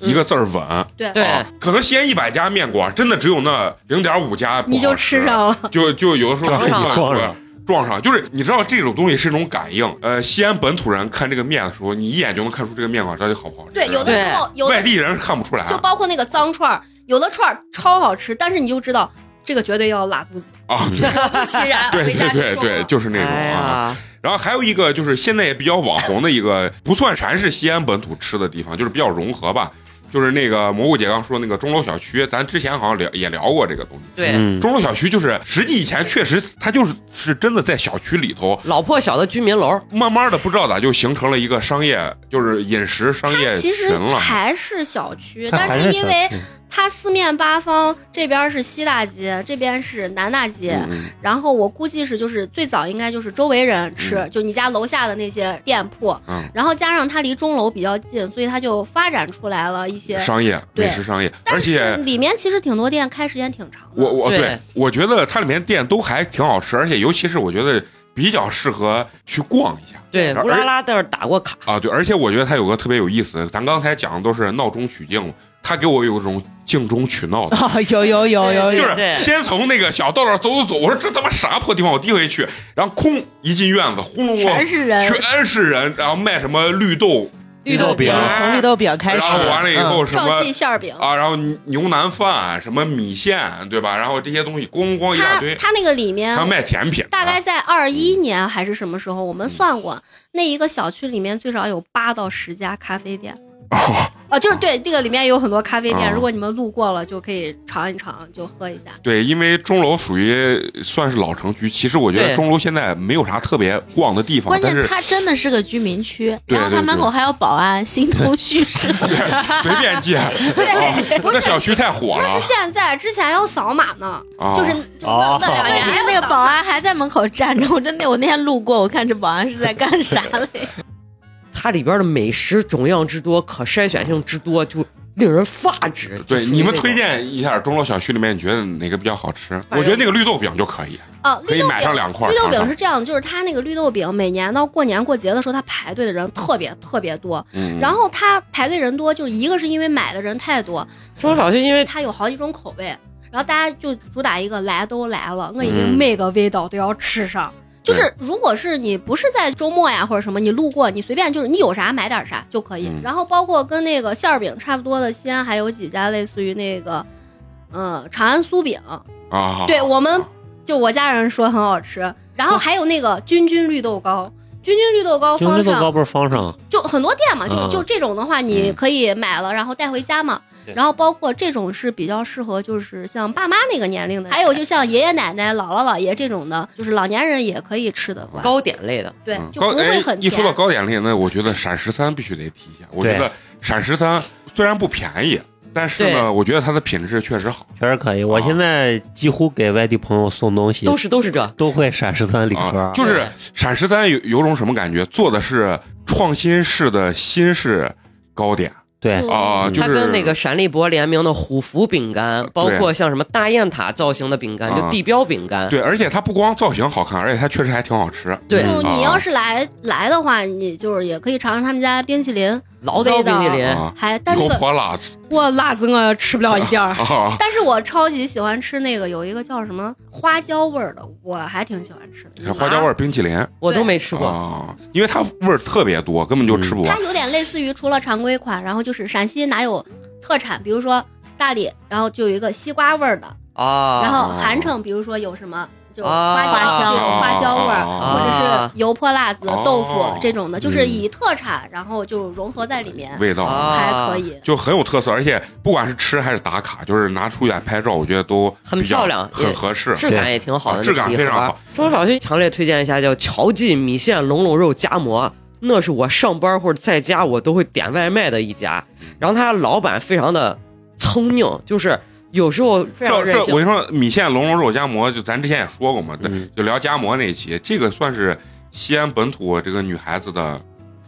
Speaker 1: 一个字儿稳。
Speaker 5: 对
Speaker 3: 对
Speaker 1: 啊，可能西安一百家面馆，真的只有那零点五家不好
Speaker 5: 你就吃上了，
Speaker 1: 就就有的时候
Speaker 3: 撞上
Speaker 1: 会
Speaker 3: 了
Speaker 6: 撞上
Speaker 1: 撞上，就是你知道这种东西是一种感应。呃，西安本土人看这个面的时候，你一眼就能看出这个面馆到底好不好吃。
Speaker 5: 对，有的时候有的
Speaker 1: 外地人是看不出来啊
Speaker 5: 就包括那个脏串儿，有的串儿超好吃，但是你就知道这个绝对要拉
Speaker 1: *laughs*
Speaker 5: 肚子，
Speaker 1: 啊，对
Speaker 5: 不其然
Speaker 1: 对
Speaker 5: 回
Speaker 1: 对
Speaker 5: 家
Speaker 1: 对
Speaker 5: 就说
Speaker 1: 对，就是那种啊。
Speaker 3: 哎呀，
Speaker 1: 然后还有一个就是现在也比较网红的一个，不算全是西安本土吃的地方，就是比较融合吧。就是那个蘑菇姐刚说那个钟楼小区，咱之前好像聊也聊过这个东西。
Speaker 3: 对，
Speaker 6: 嗯
Speaker 1: 钟楼小区就是实际以前确实它就是是真的在小区里头，
Speaker 3: 老破小的居民楼，
Speaker 1: 慢慢的不知道咋就形成了一个商业，就是饮食商业
Speaker 5: 其实
Speaker 1: 群了。
Speaker 5: 还是小
Speaker 1: *laughs*
Speaker 5: 区，
Speaker 6: 它还
Speaker 5: 但是
Speaker 6: 小
Speaker 5: 因为
Speaker 6: 区
Speaker 5: 它四面八方，这边是西大街，这边是南大街，
Speaker 1: 嗯嗯
Speaker 5: 然后我估计是就是最早应该就是周围人吃，
Speaker 1: 嗯
Speaker 5: 就你家楼下的那些店铺，
Speaker 1: 嗯
Speaker 5: 然后加上它离钟楼比较近，所以它就发展出来了一些。
Speaker 1: 商业
Speaker 5: 对
Speaker 1: 美食商业，而
Speaker 5: 但是
Speaker 1: 且
Speaker 5: 里面其实挺多店开时间挺长的，
Speaker 1: 我我
Speaker 3: 对
Speaker 1: 对我觉得它里面店都还挺好吃，而且尤其是我觉得比较适合去逛一下。
Speaker 3: 对，
Speaker 1: 而
Speaker 3: 乌拉拉在那儿打过卡，
Speaker 1: 啊，对，而且我觉得它有个特别有意思，咱刚才讲的都是闹中取静，它给我有一种静中取闹
Speaker 2: *laughs*
Speaker 1: 的。
Speaker 2: *laughs* 哦，有有有有
Speaker 1: 就
Speaker 2: 有，
Speaker 1: 是
Speaker 3: 对
Speaker 1: 先从那个小道上走走走，我说这他妈啥破地方，我第一回去，然后空一进院子，轰隆
Speaker 4: 全
Speaker 1: 隆，
Speaker 4: 是
Speaker 5: 呃
Speaker 4: 人，
Speaker 1: 全是人，然后卖什么绿豆，
Speaker 3: 绿
Speaker 6: 豆
Speaker 3: 饼
Speaker 6: 饼
Speaker 3: 儿，
Speaker 2: 从绿豆饼开
Speaker 1: 然
Speaker 2: 始，嗯
Speaker 1: 后完了以后什么
Speaker 5: 赵记馅儿饼。
Speaker 1: 啊，然后牛腩饭，什么米线，对吧？然后这些东西咣咣一大
Speaker 5: 它
Speaker 1: 堆，
Speaker 5: 它那个里面
Speaker 1: 还卖甜品，啊
Speaker 5: 大概在二一年还是什么时候，我们算过，那一个小区里面最少有八到十家咖啡店。
Speaker 1: 哦，
Speaker 5: 哦，就是对，这个里面有很多咖啡店，
Speaker 1: 哦
Speaker 5: 如果你们路过了就可以尝一尝，就喝一下。
Speaker 1: 对，因为钟楼属于算是老城区，其实我觉得
Speaker 3: 对
Speaker 1: 钟楼现在没有啥特别逛的地方啊
Speaker 4: 关，
Speaker 1: 但
Speaker 4: 键
Speaker 1: 是
Speaker 4: 它真的是个居民区，
Speaker 1: 对
Speaker 4: 然后它
Speaker 1: 对
Speaker 4: 门
Speaker 1: 对
Speaker 4: 口还有保安，形同虚设。
Speaker 1: *laughs* 随便
Speaker 5: *laughs*
Speaker 1: 进。啊
Speaker 5: 不是
Speaker 1: 那小区太火了
Speaker 5: 那是现在，之前要扫码呢，
Speaker 1: 啊！
Speaker 5: 就是就那
Speaker 6: 哦
Speaker 5: 那两
Speaker 4: 那
Speaker 5: 年
Speaker 4: 天那个保安还在门口站着，我真的，我那天路过，我看这保安是在干啥
Speaker 5: *laughs*
Speaker 4: 嘞？
Speaker 3: 它里边的美食种样之多，可筛选性之多，就令人发指。就
Speaker 1: 对，
Speaker 3: 属于
Speaker 1: 你们
Speaker 3: 那种
Speaker 1: 推荐一下钟楼小区里面，你觉得哪个比较好吃？
Speaker 3: 哎呦
Speaker 1: 我觉得那个绿豆饼就可以，
Speaker 5: 啊，
Speaker 1: 可
Speaker 5: 绿
Speaker 1: 以
Speaker 5: 豆
Speaker 1: 买上
Speaker 5: 饼。
Speaker 1: 两块儿
Speaker 5: 绿豆
Speaker 1: 尝
Speaker 5: 饼
Speaker 1: 尝。
Speaker 5: 是这样，就是它那个绿豆饼，每年到过年过节的时候，它排队的人特别特别多。
Speaker 1: 嗯，嗯
Speaker 5: 然后它排队人多，就是一个是因为买的人太多，
Speaker 3: 中小区，因为
Speaker 5: 它有好几种口味，然后大家就主打一个来都来了，我一
Speaker 6: 嗯
Speaker 5: 定每个味道都要吃上。就是如果是你不是在周末呀或者什么，你路过你随便就是你有啥买点啥就可以。
Speaker 1: 嗯
Speaker 5: 然后包括跟那个馅儿饼差不多的，西安还有几家类似于那个，嗯，长安酥饼，
Speaker 1: 啊，
Speaker 5: 对我们就我家人说很好吃。然
Speaker 6: 哦
Speaker 5: 后还有那个君君绿豆糕，君君绿豆糕
Speaker 6: 京
Speaker 5: 方
Speaker 6: 绿豆糕
Speaker 5: 上
Speaker 6: 不是方上，
Speaker 5: 就很多店嘛，就
Speaker 6: 嗯
Speaker 5: 就这种的话，你可以买
Speaker 1: 嗯
Speaker 5: 了然后带回家嘛。
Speaker 6: 对
Speaker 5: 然后包括这种是比较适合就是像爸妈那个年龄的， *laughs* 还有就像爷爷奶奶、姥姥姥爷这种的，就是老年人也可以吃得惯。
Speaker 3: 糕点类的，
Speaker 5: 对
Speaker 1: 嗯，
Speaker 5: 就
Speaker 1: 高
Speaker 5: 不会
Speaker 1: 哎
Speaker 5: 很，
Speaker 1: 一说
Speaker 5: 甜。
Speaker 1: 到糕点类，那我觉得陕十三必须得提一下。我觉
Speaker 6: 对
Speaker 1: 得陕十三虽然不便宜，但是
Speaker 3: 对
Speaker 1: 呢，我觉得它的品质确实好。
Speaker 6: 确实可以。我
Speaker 1: 啊
Speaker 6: 现在几乎给外地朋友送东西，
Speaker 3: 都是都是这。
Speaker 6: 都会闪十三礼
Speaker 1: 啊
Speaker 6: 盒，，
Speaker 1: 就是陕十三有有种什么感觉？做的是创新式的新式糕点
Speaker 6: 对
Speaker 5: 就
Speaker 1: 啊，
Speaker 6: 嗯
Speaker 1: 就是
Speaker 3: 它跟那个闪立博联名的虎符饼干，包括像什么大雁塔造型的饼干，
Speaker 1: 啊
Speaker 3: 就地标饼干，
Speaker 1: 对，而且它不光造型好看，而且它确实还挺好吃。
Speaker 3: 对
Speaker 5: 就
Speaker 1: 啊
Speaker 5: 你要是来来的话，你就是也可以尝尝他们家冰淇淋，
Speaker 3: 醪糟冰淇淋，
Speaker 1: 啊，
Speaker 5: 还
Speaker 1: *laughs*
Speaker 5: 但那
Speaker 1: 油
Speaker 5: 个
Speaker 1: 泼辣子
Speaker 5: 我辣子我吃不了一
Speaker 1: *laughs*
Speaker 5: 点儿。
Speaker 1: 啊，
Speaker 5: 但是我超级喜欢吃那个有一个叫什么花椒味儿的，我还挺喜欢吃的。
Speaker 1: 花椒味儿冰淇淋
Speaker 3: 我都没吃过。
Speaker 1: 啊，因为它味儿特别多，根本就吃不完
Speaker 5: 它。有点类似于除了常规款，然后就是陕西哪有特产，比如说大理，然后就有一个西瓜味儿的，
Speaker 3: 啊，
Speaker 5: 然后韩城，比如说有什么就
Speaker 3: 啊
Speaker 5: 花
Speaker 4: 花椒
Speaker 5: 椒这种花椒味儿。
Speaker 1: 啊
Speaker 5: 或者
Speaker 3: 啊
Speaker 5: 是油泼辣子、
Speaker 1: 哦
Speaker 5: 豆腐这种的，就是
Speaker 6: 嗯
Speaker 5: 以特产，然后就融合在里面，
Speaker 1: 味道
Speaker 3: 啊
Speaker 5: 还可以。
Speaker 1: 就很有特色，而且不管是吃还是打卡，就是拿出来拍照，我觉得都
Speaker 3: 很
Speaker 1: 比较
Speaker 3: 漂亮
Speaker 1: 很
Speaker 3: 也
Speaker 1: 合适。
Speaker 3: 质感也挺好的，
Speaker 1: 啊质感
Speaker 3: 那个
Speaker 1: 非常
Speaker 3: 礼盒
Speaker 1: 好。
Speaker 3: 中小区强烈推荐一下，叫乔记米线龙龙肉夹馍，那是我上班或者在家我都会点外卖的一家。然后他老板非常的聪明，就是有时候非常
Speaker 1: 这
Speaker 3: 任
Speaker 1: 这，我跟
Speaker 3: 性
Speaker 1: 你说，米线龙龙肉夹馍，就咱之前也说过嘛，对
Speaker 6: 嗯
Speaker 1: 就聊夹馍那一期，这个算是西安本土这个女孩子的，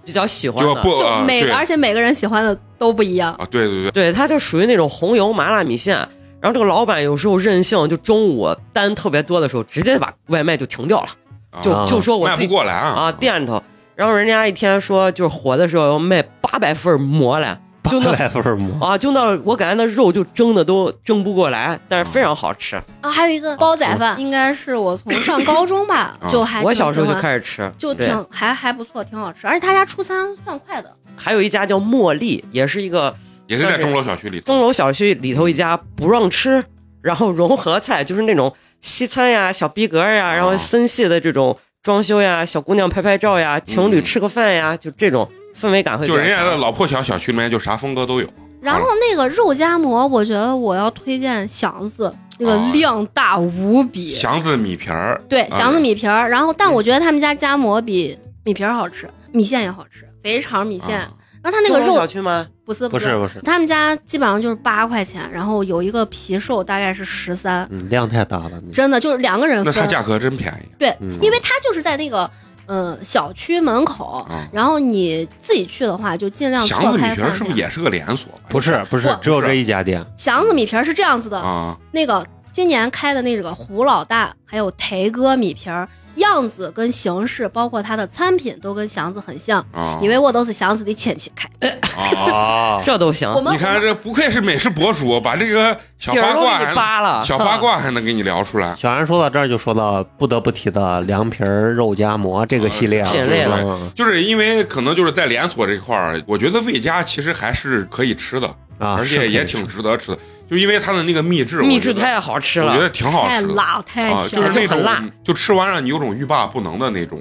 Speaker 3: 比较喜欢
Speaker 1: 就
Speaker 3: 的。
Speaker 1: 不
Speaker 5: 就
Speaker 1: 呃
Speaker 5: 每
Speaker 1: 对
Speaker 5: 个，而且每个人喜欢的都不一样。
Speaker 1: 啊，对对对，
Speaker 3: 对，它就属于那种红油麻辣米线。然后这个老板有时候任性，就中午单特别多的时候，直接把外卖就停掉了，
Speaker 1: 啊
Speaker 3: 就
Speaker 6: 啊
Speaker 3: 就说我
Speaker 1: 卖
Speaker 3: 自
Speaker 1: 不
Speaker 3: 己
Speaker 1: 过来啊
Speaker 3: 啊，店里头。然后人家一天说，就是火的时候要卖八百份馍来，就那
Speaker 6: 百分馍，
Speaker 3: 啊，就那我感觉那肉就蒸的都蒸不过来，但是非常好吃。
Speaker 5: 啊，还有
Speaker 3: 哦
Speaker 5: 一个煲仔饭，应该是我从上高中吧
Speaker 1: 啊，
Speaker 5: 就
Speaker 3: 嗯
Speaker 5: 还
Speaker 3: 我
Speaker 5: 挺喜
Speaker 3: 小
Speaker 5: 欢
Speaker 3: 时候就开始吃，
Speaker 5: 就
Speaker 3: 对
Speaker 5: 挺还还不错，挺好吃。而且他家出餐算快的，
Speaker 3: 还有一家叫茉莉，也是一个
Speaker 1: 也是在钟楼小区里。
Speaker 3: 钟楼小区里头一家不让吃，然后融合菜就是那种西餐呀、小逼格呀，
Speaker 1: 啊
Speaker 3: 然后森系的这种装修呀、小姑娘拍拍照呀、情侣吃个饭呀，就这种氛围感会
Speaker 1: 嗯
Speaker 3: 比
Speaker 1: 就
Speaker 3: 较
Speaker 1: 人家的
Speaker 3: 强。
Speaker 1: 老破小小区里面，就啥风格都有
Speaker 5: 然后那个肉夹馍，我觉得我要推荐祥子，那个
Speaker 1: 啊
Speaker 5: 量大无比。
Speaker 1: 祥子米皮儿，
Speaker 5: 对，
Speaker 1: 啊
Speaker 5: 祥子米皮儿。然后，但我觉得他们家夹馍比米皮儿好吃，米线也好吃，肥肠米线。
Speaker 3: 嗯
Speaker 1: 啊
Speaker 5: 然后他那个
Speaker 3: 中国小
Speaker 5: 肉
Speaker 3: 区吗？
Speaker 5: 不是
Speaker 6: 不是不是，
Speaker 5: 他们家基本上就是八块钱，然后有一个皮瘦大概是十三，
Speaker 6: 嗯，量太大了，你
Speaker 5: 真的就是两个人
Speaker 1: 那它
Speaker 5: 分。
Speaker 1: 价格真便宜
Speaker 5: 对，
Speaker 6: 嗯
Speaker 5: 因为他就是在那个呃小区门口，
Speaker 1: 啊。
Speaker 5: 然后你自己去的话就尽量
Speaker 1: 祥
Speaker 5: 错
Speaker 1: 子米
Speaker 5: 开
Speaker 1: 皮儿
Speaker 5: 饭
Speaker 1: 是不是
Speaker 5: 店
Speaker 1: 也是个连锁吧？
Speaker 6: 不是不是
Speaker 5: 我，
Speaker 6: 只有这一家店，
Speaker 5: 祥子米皮儿是这样子的，
Speaker 1: 啊，
Speaker 5: 那个今年开的那个胡老大，还有台哥米皮儿，样子跟形式，包括它的产品都跟祥子很像，
Speaker 1: 啊，
Speaker 5: 因为我都是祥子的亲戚开。
Speaker 1: 啊，
Speaker 6: 啊，
Speaker 3: 这都行，
Speaker 5: 我们
Speaker 1: 你看这不愧是美食博主，把这个小
Speaker 3: 底儿
Speaker 1: 八
Speaker 3: 都
Speaker 1: 卦
Speaker 3: 给
Speaker 1: 还
Speaker 3: 你
Speaker 1: 能
Speaker 3: 扒了，
Speaker 1: 小八卦还能给你聊出来。
Speaker 6: 小安说到这儿就说到不得不提的凉皮儿肉夹馍这个系列了，
Speaker 3: 品类了
Speaker 6: 嗯
Speaker 1: 就是因为可能就是在连锁这块儿，我觉得魏家其实还是可以吃的，
Speaker 6: 啊，
Speaker 1: 而且也挺值得吃的。就因为它的那个秘
Speaker 3: *laughs*
Speaker 1: 制，
Speaker 3: 秘
Speaker 1: 我
Speaker 3: 制
Speaker 1: 觉得
Speaker 3: 太好吃
Speaker 1: 我
Speaker 3: 了
Speaker 1: 觉，得挺好
Speaker 5: 太
Speaker 1: 吃的。
Speaker 5: 辣太
Speaker 1: 啊，
Speaker 5: 香
Speaker 1: 就
Speaker 5: 了，
Speaker 1: 是那
Speaker 3: 就很
Speaker 1: 种
Speaker 3: 辣
Speaker 1: 就吃完让你有种欲罢不能的那种。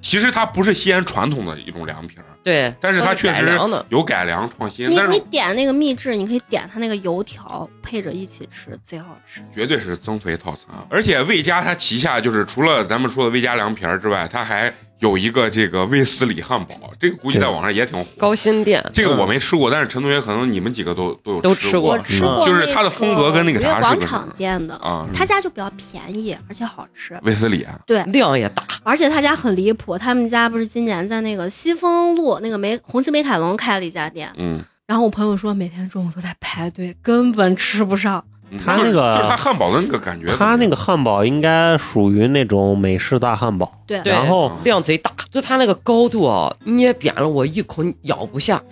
Speaker 1: 其实它不是西安传统的一种凉皮儿，
Speaker 3: 对，
Speaker 1: 但是它确
Speaker 3: 改
Speaker 1: 实
Speaker 3: 良的
Speaker 1: 有改良创新，
Speaker 5: 你
Speaker 1: 但
Speaker 5: 你
Speaker 1: 是
Speaker 5: 点那个秘制，你可以点它那个油条配着一起吃，贼好吃。
Speaker 1: 绝对是增肥套餐。啊而且魏家它旗下就是除了咱们说的魏家凉皮儿之外，它还有一个这个卫斯理汉堡，这个估计在网上也挺火。
Speaker 3: 高新店，
Speaker 1: 这个我
Speaker 3: 嗯
Speaker 1: 没吃过，但是陈同学可能你们几个都都有
Speaker 3: 都
Speaker 1: 吃
Speaker 3: 吃
Speaker 1: 过
Speaker 3: 过
Speaker 5: 我吃过、那
Speaker 1: 嗯就是它的风格跟那个啥
Speaker 5: 五月
Speaker 1: 是
Speaker 5: 广
Speaker 1: 不是
Speaker 5: 场店的，
Speaker 1: 啊。
Speaker 5: 他家就比较便宜，而且好吃。
Speaker 1: 卫斯理啊
Speaker 3: 量也大，
Speaker 5: 而且他家很离谱，他们家不是今年在那个西风路那个美红星美凯龙开了一家店，
Speaker 1: 嗯，
Speaker 5: 然后我朋友说每天中午都在排队，根本吃不上。
Speaker 1: 嗯
Speaker 6: 它
Speaker 1: 就是
Speaker 6: 那个
Speaker 1: 就是它汉堡的那个感觉，
Speaker 6: 他那个汉堡应该属于那种美式大汉堡，
Speaker 5: 对，
Speaker 3: 对
Speaker 6: 然后
Speaker 1: 嗯
Speaker 3: 量贼大，就它那个高度啊，捏扁了我一口咬
Speaker 1: *laughs*
Speaker 3: 不下，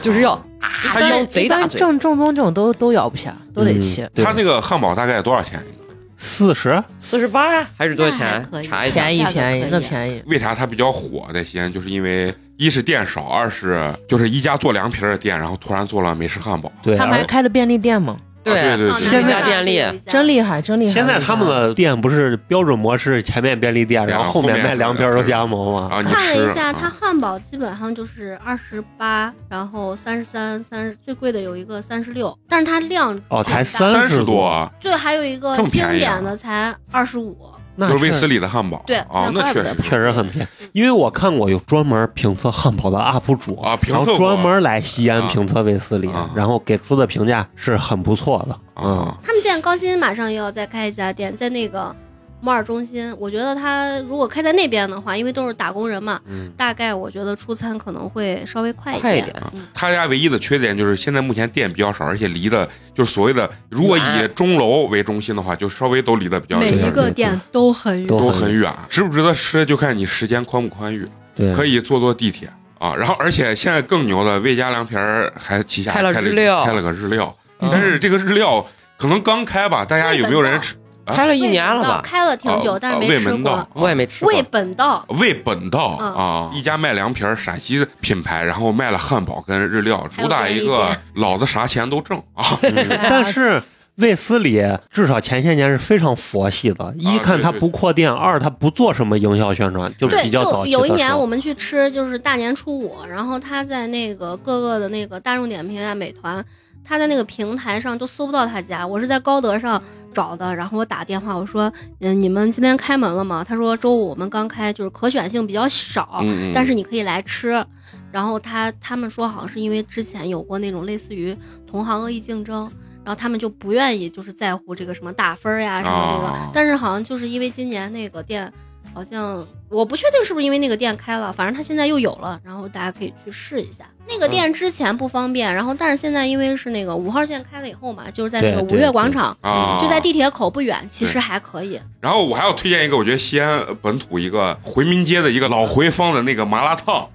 Speaker 3: 就是要啊
Speaker 1: 它
Speaker 3: 张贼
Speaker 2: 一
Speaker 3: 大
Speaker 2: 般
Speaker 3: 嘴，
Speaker 2: 正正宗这种都都咬不下，都得切。
Speaker 1: 它那个汉堡大概多少钱？
Speaker 6: 嗯四十
Speaker 3: 四十八还是多少
Speaker 4: 那
Speaker 3: 钱
Speaker 4: 还可？以
Speaker 3: 查一下
Speaker 2: 便宜
Speaker 4: 价格
Speaker 2: 便宜
Speaker 4: 可，以
Speaker 2: 那
Speaker 4: 啊
Speaker 2: 便宜。
Speaker 1: 为啥它比较火在西安？就是因为一是店少，二是就是一家做凉皮儿的店，然后突然做了美式汉堡。
Speaker 6: 对，
Speaker 2: 他们还
Speaker 6: 而
Speaker 2: 开了便利店嘛，
Speaker 1: 啊对对
Speaker 5: 啊
Speaker 1: 对，
Speaker 5: 南
Speaker 3: 现
Speaker 5: 京
Speaker 3: 在
Speaker 5: 大
Speaker 3: 便利
Speaker 5: 街有一家
Speaker 2: 真厉害，真厉害。
Speaker 6: 现在他们的店不是标准模式，前面便利店，然后后面卖凉皮儿肉夹馍吗？
Speaker 1: 啊，你
Speaker 5: 看
Speaker 1: 吃
Speaker 5: 了一下，
Speaker 1: 啊
Speaker 5: 它汉堡基本上就是二十八，然后三十三、三十最贵的有一个三十六，但是它量
Speaker 6: 哦，才
Speaker 5: 很大
Speaker 6: 三
Speaker 1: 三
Speaker 6: 十
Speaker 1: 十多，啊，
Speaker 5: 对，还有一个
Speaker 1: 这么
Speaker 5: 经
Speaker 1: 便宜啊
Speaker 5: 典的才二十五，
Speaker 6: 那
Speaker 1: 就是卫
Speaker 6: 确
Speaker 1: 斯理的汉堡。
Speaker 5: 对
Speaker 1: 啊，
Speaker 5: 那
Speaker 1: 那
Speaker 5: 怪
Speaker 1: 确
Speaker 5: 不
Speaker 1: 实
Speaker 5: 得
Speaker 1: 是
Speaker 6: 确实很便宜，因为我看过有专门评测汉堡的 UP 主
Speaker 1: 啊评测
Speaker 6: 然
Speaker 1: 过
Speaker 6: 后专门来西安评测卫斯理
Speaker 1: 啊啊，
Speaker 6: 然后给出的评价是很不错的，嗯，
Speaker 1: 啊。
Speaker 5: 他们现在高新马上也要再开一家店，在那个摩尔中心。我觉得他如果开在那边的话，因为都是打工人嘛，
Speaker 6: 嗯
Speaker 5: 大概我觉得出餐可能会稍微
Speaker 1: 啊
Speaker 5: 快
Speaker 3: 快一
Speaker 5: 一
Speaker 3: 点
Speaker 5: 嗯
Speaker 1: 他家唯一的缺点就是现在目前店比较少，而且离的就是所谓的，如果以
Speaker 3: 远
Speaker 1: 钟楼为中心的话，就稍微都离得比较
Speaker 5: 每
Speaker 1: 远
Speaker 5: 一
Speaker 1: 点儿，
Speaker 5: 个店都很远。
Speaker 1: 都
Speaker 6: 都
Speaker 1: 很远。值不值得吃，就看你时间宽不宽裕。
Speaker 6: 对，
Speaker 1: 可以坐坐地铁啊。然后，而且现在更牛的，魏家凉皮儿还旗下
Speaker 3: 开了
Speaker 1: 开了
Speaker 3: 日料
Speaker 1: 开了个日料。
Speaker 3: 嗯
Speaker 1: 但是这个日料可能刚开吧，大家有没有人吃？啊
Speaker 3: 开了一年了
Speaker 5: 味本道
Speaker 3: 吧？
Speaker 5: 开了挺久，
Speaker 6: 哦
Speaker 1: 啊
Speaker 5: 但是没
Speaker 1: 魏
Speaker 5: 吃
Speaker 1: 门道
Speaker 5: 过。，
Speaker 3: 我也没吃过
Speaker 5: 魏。本道，
Speaker 1: 魏本道
Speaker 5: 嗯
Speaker 1: 啊，一家卖凉皮儿陕西品牌，然后卖了汉堡跟日料，主
Speaker 5: 还有
Speaker 1: 打
Speaker 5: 便利
Speaker 1: 一个
Speaker 5: 店
Speaker 1: *laughs* 老子啥钱都挣啊。
Speaker 6: 但是卫斯理至少前些年是非常佛系
Speaker 1: 啊
Speaker 6: 的，一看他不扩店，二他不做什么营销宣传，就
Speaker 5: 对，
Speaker 6: 比较
Speaker 5: 就
Speaker 6: 早期的
Speaker 5: 有一
Speaker 6: 时
Speaker 5: 年
Speaker 6: 候
Speaker 5: 我们去吃，就是大年初五，然后他在那个各个的那个大众点评啊、美团，他在那个平台上都搜不到他家，我是在高德上找的，然后我打电话我说，嗯，你们今天开门了吗？他说周五我们刚开，就是可选性比较少，
Speaker 1: 嗯嗯
Speaker 5: 哦但是你可以来吃。然后他他们说好像是因为之前有过那种类似于同行恶意竞争，然后他们就不愿意就是在乎这个什么打分儿呀什么
Speaker 6: 哦
Speaker 5: 这个，
Speaker 1: 啊
Speaker 5: 但是好像就是因为今年那个店好像我不确定是不是因为那个店开了，反正他现在又有了，然后大家可以去试一下。那
Speaker 6: 嗯
Speaker 5: 个店之前不方便，然后但是现在因为是那个五号线开了以后嘛，就是在那个
Speaker 6: 对对
Speaker 5: 五月广场，
Speaker 1: 啊，
Speaker 5: 就在地铁口不远，其实还可以。
Speaker 1: 然后我还要推荐一个，我觉得西安本土一个回民街的一个老回坊的那个麻辣烫，啊
Speaker 5: 哦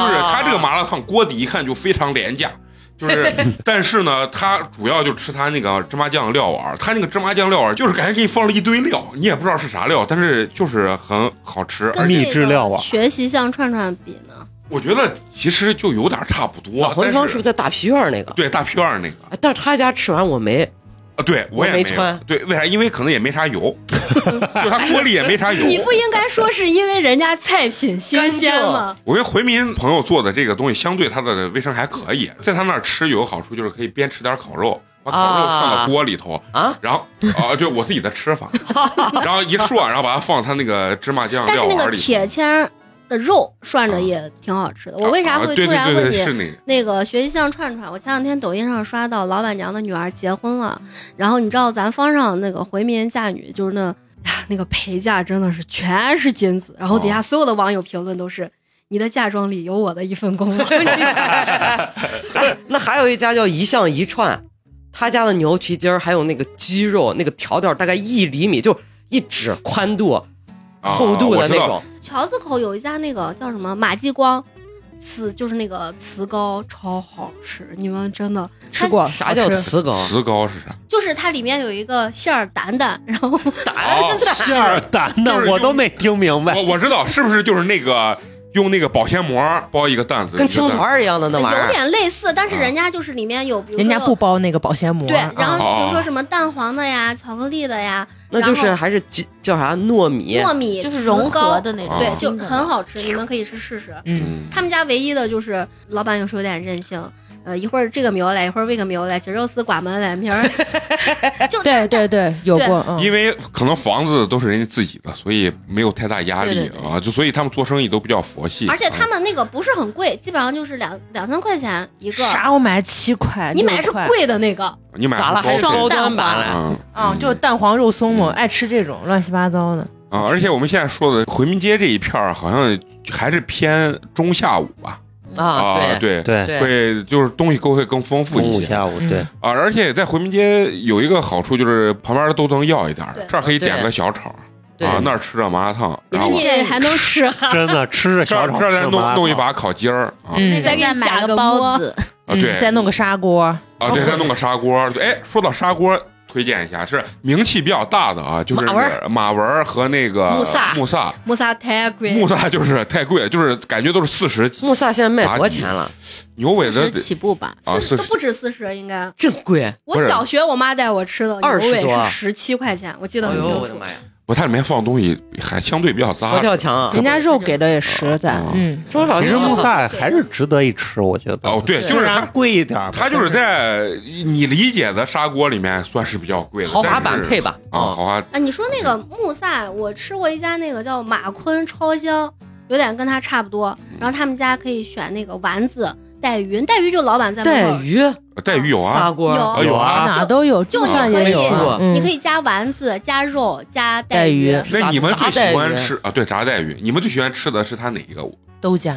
Speaker 1: 就是它这
Speaker 3: 啊
Speaker 1: 个麻辣烫锅底一看就非常廉价，就是
Speaker 5: *laughs*
Speaker 1: 但是呢，它主要就吃它那个芝麻酱料碗儿，它那个芝麻酱料碗儿就是感觉给你放了一堆料，你也不知道是啥料，但是就是很好吃。
Speaker 5: 跟
Speaker 6: 秘
Speaker 5: 那
Speaker 6: 制
Speaker 5: 个
Speaker 6: 料啊
Speaker 5: 学习像串串比呢，
Speaker 1: 我觉得其实就有点差不多，啊
Speaker 3: 回
Speaker 1: 但
Speaker 3: 坊是不是在大皮院儿那个？
Speaker 1: 对大皮院儿那个，
Speaker 3: 哎但是他家吃完我没，
Speaker 1: 啊啊，对我也
Speaker 3: 我没
Speaker 1: 有
Speaker 3: 穿
Speaker 1: 对，为啥？因为可能也没啥油， *laughs* 就是它锅里也没啥油。
Speaker 7: 你不应该说是因为人家菜品新鲜吗？
Speaker 1: 我跟回民朋友做的这个东西，相对它的卫生还可以，在他那儿吃有个好处就是可以边吃点烤肉，把烤肉涮到锅里头
Speaker 3: 啊，
Speaker 1: 然后啊，就我自己的吃
Speaker 3: *laughs*
Speaker 1: 法，然后一涮，然后把它放他那个芝麻酱
Speaker 5: 但
Speaker 1: 料
Speaker 5: 是那
Speaker 1: 碗
Speaker 5: 个
Speaker 1: 里。啊
Speaker 5: 铁签的肉涮着也挺好吃的。我为啥
Speaker 1: 啊
Speaker 5: 会
Speaker 1: 对
Speaker 5: 突
Speaker 1: 对
Speaker 5: 然
Speaker 1: 对
Speaker 5: 问
Speaker 1: 对，
Speaker 5: 你
Speaker 1: 是那个
Speaker 5: 那个学习像串串，我前两天抖音上刷到老板娘的女儿结婚了，然后你知道咱方上那个回民嫁女就是那哎呀那个陪嫁真的是全是金子，然后
Speaker 1: 哦
Speaker 5: 底下所有的网友评论都是。你的嫁妆里有我的一份功
Speaker 1: *laughs*
Speaker 5: 劳，
Speaker 3: 那还有一家叫一巷一串，他家的牛蹄筋儿还有那个鸡肉，那个条条大概一厘米，就一指宽度、
Speaker 1: 啊
Speaker 3: 厚度
Speaker 1: 我
Speaker 3: 的
Speaker 1: 知
Speaker 3: 那
Speaker 1: 道
Speaker 3: 种。
Speaker 5: 桥子口有一家那个叫什么马继光，糍就是那个糍糕，超好吃，你们真的
Speaker 2: 吃过，
Speaker 3: 啥叫
Speaker 2: 好吃？
Speaker 3: 糍粑？
Speaker 1: 糍糕是
Speaker 3: *laughs*
Speaker 1: 啥？
Speaker 5: 就是它里面有一个馅儿蛋蛋，然后
Speaker 3: 哎
Speaker 1: 哦，
Speaker 6: 馅儿蛋
Speaker 1: 就是
Speaker 6: 的
Speaker 1: 用
Speaker 6: 我都没听明白
Speaker 1: 啊我，我知道，是不是就是那个用那个保鲜膜包一个蛋子，
Speaker 3: 跟
Speaker 1: 一个
Speaker 3: 青
Speaker 1: 蛋
Speaker 3: 团儿一样的那玩意
Speaker 5: 有
Speaker 3: 儿。
Speaker 5: 点类似，但是
Speaker 1: 啊
Speaker 5: 人家就是里面有，比如说
Speaker 2: 人家不包那个保鲜膜，
Speaker 5: 对，
Speaker 2: 啊
Speaker 5: 然后比如
Speaker 1: 哦
Speaker 5: 说什么蛋黄的呀、巧克力的呀，
Speaker 3: 那就是
Speaker 5: 然后
Speaker 3: 还是鸡叫啥糯米？
Speaker 5: 糯米
Speaker 4: 就是融合，的那
Speaker 1: 啊
Speaker 4: 种，
Speaker 5: 对，就
Speaker 4: 新的
Speaker 5: 很。好吃，你们可以去试试。
Speaker 2: 嗯，
Speaker 1: 嗯
Speaker 5: 他们家唯一的就是老板有时候有点任性，呃，一会儿这个没有来，一会儿那个没有来，鸡肉丝、挂焖凉
Speaker 2: *laughs*
Speaker 5: 皮儿，就
Speaker 2: 对对对，有
Speaker 5: 对
Speaker 2: 过，嗯，
Speaker 1: 因为可能房子都是人家自己的，所以没有太大压力
Speaker 4: 对对对
Speaker 1: 啊，就所以他们做生意都比较佛系。
Speaker 5: 而且他
Speaker 1: 啊
Speaker 5: 们那个不是很贵，基本上就是两两三块钱一个。
Speaker 2: 啥我买七块，
Speaker 5: 你
Speaker 2: 六
Speaker 5: 买是
Speaker 2: 块，
Speaker 5: 贵的那个，
Speaker 1: 你买
Speaker 3: 咋了？
Speaker 1: 高
Speaker 3: 还是
Speaker 1: 配
Speaker 3: 高端版了？
Speaker 1: 嗯
Speaker 2: 啊，就是蛋黄肉松嘛，
Speaker 1: 嗯
Speaker 2: 爱吃这种乱七八糟的，
Speaker 1: 啊，而且我们现在说的回民街这一片儿，啊好像还是偏中下午吧？
Speaker 3: 啊，对
Speaker 1: 对
Speaker 6: 对，
Speaker 3: 对
Speaker 1: 会就是东西会更丰富
Speaker 6: 中
Speaker 1: 一
Speaker 6: 午
Speaker 1: 些
Speaker 6: 下午对
Speaker 2: 嗯，
Speaker 1: 啊。而且在回民街有一个好处就是旁边都能要一点儿
Speaker 5: 对，
Speaker 1: 这儿可以
Speaker 3: 对
Speaker 1: 点个小炒
Speaker 3: 对
Speaker 1: 啊，那儿吃着麻辣烫，
Speaker 5: 也
Speaker 1: 然后
Speaker 5: 是
Speaker 1: 我
Speaker 5: 你还能吃 *laughs* 哈，
Speaker 6: 真的吃着
Speaker 1: 这
Speaker 6: 小
Speaker 1: 儿
Speaker 6: 炒
Speaker 1: 这儿再
Speaker 6: 吃
Speaker 1: 弄
Speaker 6: 麻
Speaker 1: 弄一
Speaker 6: 辣
Speaker 1: 把烤鸡儿啊
Speaker 2: 嗯
Speaker 4: 那再
Speaker 5: 给
Speaker 4: 给
Speaker 5: 你
Speaker 4: 你
Speaker 5: 夹
Speaker 4: 买
Speaker 5: 个
Speaker 4: 个
Speaker 5: 馍
Speaker 4: 包子，
Speaker 1: 啊，对
Speaker 2: 嗯，，再弄个砂锅，
Speaker 1: 啊，对，再弄个砂锅。对哎，说到砂锅，推荐一下，是名气比较大的啊，就是
Speaker 3: 马文儿
Speaker 1: 马文儿和那个
Speaker 3: 穆萨
Speaker 1: 穆萨，
Speaker 5: 木萨太贵
Speaker 1: 穆，萨就是太贵了，就是感觉都是四十几。
Speaker 3: 穆萨现在卖多少钱了？
Speaker 1: 牛尾
Speaker 4: 是
Speaker 1: 子得
Speaker 4: 起步吧？
Speaker 1: 啊，
Speaker 5: 四
Speaker 1: 四
Speaker 5: 都
Speaker 1: 十
Speaker 5: 不止四十应该。
Speaker 3: 真贵！
Speaker 1: 不
Speaker 5: 我
Speaker 1: 是
Speaker 5: 小学我妈带我吃的牛
Speaker 3: 20
Speaker 5: 尾
Speaker 3: 多啊
Speaker 5: 是十七块钱，我记得
Speaker 3: 哎
Speaker 5: 很
Speaker 3: 呦，
Speaker 5: 清
Speaker 3: 我的
Speaker 5: 楚。
Speaker 3: 妈呀！
Speaker 1: 不，它里面放东西还相对比较
Speaker 3: 佛
Speaker 1: 扎实。
Speaker 3: 跳墙啊，
Speaker 2: 人家肉给的也实在
Speaker 1: 啊，
Speaker 2: 嗯，
Speaker 3: 中小
Speaker 6: 其
Speaker 3: 学
Speaker 6: 实穆
Speaker 3: 生
Speaker 6: 萨还是值得一吃，我觉得。
Speaker 1: 哦，，对，就
Speaker 6: 虽
Speaker 1: 是
Speaker 6: 然
Speaker 1: 它，
Speaker 6: 贵一点吧，
Speaker 1: 它啊就是在你理解的砂锅里面算是比较贵的
Speaker 3: 豪华版
Speaker 1: 但是
Speaker 3: 配嗯吧
Speaker 1: 啊，豪华
Speaker 5: 啊，你说那个木萨，我吃过一家那个叫马坤超香，有点跟它差不多。
Speaker 3: 嗯
Speaker 5: 然后他们家可以选那个丸子、带鱼，带鱼就老板在门
Speaker 3: 带
Speaker 5: 口，
Speaker 3: 鱼
Speaker 1: 带鱼有啊
Speaker 3: 砂，锅
Speaker 5: 有
Speaker 1: 啊有啊，
Speaker 2: 哪都有，
Speaker 5: 就
Speaker 2: 上
Speaker 5: 你可
Speaker 2: 也
Speaker 5: 以
Speaker 2: 有啊，
Speaker 5: 你可
Speaker 2: 嗯，
Speaker 5: 以加丸子、加肉、加
Speaker 2: 带
Speaker 5: 鱼
Speaker 2: 鱼，
Speaker 1: 那你们最喜欢
Speaker 3: 炸带鱼
Speaker 1: 吃啊？对，炸带鱼，你们最喜欢吃的是它哪一个？
Speaker 2: 都加，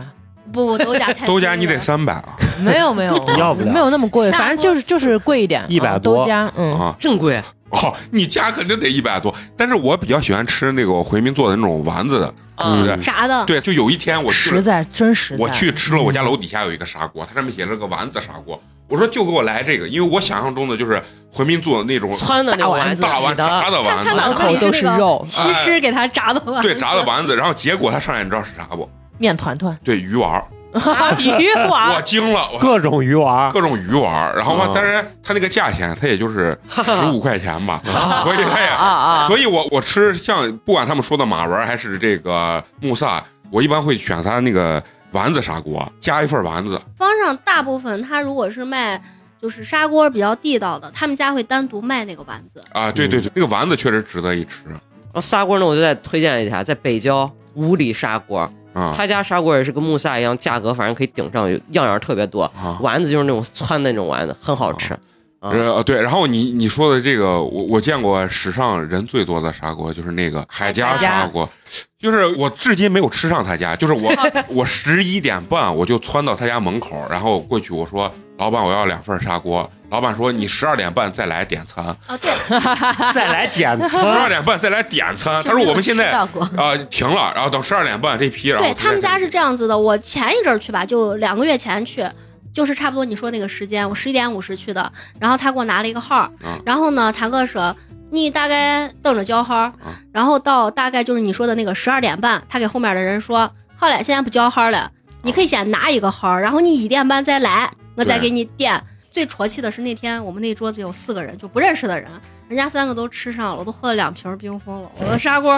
Speaker 5: 不不都加太
Speaker 1: 都
Speaker 5: 多
Speaker 1: 加你得
Speaker 5: 了
Speaker 1: 三百啊
Speaker 2: 没有没有
Speaker 6: 要不了
Speaker 2: 没有那么贵，
Speaker 4: 砂锅
Speaker 2: 反正就是就是贵一点，
Speaker 6: 100
Speaker 2: 啊
Speaker 6: 多
Speaker 2: 都加，嗯，
Speaker 1: 啊！
Speaker 3: 正贵，
Speaker 1: *laughs* 哦，你家肯定得一百多，但是我比较喜欢吃那个我回民做的那种丸子的，对不
Speaker 3: 嗯
Speaker 1: 对？
Speaker 5: 炸的，
Speaker 1: 对，就有一天我去
Speaker 2: 实
Speaker 1: 了，
Speaker 2: 在真实在，
Speaker 1: 我去吃了我家楼底下有一个砂锅，它上面写了个丸子砂锅，我说就给我来这个，因为我想象中的就是回民做的那种
Speaker 3: 汆的那
Speaker 2: 大
Speaker 3: 个
Speaker 2: 丸
Speaker 3: 丸
Speaker 2: 子
Speaker 3: 子
Speaker 1: 大
Speaker 3: 洗
Speaker 1: 丸炸
Speaker 3: 的，
Speaker 1: 的丸
Speaker 5: 他
Speaker 1: 子，哎
Speaker 5: 脑
Speaker 2: 满
Speaker 5: 子里
Speaker 2: 口都
Speaker 5: 是
Speaker 2: 是
Speaker 5: 那个
Speaker 2: 肉，
Speaker 5: 西施给他炸的丸子，
Speaker 1: 对，炸的丸子，然后结果它上来你知道是啥不？
Speaker 2: 面团 *laughs* 团，
Speaker 1: 对，鱼丸儿，
Speaker 2: 啊鱼
Speaker 1: 我
Speaker 2: 丸，
Speaker 1: 惊了，我
Speaker 6: 各种鱼丸儿，
Speaker 1: 各种鱼丸儿，然后嘛
Speaker 6: 啊，
Speaker 1: 当然它那个价钱，它也就是十五块钱吧，所以它也
Speaker 3: 啊啊！
Speaker 1: 所以我我吃像不管他们说的马文还是这个穆萨，我一般会选他那个丸子砂锅，加一份丸子。
Speaker 5: 方上大部分他如果是卖就是砂锅比较地道的，他们家会单独卖那个丸子。
Speaker 1: 啊，对对对，那个丸子确实值得一吃
Speaker 3: 啊砂锅呢，我就再推荐一下，在北郊五里砂锅，
Speaker 1: 啊
Speaker 3: 他家砂锅也是跟穆萨一样，价格反正可以顶上，有样样特别多。
Speaker 1: 啊！
Speaker 3: 丸子就是那种汆的那种丸子，很好吃。啊
Speaker 1: 呃，对，然后你你说的这个，我我见过史上人最多的砂锅，就是那个海家砂锅，就是我至今没有吃上他家，就是我我十一点半我就窜到他家门口，然后过去我说老板我要两份砂锅，老板说你十二点半再来点餐，
Speaker 5: 啊，对，
Speaker 6: 再来
Speaker 1: *laughs*
Speaker 6: 点
Speaker 1: 十二
Speaker 6: 餐，
Speaker 1: 点半再来点餐，他说啊我们现在
Speaker 4: 吃到过
Speaker 1: 啊、停了，然后等十二点半这批，然后
Speaker 5: 对他们家是这样子的，我前一阵儿去吧，就两个月前去，就是差不多你说那个时间，我十一点五十去的，然后他给我拿了一个号儿，
Speaker 1: 嗯
Speaker 5: 然后呢，谭哥说你大概等着交号儿
Speaker 1: 嗯，
Speaker 5: 然后到大概就是你说的那个十二点半，他给后面的人说，好嘞，现在不交号儿了，你可以先拿一个号儿，然后你一点半再来，我再
Speaker 1: 啊对
Speaker 5: 给你点。最啜气的是那天我们那桌子有四个人，就不认识的人，人家三个都吃上了，我都喝了两瓶冰峰了，我的砂锅 *laughs*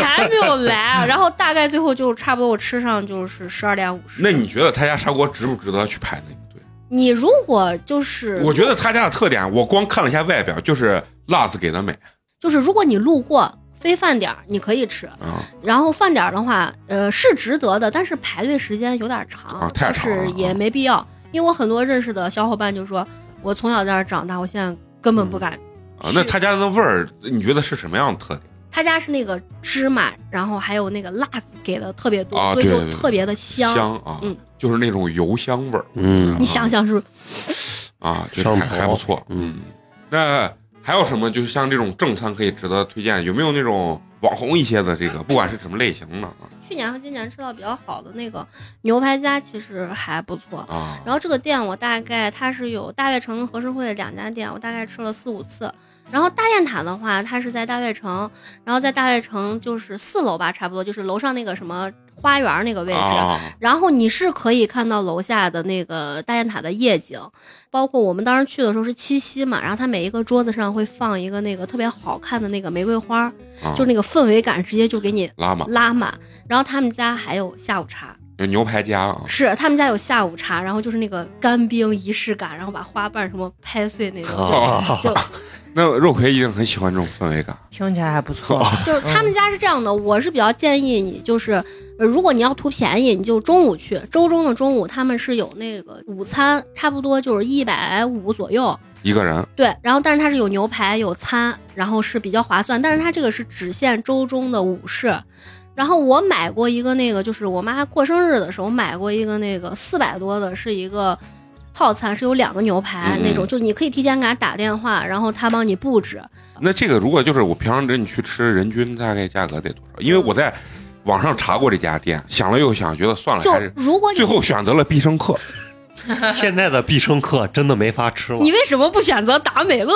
Speaker 5: 还没有来。啊然后大概最后就差不多我吃上就是十二点五十。
Speaker 1: 那你觉得他家砂锅值不值得去排那个队？
Speaker 5: 你如果就是
Speaker 1: 我觉得他家的特点，我光看了一下外表，就是辣子给的美
Speaker 5: 就是如果你路过非饭点儿，你可以吃。
Speaker 1: 啊
Speaker 5: 然后饭点儿的话，呃，是值得的，但是排队时间有点长，
Speaker 1: 啊太
Speaker 5: 就
Speaker 1: 长了
Speaker 5: 是也没必要。因为我很多认识的小伙伴就说，我从小在那儿长大，我现在根本不敢。
Speaker 1: 啊！那他家的味儿，你觉得是什么样的特点？
Speaker 5: 他家是那个芝麻，然后还有那个辣子给的特别多，
Speaker 1: 啊
Speaker 5: 所以
Speaker 1: 对
Speaker 5: 就
Speaker 1: 对对
Speaker 5: 特别的香。
Speaker 1: 香啊
Speaker 5: 嗯，
Speaker 1: 就是那种油香味儿
Speaker 6: 嗯
Speaker 5: 你想想是不是
Speaker 1: 啊，觉得
Speaker 6: 上
Speaker 1: 还
Speaker 6: 头
Speaker 1: 还不错。
Speaker 6: 嗯，
Speaker 1: 那还有什么？就是像这种正餐可以值得推荐，有没有那种网红一些的这个，不管是什么类型的啊
Speaker 5: 去年和今年吃到比较好的那个牛排家，其实还不错。
Speaker 1: 啊？
Speaker 5: 然后这个店我大概它是有大悦城跟和氏汇两家店，我大概吃了四五次。然后大雁塔的话，它是在大悦城，然后在大悦城就是四楼吧，差不多就是楼上那个什么花园那个位置。
Speaker 1: 啊，
Speaker 5: 然后你是可以看到楼下的那个大雁塔的夜景，包括我们当时去的时候是七夕嘛，然后它每一个桌子上会放一个那个特别好看的那个玫瑰花，
Speaker 1: 啊
Speaker 5: 就是那个氛围感直接就给你
Speaker 1: 拉玛
Speaker 5: 拉满。然后他们家还有下午茶，
Speaker 1: 有牛排家啊，
Speaker 5: 是他们家有下午茶，然后就是那个干冰仪式感，然后把花瓣什么拍碎那种，
Speaker 1: 哦
Speaker 6: 啊
Speaker 5: 就
Speaker 1: 那肉葵一定很喜欢这种氛围感。
Speaker 2: 听起来还不错。
Speaker 5: 就是他们家是这样的，我是比较建议你，就是呃如果你要图便宜，你就中午去，周中的中午他们是有那个午餐，差不多就是一百五左右，
Speaker 1: 一个人
Speaker 5: 对，然后但是它是有牛排有餐，然后是比较划算，但是它这个是只限周中的午市。然后我买过一个那个，就是我妈过生日的时候买过一个那个四百多的，是一个套餐，是有两个牛排
Speaker 1: 嗯嗯哦
Speaker 5: 那种，就你可以提前给他打电话，然后他帮你布置。
Speaker 1: 那这个如果就是我平常跟你去吃，人均大概价格得多少？因为我在网上查过这家店，想了又想，觉得算了，
Speaker 5: 就
Speaker 1: 还是
Speaker 5: 如果你
Speaker 1: 最后选择了必胜客。
Speaker 6: 现在的必胜客真的没法吃了。
Speaker 7: 你为什么不选择达美乐？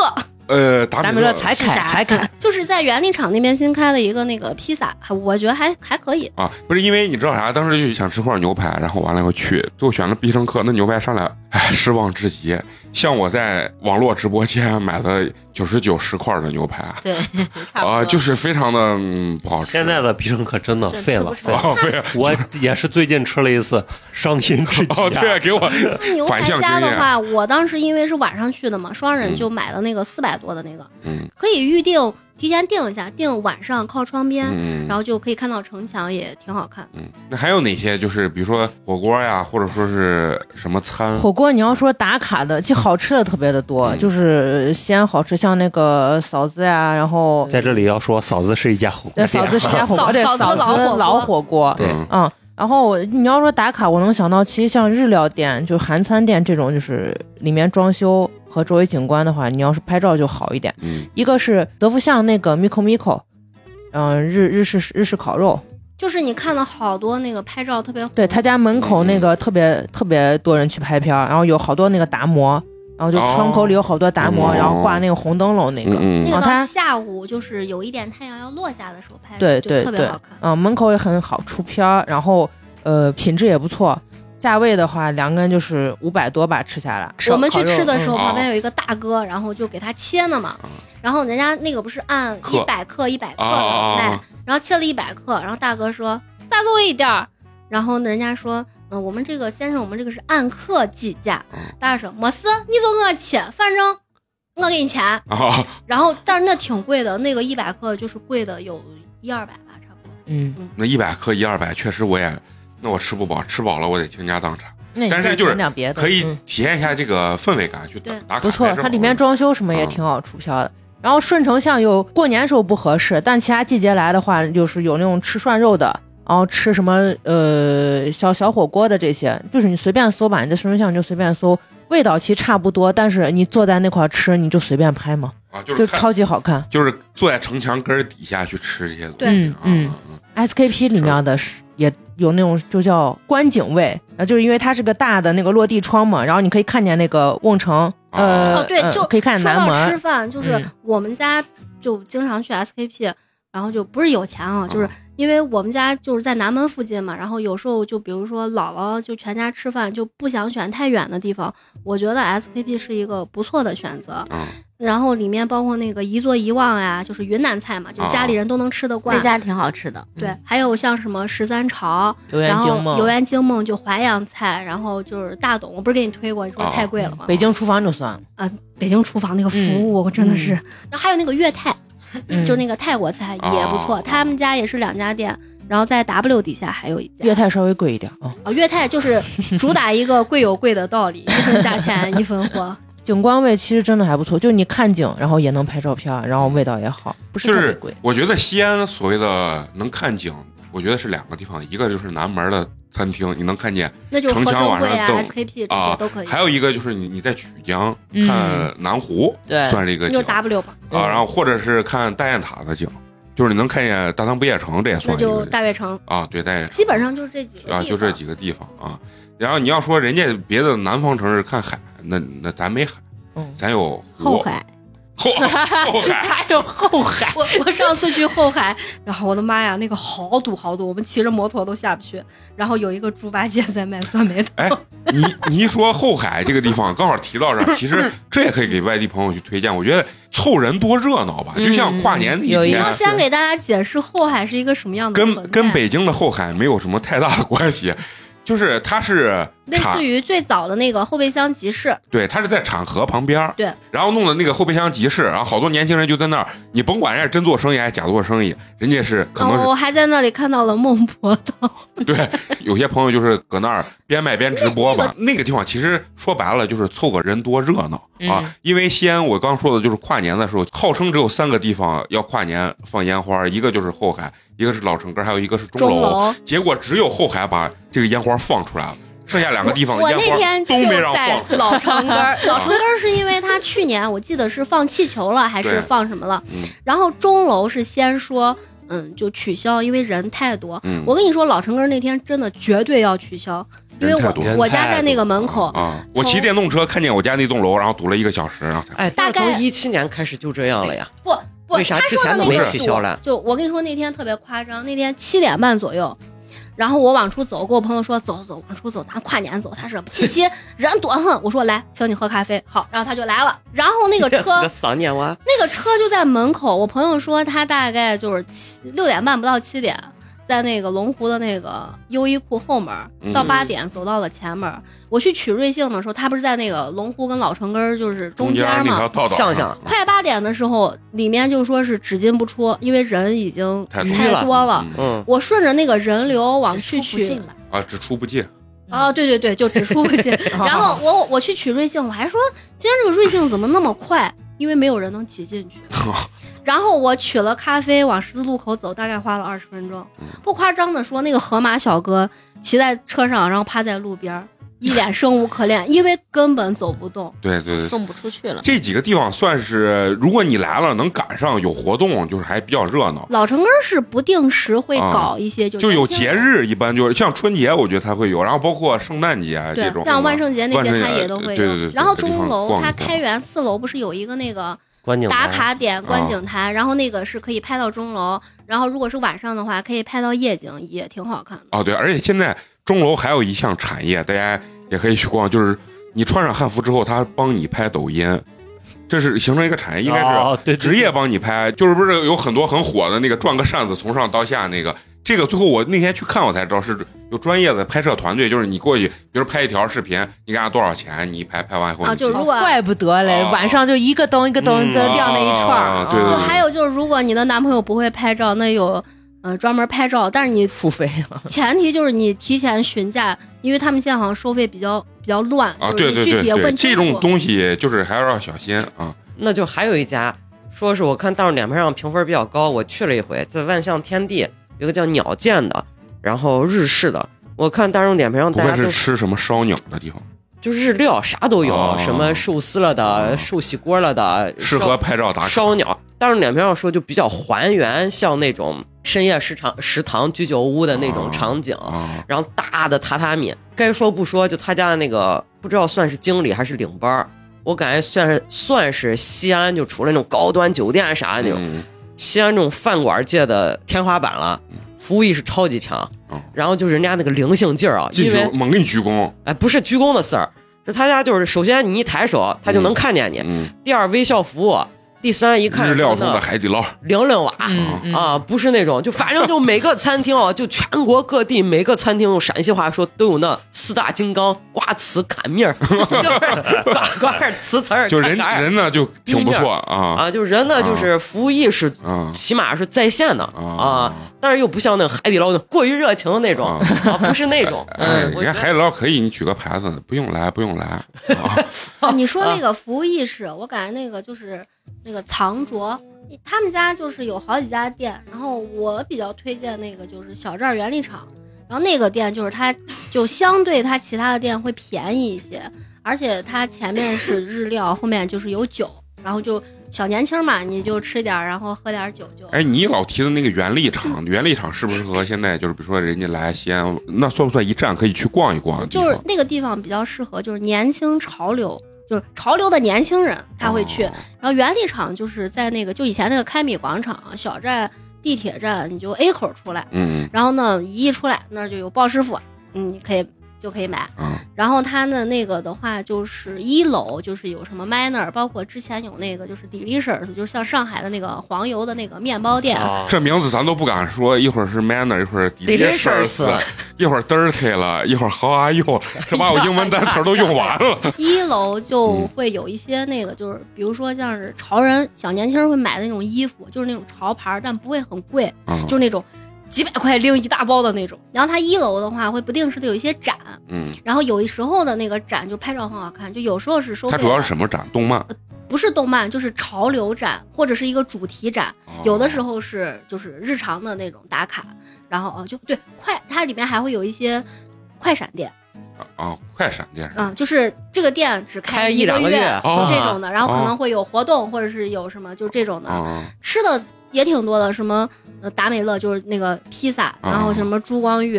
Speaker 1: 呃，达
Speaker 2: 达
Speaker 1: 美
Speaker 2: 美乐才
Speaker 4: 是啥
Speaker 2: 凯，才凯，
Speaker 5: *laughs* 就是在园林场那边新开了一个那个披萨，还我觉得还还可以。
Speaker 1: 啊，不是因为你知道啥？当时就想吃块牛排，然后完了以后去，最后选了必胜客，那牛排上来，哎，失望至极。像我在网络直播间买的九十九十块的牛排
Speaker 4: 对， *laughs* 差不多。
Speaker 1: 啊，就是非常的、嗯、不好吃。
Speaker 6: 现在的必胜客真的
Speaker 5: 对
Speaker 6: 废了，
Speaker 5: 吃不
Speaker 6: 废了
Speaker 1: 啊，对
Speaker 6: 我也是最近吃了一次，伤心至极、啊。
Speaker 1: 哦，对，给我
Speaker 5: 那牛
Speaker 1: 反
Speaker 5: 排
Speaker 1: 向
Speaker 5: 家
Speaker 1: 经
Speaker 5: 的
Speaker 1: 验
Speaker 5: 话，我当时因为是晚上去的嘛，双人
Speaker 1: 嗯
Speaker 5: 就买了那个四百多的那个，
Speaker 1: 嗯
Speaker 5: 可以预定，提前定一下，定晚上靠窗边，
Speaker 1: 嗯，
Speaker 5: 然后就可以看到城墙，也挺好看。
Speaker 1: 嗯，那还有哪些？就是比如说火锅呀，或者说是什么餐？
Speaker 2: 火锅你要说打卡的，其实好吃的特别的多，
Speaker 1: 嗯
Speaker 2: 就是西安好吃，像那个嫂子呀，然后
Speaker 6: *laughs* 在这里要说，嫂子是一家火锅
Speaker 2: 呃
Speaker 6: 店，
Speaker 2: 嫂子是家火
Speaker 7: 嫂
Speaker 2: 锅，对，
Speaker 7: 嫂
Speaker 2: *laughs* 嫂
Speaker 7: 子老火锅
Speaker 2: 子老火锅，
Speaker 6: 对
Speaker 1: 嗯
Speaker 2: 嗯。然后我你要说打卡，我能想到，其实像日料店、就韩餐店这种，就是里面装修和周围景观的话，你要是拍照就好一点。
Speaker 1: 嗯，
Speaker 2: 一个是德福巷那个 Miko Miko，嗯、日日式日式烤肉，
Speaker 5: 就是你看了好多那个拍照特别火
Speaker 2: 对他家门口那个特别、特别多人去拍片儿，然后有好多那个达摩，然后就窗口里有好多达摩，
Speaker 1: 哦
Speaker 2: 然后挂那个红灯笼那个，
Speaker 1: 嗯嗯
Speaker 5: 那个
Speaker 2: 哦
Speaker 5: 到
Speaker 2: 它
Speaker 5: 下午就是有一点太阳要落下的时候拍，
Speaker 2: 对
Speaker 5: 就
Speaker 2: 对
Speaker 5: 特别
Speaker 2: 对
Speaker 5: 好看。
Speaker 2: 嗯、门口也很好出片儿，然后呃品质也不错，价位的话两个人就是五百多吧吃下来。
Speaker 5: 我们去吃的时候，
Speaker 1: 嗯
Speaker 5: 旁边有一个大哥，然后就给他切呢嘛
Speaker 1: 嗯，
Speaker 5: 然后人家那个不是按
Speaker 1: 克
Speaker 5: 一百克一百克
Speaker 1: 啊啊啊
Speaker 5: 的
Speaker 1: 啊
Speaker 5: 卖，然后切了一百克，然后大哥说再做一点儿，然后呢人家说。嗯，我们这个先生，我们这个是按克计价
Speaker 1: 嗯。
Speaker 5: 大家说，没事，你就我切，反正我给你钱。
Speaker 1: 啊，
Speaker 5: 然后，但是那挺贵的，那个一百克就是贵的有一二百吧，差不多。
Speaker 2: 嗯，
Speaker 1: 那一百克一二百，确实我也，那我吃不饱，吃饱了我得倾家荡产，
Speaker 2: 那你
Speaker 1: 但是
Speaker 2: 再
Speaker 1: 就是
Speaker 2: 点点别的
Speaker 1: 可以
Speaker 2: 嗯
Speaker 1: 体验一下这个氛围感，去打
Speaker 5: 对
Speaker 1: 打卡。
Speaker 2: 不错
Speaker 1: 拍，照
Speaker 2: 它里面装修什么也
Speaker 1: 嗯
Speaker 2: 挺好出片的。然后顺城巷有过年时候不合适，但其他季节来的话，就是有那种吃涮肉的，然后吃什么呃小小火锅的这些，就是你随便搜吧，你在顺城巷你就随便搜，味道其实差不多，但是你坐在那块儿吃，你就随便拍嘛，
Speaker 1: 啊，就
Speaker 2: 就是
Speaker 1: 看
Speaker 2: 超级好看。
Speaker 1: 就是坐在城墙根儿底下去吃这些东西。
Speaker 5: 对
Speaker 2: 嗯嗯
Speaker 1: 啊，啊
Speaker 2: SKP 里面的是也有那种就叫观景位，啊，就是因为它是个大的那个落地窗嘛，然后你可以看见那个瓮城，呃，
Speaker 5: 哦，对，
Speaker 2: 呃
Speaker 5: 就
Speaker 2: 可以看见
Speaker 5: 说
Speaker 2: 南
Speaker 5: 到
Speaker 2: 门
Speaker 5: 吃
Speaker 2: 儿，
Speaker 5: 饭，就是
Speaker 2: 嗯哦
Speaker 5: 我们家就经常去 SKP，然后就不是有钱啊，就是因为我们家就是在南门附近嘛，然后有时候就比如说姥姥就全家吃饭就不想选太远的地方，我觉得 SKP 是一个不错的选择。
Speaker 1: 啊
Speaker 5: 然后里面包括那个一做一忘呀，就是云南菜嘛，就是
Speaker 2: 哦
Speaker 5: 家里人都能吃得惯。
Speaker 4: 那家挺好吃的，嗯
Speaker 5: 对，还有像什么十三朝，
Speaker 2: 留
Speaker 5: 然
Speaker 2: 言惊
Speaker 5: 后
Speaker 2: 梦，
Speaker 5: 油盐精梦就淮扬菜，然后就是大董，我不是给你推过，你说
Speaker 2: 哦
Speaker 1: 啊
Speaker 5: 太贵了吗？
Speaker 2: 北京厨房就算了，
Speaker 5: 北京厨
Speaker 1: 嗯
Speaker 5: 房那个服务，我真的是，然后还有那个粤泰，
Speaker 2: 嗯
Speaker 5: 就那个泰国菜也不错，
Speaker 1: 哦
Speaker 5: 他们家也是两家店，然后在 W 底下还有一家
Speaker 2: 粤。菜稍微贵一点啊。
Speaker 5: 啊，粤泰就是主打一个贵有贵的道理，一分价钱一分
Speaker 1: *laughs*
Speaker 5: 货。
Speaker 2: 景观位其实真的还不错，就你看景，然后也能拍照片，然后味道也好，不是
Speaker 1: 就
Speaker 2: 特别
Speaker 1: 是
Speaker 2: 贵。
Speaker 1: 我觉得西安所谓的能看景，我觉得是两个地方，一个就是南门的餐厅，你能看见；
Speaker 5: 那就是
Speaker 1: 城
Speaker 5: 合
Speaker 1: 墙
Speaker 5: 生
Speaker 1: 往
Speaker 5: 汇
Speaker 1: 上
Speaker 5: 啊、
Speaker 1: 蹬
Speaker 5: SKP 这
Speaker 1: 啊
Speaker 5: 些都可以，
Speaker 1: 还有一个就是你你在曲江
Speaker 2: 嗯
Speaker 1: 看南湖，
Speaker 2: 对
Speaker 1: 算是一个
Speaker 5: 那
Speaker 1: 景
Speaker 5: 就 W 嘛，
Speaker 2: 嗯
Speaker 1: 啊，然后或者是看大雁塔的景，就是你能看见大唐不夜城，这也
Speaker 5: 那
Speaker 1: 算一
Speaker 5: 就
Speaker 1: 个
Speaker 5: 大悦城，
Speaker 1: 啊，对，大雁
Speaker 5: 基本上就是这几个地方。
Speaker 1: 啊，就这几个地方啊。然后你要说人家别的南方城市看海，那那咱没海，
Speaker 2: 嗯
Speaker 1: 咱有湖，
Speaker 4: 后海
Speaker 1: 后 *laughs* 后海，
Speaker 2: 还有后海，
Speaker 5: 我我上次去后海，然后我的妈呀，那个好堵好堵，我们骑着摩托都下不去。然后有一个猪八戒在卖
Speaker 1: *laughs*
Speaker 5: 酸梅
Speaker 1: 哎
Speaker 5: 汤，
Speaker 1: 你你一说后海这个地方，刚好提到这儿，其实这也可以给外地朋友去推荐。我觉得凑人多热闹吧，就像跨年那
Speaker 2: 嗯有
Speaker 1: 一
Speaker 2: 意
Speaker 5: 你
Speaker 1: 天
Speaker 5: 要
Speaker 2: 思，
Speaker 5: 先给大家解释后海是一个什么样的存在
Speaker 1: 啊跟跟北京的后海没有什么太大的关系，就是它是
Speaker 5: 类
Speaker 1: 产
Speaker 5: 似于最早的那个后备箱集市，
Speaker 1: 对，它是在产河旁边儿
Speaker 5: 对，
Speaker 1: 然后弄的那个后备箱集市，然后好多年轻人就在那儿，你甭管人家是真做生意还是假做生意，人家是可
Speaker 5: 然
Speaker 1: 能
Speaker 5: 后
Speaker 1: 是、
Speaker 5: 我还在那里看到了孟婆汤，
Speaker 1: 对，有些朋友就是搁那儿边卖边直播吧。那个地方其实说白了就是凑个人多热闹、
Speaker 2: 嗯
Speaker 1: 啊，因为西安我刚说的就是跨年的时候，号称只有三个地方要跨年放烟花，一个就是后海，一个是老城根，还有一个是钟
Speaker 5: 钟楼
Speaker 1: 结果只有后海把这个烟花放出来了，剩下两个地方
Speaker 5: 我
Speaker 1: 烟
Speaker 5: 那
Speaker 1: 花啊
Speaker 5: 天
Speaker 1: 都没
Speaker 5: 就
Speaker 1: 让
Speaker 5: 在
Speaker 1: 放出来。
Speaker 5: 老城
Speaker 1: *laughs*
Speaker 5: 根儿，老城根儿是因为它去年我记得是放气球了还
Speaker 1: 对
Speaker 5: 是放什么了，
Speaker 1: 嗯
Speaker 5: 然后钟楼是先说嗯就取消，因为人太多，
Speaker 1: 嗯，
Speaker 5: 我跟你说，老城根那天真的绝对要取消，因为
Speaker 1: 人太多
Speaker 5: 我我家在那个门口，
Speaker 1: 啊，我骑电动车看见我家那栋楼，然后堵了一个小时，然后才
Speaker 3: 哎，但是
Speaker 5: 大概
Speaker 3: 从一七年开始就这样了呀。
Speaker 5: 不不，
Speaker 3: 为啥
Speaker 5: 他
Speaker 3: 之
Speaker 5: 说的
Speaker 3: 前都
Speaker 5: 那
Speaker 1: 没
Speaker 5: 个
Speaker 3: 取
Speaker 5: 堵
Speaker 3: 消了
Speaker 5: 就我跟你说，那天特别夸张，那天七点半左右。然后我往出走，跟我朋友说走走，往出走，咱跨年走。他说七七人多很，我说来，请你喝咖啡，好，然后他就来了。然后
Speaker 3: *laughs*
Speaker 5: 那个
Speaker 3: 是个
Speaker 5: 车，
Speaker 3: 丧年娃，
Speaker 5: 那个车就在门口。我朋友说他大概就是七六点半不到七点，在那个龙湖的那个优衣库后门，到
Speaker 1: 嗯
Speaker 5: 八点走到了前门。我去取瑞幸的时候，他不是在那个龙湖跟老城根儿就是中
Speaker 1: 间
Speaker 5: 间
Speaker 1: 那条
Speaker 5: 嘛。
Speaker 1: 道道啊上
Speaker 3: 想想
Speaker 5: 快八点的时候，里面就说是只进不出，因为人已经
Speaker 1: 太
Speaker 3: 多
Speaker 5: 太多了。
Speaker 1: 嗯
Speaker 3: 嗯，
Speaker 5: 我顺着那个人流往去
Speaker 4: 出不
Speaker 5: 取
Speaker 4: 进，吧，
Speaker 1: 啊，只出不进，
Speaker 5: 啊，对对对，就只出不进。然后我我去取瑞幸，我还说今天这个瑞幸怎么那么快？因为没有人能挤进
Speaker 1: *laughs*
Speaker 5: 去。然后我取了咖啡，往十字路口走，大概花了二十分钟
Speaker 1: 嗯。
Speaker 5: 不夸张的说，那个河马小哥骑在车上，然后趴在路边儿，
Speaker 1: *laughs*
Speaker 5: 一脸生无可恋，因为根本走不动。
Speaker 1: 对对对，
Speaker 4: 送不出去了。
Speaker 1: 这几个地方算是，如果你来了能赶上有活动，就是还比较热闹。
Speaker 5: 老城根儿是不定时会搞一些就
Speaker 1: 啊就有
Speaker 5: 年轻
Speaker 1: 节
Speaker 5: 人，
Speaker 1: 日，一般就是像春节，我觉得才会有，然后包括圣诞节啊这
Speaker 5: 对
Speaker 1: 种，，
Speaker 5: 像万圣节那
Speaker 1: 万圣
Speaker 5: 些它
Speaker 1: 节呃
Speaker 5: 也都会有。
Speaker 1: 对对对对
Speaker 5: 然后
Speaker 1: 这地
Speaker 5: 钟
Speaker 1: 方
Speaker 5: 楼
Speaker 1: 逛
Speaker 5: 它
Speaker 1: 一逛啊
Speaker 5: 开元四楼不是有一个那个
Speaker 6: 观景
Speaker 5: 打
Speaker 6: 台
Speaker 5: 卡点观景台，然后那个是可以拍到钟楼，然后如果是晚上的话，可以拍到夜景，也挺好看的。
Speaker 1: 啊，对，而且现在钟楼还有一项产业，大家也可以去逛，就是你穿上汉服之后，他帮你拍抖音，这是形成一个产业，应该是
Speaker 6: 哦对对
Speaker 1: 职业帮你拍，就是不是有很多很火的那个转个扇子从上到下那个，这个最后我那天去看我才知道是有专业的拍摄团队，就是你过去，比如拍一条视频，你给他多少钱，你一拍拍完以后
Speaker 5: 啊
Speaker 1: 你自己
Speaker 5: 就如果
Speaker 2: 怪不得嘞，
Speaker 1: 啊
Speaker 2: 晚上就一个灯一个灯
Speaker 6: 嗯
Speaker 2: 就亮那一串儿哦
Speaker 1: 啊，对对
Speaker 5: 就
Speaker 1: 对
Speaker 5: 还有就是，如果你的男朋友不会拍照，那有呃专门拍照，但是
Speaker 1: *laughs*
Speaker 5: 你
Speaker 2: 付费啊，
Speaker 5: 前提就是你提前询价，因为他们现在好像收费比较比较乱
Speaker 1: 啊，
Speaker 5: 就是
Speaker 1: 对
Speaker 5: 你
Speaker 1: 对
Speaker 5: 具
Speaker 1: 对
Speaker 5: 体也
Speaker 1: 对，
Speaker 5: 问
Speaker 1: 这
Speaker 5: 清
Speaker 1: 种
Speaker 5: 楚
Speaker 1: 东西就是还要小心啊。
Speaker 3: 那就还有一家，说是我看大众点评上评分比较高，我去了一回，在万象天地有个叫鸟见的，然后日式的，我看大众点评上
Speaker 1: 不
Speaker 3: 大
Speaker 1: 会
Speaker 3: 家
Speaker 1: 是
Speaker 3: 都
Speaker 1: 吃什么烧鸟的地方，
Speaker 3: 就日料啥都有，
Speaker 1: 哦
Speaker 3: 什么寿司了的、
Speaker 1: 哦
Speaker 3: 寿喜锅了的，
Speaker 1: 适合拍照打卡。
Speaker 3: 烧鸟。大众点评上说就比较还原，像那种深夜食堂、食堂居酒屋的那种
Speaker 1: 哦
Speaker 3: 场景。
Speaker 1: 啊，
Speaker 3: 然后大的榻榻米，该说不说，就他家的那个不知道算是经理还是领班儿，我感觉算是算是西安就除了那种高端酒店啥的那种，
Speaker 1: 嗯
Speaker 3: 西安这种饭馆界的天花板了。服务意识超级强
Speaker 1: 嗯，
Speaker 3: 然后就是人家那个灵性劲儿啊，
Speaker 1: 进
Speaker 3: 因
Speaker 1: 去
Speaker 3: 为
Speaker 1: 猛给你鞠躬，
Speaker 3: 哎不是鞠躬的事儿，是他家就是首先你一抬手他就能看见你，
Speaker 1: 嗯，
Speaker 3: 第二微笑服务，第三一看
Speaker 1: 日料
Speaker 3: 说
Speaker 1: 中的 *laughs*
Speaker 3: 呢
Speaker 1: 海底捞，
Speaker 3: 玲玲娃。
Speaker 2: 嗯嗯
Speaker 3: 啊，不是那种，就反正就每个餐厅啊，就全国各地每个餐厅用陕西话说都有那四大金刚瓜子擀面儿， *laughs* 就是瓜瓜儿糍粑儿，
Speaker 1: 就人
Speaker 3: 擀面儿
Speaker 1: 人呢就挺不错啊
Speaker 3: 啊，就人呢就是服务意识
Speaker 1: 啊
Speaker 3: 起码是在线的
Speaker 1: 啊
Speaker 3: 啊，但是又不像那个海底捞那过于热情的那种
Speaker 1: 啊
Speaker 3: 啊，不是那
Speaker 1: *laughs*
Speaker 3: 种，
Speaker 1: 哎，
Speaker 3: 嗯，我
Speaker 1: 人家
Speaker 3: 觉得
Speaker 1: 海底捞可以，你举个牌子，不用来，不用来。啊
Speaker 5: 你说那个服务意识，我感觉那个就是那个藏拙，他们家就是有好几家店，然后我比较推荐那个就是小寨儿原力厂，然后那个店就是它就相对它其他的店会便宜一些，而且它前面是日料，后面就是有酒，然后就小年轻嘛，你就吃点儿，然后喝点儿酒就。
Speaker 1: 哎，你老提的那个原力场，原力场适不适合现在就是比如说人家来西安，那算不算一站可以去逛一逛的地
Speaker 5: 就是
Speaker 1: 方？
Speaker 5: 那个地方比较适合，就是年轻潮流，就是潮流的年轻人他会去。
Speaker 1: 哦
Speaker 5: 然后原力厂就是在那个就以前那个开米广场小站地铁站，你就 A 口出来，
Speaker 1: 嗯
Speaker 5: 然后呢一出来那儿就有鲍师傅，嗯，你可以就可以买。
Speaker 1: 嗯啊
Speaker 5: 然后它的那个的话，就是一楼就是有什么 Manner，包括之前有那个就是 Delicious，就是像上海的那个黄油的那个面包店，
Speaker 6: 啊，
Speaker 1: 这名字咱都不敢说，一会儿是 manner，一会儿
Speaker 3: Delicious
Speaker 1: 一会儿 dirty 了，一会儿 how are you，是把我英文单词儿都用完了。
Speaker 5: 一楼就会有一些那个，就是比如说像是潮人小年轻会买的那种衣服，就是那种潮牌儿，但不会很贵，
Speaker 1: 嗯
Speaker 5: 就是那种几百块拎一大包的那种。然后它一楼的话会不定时的有一些展，
Speaker 1: 嗯，
Speaker 5: 然后有时候的那个展就拍照很好看，就有时候是收费
Speaker 1: 它
Speaker 5: 的，
Speaker 1: 主要是什么展？动漫。
Speaker 5: 不是动漫就是潮流展或者是一个主题展，
Speaker 1: 哦
Speaker 5: 有的时候是就是日常的那种打卡，然后哦就对快，它里面还会有一些快闪店。
Speaker 1: 候啊，快闪电
Speaker 5: 嗯，就是这个店只
Speaker 3: 开一
Speaker 5: 一
Speaker 3: 两个
Speaker 5: 个
Speaker 3: 月
Speaker 1: 哦
Speaker 5: 就这种的，然后可
Speaker 1: 哦
Speaker 5: 能会有活动，或者是有什么就这种的。
Speaker 1: 啊，
Speaker 5: 吃的也挺多的，什么呃达美乐就是那个披萨，
Speaker 1: 哦
Speaker 5: 然后什么珠光玉，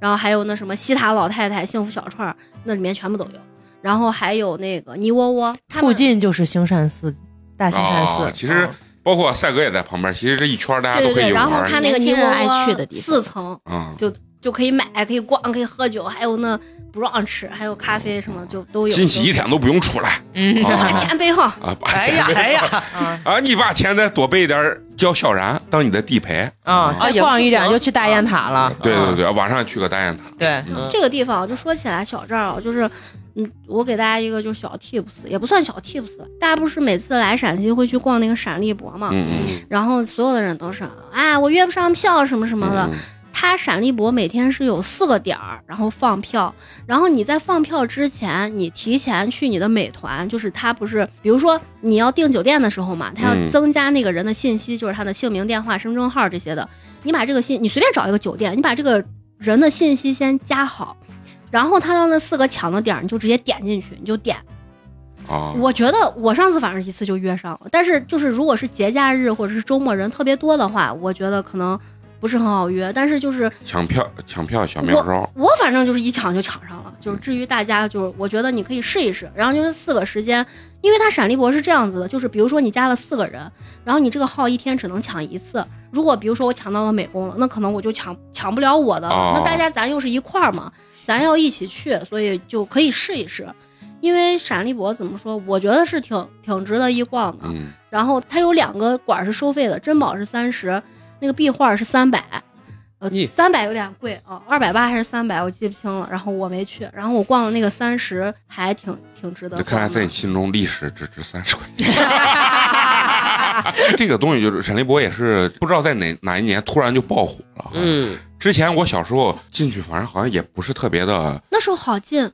Speaker 5: 然后还有那什么西塔老太太幸福小串儿，那里面全部都有。然后还有那个泥窝窝，他
Speaker 2: 附
Speaker 5: 们
Speaker 2: 近就是兴善寺，大兴善寺。
Speaker 1: 哦其实包括赛哥也在旁边，其实这一圈儿大家
Speaker 5: 对
Speaker 1: 都可以
Speaker 5: 对对，
Speaker 1: 去
Speaker 5: 然后
Speaker 1: 玩
Speaker 5: 他那个
Speaker 4: 年
Speaker 5: 泥
Speaker 4: 轻
Speaker 5: 窝
Speaker 4: 人爱去
Speaker 5: 窝
Speaker 4: 的地方
Speaker 5: 四层
Speaker 1: 啊，
Speaker 5: 就可以买，可以逛，可以喝酒，还有那 brunch，还有咖啡什么就都有。
Speaker 1: 近期一天都不用出来
Speaker 2: 嗯
Speaker 1: 啊
Speaker 5: *laughs* 把钱背后，
Speaker 1: 啊，把
Speaker 3: 哎
Speaker 1: 钱
Speaker 3: 呀哎呀
Speaker 1: 啊，你把钱再多备一点儿，叫小然当你的地陪。嗯
Speaker 2: 啊，
Speaker 3: 啊
Speaker 2: 再
Speaker 3: 也
Speaker 2: 逛一点
Speaker 3: 不
Speaker 2: 就
Speaker 3: 行
Speaker 2: 去大雁塔了。
Speaker 1: 啊对对
Speaker 2: 嗯
Speaker 1: 对，晚上去个大雁塔。
Speaker 2: 对，
Speaker 3: 嗯
Speaker 5: 这个地方就说起来小寨儿啊，就是，嗯，我给大家一个就是小 tips，也不算小 tips，大家不是每次来陕西会去逛那个陕历博嘛，
Speaker 1: 嗯嗯
Speaker 5: 然后所有的人都是啊，我约不上票什么什么的。
Speaker 1: 嗯，
Speaker 5: 它陕历博每天是有四个点儿，然后放票，然后你在放票之前，你提前去你的美团，就是它不是，比如说你要订酒店的时候嘛，它
Speaker 1: 嗯
Speaker 5: 要增加那个人的信息，就是他的姓名、电话、身份证号这些的。你把这个信，你随便找一个酒店，你把这个人的信息先加好，然后他到那四个抢的点儿，你就直接点进去，你就点。
Speaker 1: 啊，
Speaker 5: 我觉得我上次反正一次就约上了，但是就是如果是节假日或者是周末人特别多的话，我觉得可能不是很好约。但是就是
Speaker 1: 抢票抢票小妙招。
Speaker 5: 我反正就是一抢就抢上了，就是至于大家就是我觉得你可以试一试，然后就是四个时间，因为它闪离博是这样子的，就是比如说你加了四个人，然后你这个号一天只能抢一次。如果比如说我抢到了美工了，那可能我就抢抢不了我的了，
Speaker 1: 哦
Speaker 5: 那大家咱又是一块儿嘛，咱要一起去，所以就可以试一试。因为闪离博怎么说，我觉得是挺挺值得一逛的。
Speaker 1: 嗯，
Speaker 5: 然后它有两个馆儿是收费的，珍宝是三十，那个壁画是三百，呃
Speaker 3: 咦，
Speaker 5: 三百有点贵啊，二百八还是三百，我记不清了。然后我没去，然后我逛了那个三十，还挺挺值得
Speaker 1: 这
Speaker 5: 逛的。
Speaker 1: 看来在你心中历史只值三十块
Speaker 5: *laughs*
Speaker 1: 钱。这个东西就是沈立博也是不知道在哪哪一年突然就爆火了。，
Speaker 3: 嗯，
Speaker 1: 之前我小时候进去，反正好像也不是特别的，
Speaker 5: 那时候好近，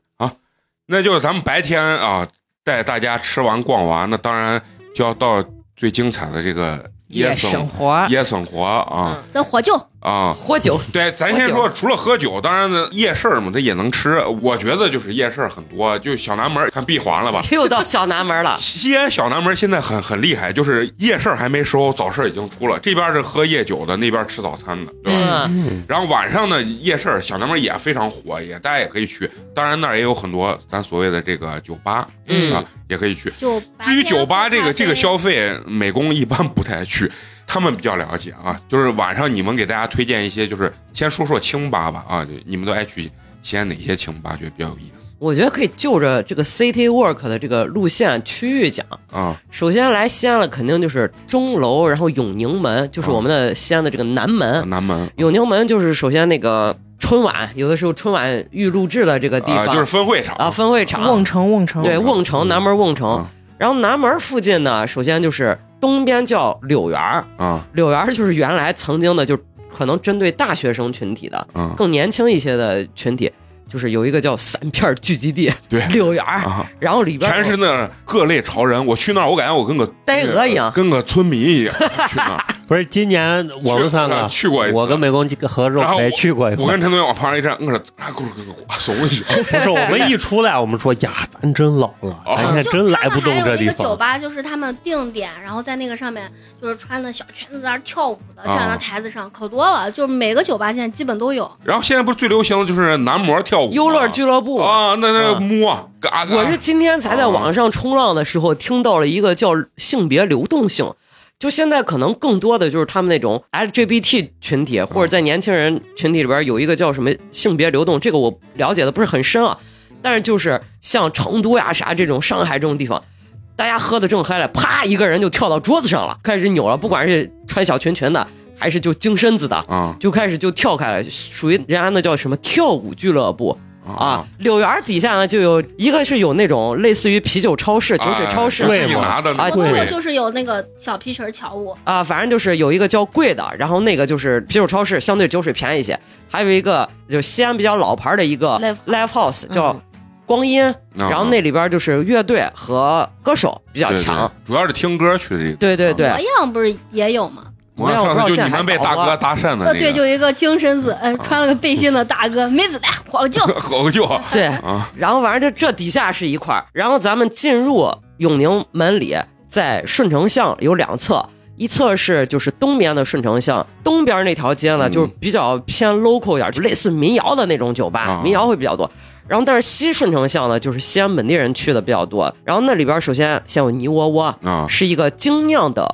Speaker 1: 那就是咱们白天啊带大家吃完逛完，那当然就要到最精彩的这个
Speaker 2: 夜
Speaker 1: 夜
Speaker 2: 生
Speaker 1: 生
Speaker 2: 活，
Speaker 1: 夜生活啊
Speaker 5: 咱火救
Speaker 1: 啊！
Speaker 3: 喝酒
Speaker 1: 对，咱先说，除了喝酒，当然呢，夜市儿嘛，它也能吃。我觉得就是夜市儿很多，就小南门儿看闭环了吧。，
Speaker 3: 又到小南门了
Speaker 1: *laughs* 西安小南门现在很很厉害，就是夜市儿还没收，早市儿已经出了。这边是喝夜酒的，那边吃早餐的，对吧？
Speaker 3: 嗯。
Speaker 1: 然后晚上呢，夜市儿小南门也非常火，也大家也可以去。当然那儿也有很多咱所谓的这个酒吧，
Speaker 3: 嗯
Speaker 1: 啊，也可以去。
Speaker 5: 就。
Speaker 1: 至于酒吧这个这个消费，美工一般不太去。他们比较了解啊。就是晚上你们给大家推荐一些，就是先说说清吧吧啊，就你们都爱去西安哪些清吧，觉得比较有意思
Speaker 3: 我觉得可以就着这个 city work 的这个路线区域讲。
Speaker 1: 啊？
Speaker 3: 首先来西安了，肯定就是钟楼，然后永宁门，就是我们的西安的这个南门。
Speaker 1: 啊南门
Speaker 3: 永宁门就是首先那个春晚，有的时候春晚预录制的这个地
Speaker 1: 啊，
Speaker 3: 方，
Speaker 1: 就是分会场
Speaker 3: 啊分会场，
Speaker 2: 瓮城，瓮城，
Speaker 3: 对瓮城
Speaker 1: 嗯
Speaker 3: 南门瓮城
Speaker 1: 啊。
Speaker 3: 然后南门附近呢，首先就是东边叫柳园儿，
Speaker 1: 啊
Speaker 3: 柳园儿就是原来曾经的，就可能针对大学生群体的，
Speaker 1: 啊
Speaker 3: 更年轻一些的群体，就是有一个叫散片儿聚集地
Speaker 1: 对
Speaker 3: 柳园儿，
Speaker 1: 啊，
Speaker 3: 然后里边
Speaker 1: 全是那各类潮人。我去那儿，我感觉我跟个
Speaker 3: 呆鹅一样
Speaker 1: 跟个村民一样去那儿。
Speaker 6: 不是今年我们三个
Speaker 1: 去过一次
Speaker 6: 我跟美工和肉
Speaker 1: 然后
Speaker 6: 培去过一
Speaker 1: 我
Speaker 6: 回
Speaker 1: 跟。陈同学往旁边一站，嗯，着啊，咕噜咕噜咕噜，怂一下。
Speaker 6: 不是，我们一出来，我们说呀，咱真老了，
Speaker 1: 哦
Speaker 6: 咱现在
Speaker 5: 就
Speaker 6: 真来
Speaker 5: 他
Speaker 6: 不
Speaker 5: 们
Speaker 6: 动
Speaker 5: 还有
Speaker 6: 这
Speaker 5: 一
Speaker 6: 地
Speaker 5: 个酒
Speaker 6: 方。
Speaker 5: 吧，就是他们定点，然后在那个上面就是穿的小裙子在那儿跳舞的，站在
Speaker 1: 啊
Speaker 5: 台子上，可多了。就是每个酒吧现在基本都有。
Speaker 1: *laughs* 然后现在不是最流行的就是男模跳舞吗，
Speaker 3: 优乐俱乐部嘛。
Speaker 1: 啊，那那
Speaker 3: 啊
Speaker 1: 摸，嘎嘎。
Speaker 3: 我是今天才在网上冲浪的时候听到了一个叫性别流动性，就现在可能更多的就是他们那种 LGBT 群体，或者在年轻人群体里边有一个叫什么性别流动，这个我了解的不是很深啊，但是就是像成都呀啥这种上海这种地方。大家喝的正嗨了，啪一个人就跳到桌子上了，开始扭了。不管是穿小裙裙的，还是就精身子的，
Speaker 1: 啊
Speaker 3: 就开始就跳开了，属于人家那叫什么跳舞俱乐部。啊，，柳园儿底下呢就有一个是有那种类似于啤酒超市、酒水超市
Speaker 1: 哎
Speaker 6: 对
Speaker 1: 自己
Speaker 6: 嘛
Speaker 1: 拿的
Speaker 3: 啊
Speaker 1: 那
Speaker 5: 我
Speaker 1: 个
Speaker 5: 那
Speaker 1: 贵
Speaker 5: 个就是有那个小皮裙儿巧舞，
Speaker 3: 啊，反正就是有一个叫贵的，然后那个就是啤酒超市，相对酒水便宜一些。还有一个就是西安比较老牌儿的一个
Speaker 4: Live
Speaker 3: live house
Speaker 4: 嗯
Speaker 3: 叫光阴，
Speaker 1: 啊
Speaker 3: 然后那里边就是乐队和歌手比较
Speaker 1: 对对
Speaker 3: 强。
Speaker 1: 主要是听歌去的这个。
Speaker 3: 对对对
Speaker 5: 模样不是也有吗？
Speaker 1: 我
Speaker 3: 没有
Speaker 1: 上
Speaker 3: 不
Speaker 1: 次
Speaker 3: 知道
Speaker 1: 就你们被
Speaker 3: 现在
Speaker 1: 大
Speaker 3: 还搞
Speaker 1: 哥
Speaker 3: 啊
Speaker 1: 搭讪的那
Speaker 5: 呃，
Speaker 1: 个，
Speaker 5: 对，就一个精神子，嗯，穿了个背心的大哥，妹子来，我就
Speaker 1: *laughs* 吼就 *laughs*
Speaker 3: 对，
Speaker 1: 啊
Speaker 3: 然后反正这这底下是一块儿，然后咱们进入永宁门里，在顺城巷有两侧，一侧是就是东边的顺城巷，东边那条街呢、
Speaker 1: 嗯
Speaker 3: 就是比较偏 local 一点，就类似民谣的那种酒吧，
Speaker 1: 啊
Speaker 3: 民谣会比较多。然后但是西顺城巷呢，就是西安本地人去的比较多。然后那里边首先先有泥窝窝，
Speaker 1: 啊，
Speaker 3: 是一个精酿的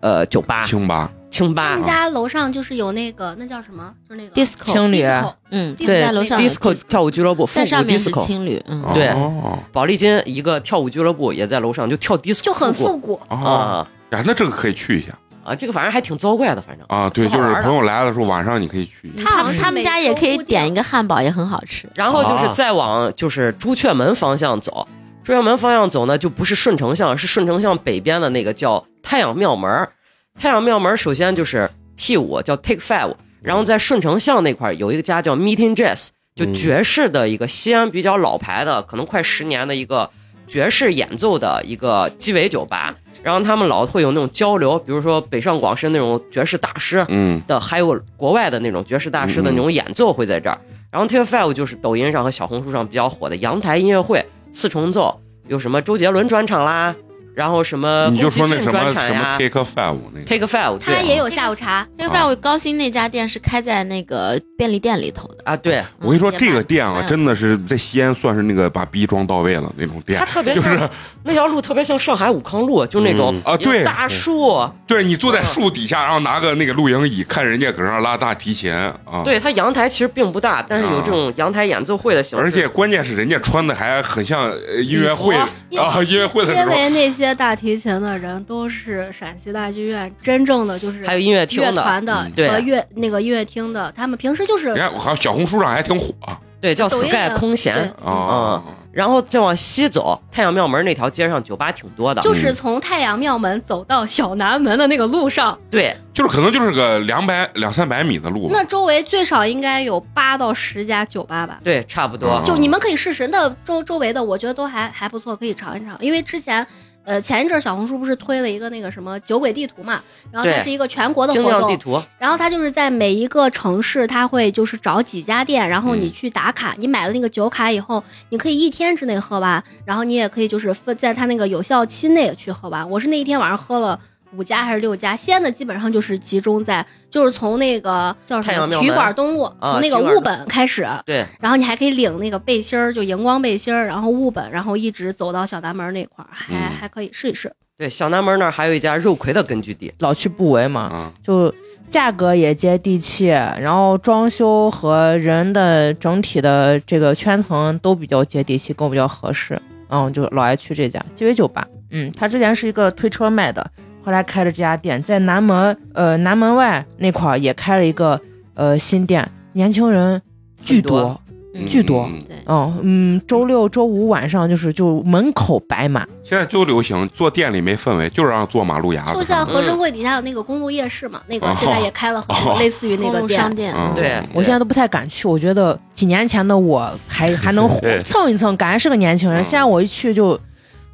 Speaker 3: 呃酒吧
Speaker 1: 清吧啊
Speaker 3: 清吧
Speaker 5: 他们家楼上就是有那个那叫什么，就是那个
Speaker 4: disco，
Speaker 2: 情侣
Speaker 5: disco
Speaker 3: 啊
Speaker 4: 嗯，
Speaker 5: 对
Speaker 4: 在楼上
Speaker 3: disco 跳舞俱乐部，复
Speaker 4: 在
Speaker 3: 古
Speaker 4: 上面是
Speaker 3: disco。
Speaker 4: 青旅，嗯，
Speaker 3: 对
Speaker 1: 哦
Speaker 3: 宝丽金一个跳舞俱乐部也在楼上，就跳 disco
Speaker 5: 就很
Speaker 3: 复
Speaker 5: 复古。
Speaker 1: 哦
Speaker 3: 古啊
Speaker 1: 呀，那这个可以去一下
Speaker 3: 啊，这个反正还挺糟怪的，反正。
Speaker 1: 啊。对，就
Speaker 3: 挺好
Speaker 1: 是
Speaker 3: 玩的
Speaker 1: 朋友来的时候晚上你可以去一下。
Speaker 5: 好
Speaker 4: 他
Speaker 5: 像
Speaker 4: 们
Speaker 5: 是
Speaker 4: 他们家也可以点一
Speaker 5: 个，
Speaker 4: 个汉堡，也很好吃。
Speaker 3: 然后就是
Speaker 6: 啊
Speaker 3: 再往就是朱雀门方向走，朱雀门方向走呢，就不是顺城巷，是顺城巷北边的那个叫太阳庙门儿。太阳庙门儿首先就是 T 五叫 Take Five，然后在顺城巷那块儿有一个家叫 Meeting Jazz，就爵士的一个西安比较老牌的，可能快十年的一个爵士演奏的一个鸡尾酒吧。然后他们老会有那种交流，比如说北上广深那种爵士大师，
Speaker 1: 嗯
Speaker 3: 的，还有国外的那种爵士大师的那种演奏会在这儿。然后 Take Five 就是抖音上和小红书上比较火的阳台音乐会四重奏，有什么周杰伦专场啦，然后什么
Speaker 1: 你就说那
Speaker 3: 宫
Speaker 1: 什
Speaker 3: 崎骏
Speaker 1: 么
Speaker 3: 专场
Speaker 1: 什么
Speaker 3: 呀
Speaker 1: Take a Five 那个
Speaker 3: Take Five
Speaker 5: 他
Speaker 3: 对
Speaker 5: 也有下午茶，
Speaker 4: 因为范围高新那家店是开在那个便利店里头的。
Speaker 3: 啊对，
Speaker 1: 我跟你说，
Speaker 4: 嗯
Speaker 1: 这个店啊，
Speaker 4: 嗯
Speaker 1: 真的是在西安算是那个把逼装到位了那种店
Speaker 3: 它。特别
Speaker 1: 就
Speaker 3: 像、
Speaker 1: 是
Speaker 3: 那条路特别像上海武康路，就那种、
Speaker 1: 嗯啊对
Speaker 3: 大树，
Speaker 1: 对你坐在树底下，然后拿个那个露营椅，看人家搁那儿拉大提琴啊。，
Speaker 3: 对它阳台其实并不大，但是有这种阳台演奏会的形式，
Speaker 1: 而且关键是人家穿的还很像呃音乐会啊
Speaker 5: 礼服啊，
Speaker 1: 音乐会的那
Speaker 5: 因
Speaker 1: 种。
Speaker 5: 为那些大提琴的人都是陕西大剧院真正的就是
Speaker 3: 还有音乐厅
Speaker 5: 乐
Speaker 3: 的，
Speaker 5: 团的
Speaker 1: 嗯
Speaker 3: 对啊
Speaker 5: 和乐那个乐厅的，他们平时就是
Speaker 1: 人家好像小红书上还挺火
Speaker 3: 对叫
Speaker 5: 抖音
Speaker 3: Sky
Speaker 5: 的
Speaker 3: 空闲嗯
Speaker 5: 对，
Speaker 1: 啊。
Speaker 3: 然后再往西走，太阳庙门那条街上酒吧挺多的，
Speaker 5: 就是从太阳庙门走到小南门的那个路上，
Speaker 3: 对，
Speaker 1: 就是可能就是个两百两三百米的路吧
Speaker 5: 那。周围最少应该有八到十家酒吧吧。
Speaker 3: 对，差不多。
Speaker 1: 啊
Speaker 5: 就你们可以试试，那周周围的我觉得都还还不错，可以尝一尝。因为之前，呃，前一阵儿小红书不是推了一个那个什么酒鬼地图嘛，然后它
Speaker 3: 对
Speaker 5: 是一个全国的
Speaker 3: 精
Speaker 5: 活
Speaker 3: 酿地
Speaker 5: 动，
Speaker 3: 图，
Speaker 5: 然后它就是在每一个城市，它会就是找几家店，然后你
Speaker 1: 嗯
Speaker 5: 去打卡，你买了那个酒卡以后，你可以一天之内喝完，然后你也可以就是分在它那个有效期内去喝完。我是那一天晚上喝了。五家还是六家？西安的基本上就是集中在，就是从那个叫
Speaker 3: 太
Speaker 5: 什
Speaker 3: 阳
Speaker 5: 么
Speaker 3: 庙
Speaker 5: 体育
Speaker 3: 门
Speaker 5: 馆东路，从那
Speaker 3: 体
Speaker 5: 个
Speaker 3: 育馆
Speaker 5: 务
Speaker 3: 东
Speaker 5: 本开始，
Speaker 3: 对，
Speaker 5: 然后你还可以领那个背心儿，就荧光背心儿，然后雾本，然后一直走到小南门那块儿，还、
Speaker 1: 嗯
Speaker 5: 还可以试一试。
Speaker 3: 对，小南门那儿还有一家肉葵的根据地，
Speaker 2: 老去不为嘛，
Speaker 1: 啊，
Speaker 2: 嗯就价格也接地气，然后装修和人的整体的这个圈层都比较接地气，跟我比较合适。嗯，就老爱去这家鸡尾酒吧。嗯，他之前是一个推车卖的，后来开了这家店，在南门呃南门外那块儿也开了一个呃新店，年轻人巨
Speaker 3: 很多
Speaker 1: 嗯
Speaker 2: 巨多。
Speaker 1: 嗯
Speaker 4: 对，
Speaker 2: 嗯嗯，周六周五晚上就是就门口摆满，
Speaker 1: 现在就流行坐店里没氛围，就是让坐马路牙子
Speaker 5: 就
Speaker 1: 上
Speaker 5: 像
Speaker 1: 的。
Speaker 5: 和生汇底下有那个公路夜市嘛，那个
Speaker 1: 哦
Speaker 5: 现在也开了很
Speaker 1: 哦
Speaker 5: 多类似于那
Speaker 4: 公
Speaker 5: 个
Speaker 4: 路
Speaker 5: 店
Speaker 4: 商，店，
Speaker 1: 嗯
Speaker 3: 对，
Speaker 2: 我现在都不太敢去，我觉得几年前的我
Speaker 1: *laughs*
Speaker 2: 还还能
Speaker 1: 对
Speaker 2: 蹭一蹭，感觉是个年轻人，
Speaker 1: 嗯
Speaker 2: 现在我一去就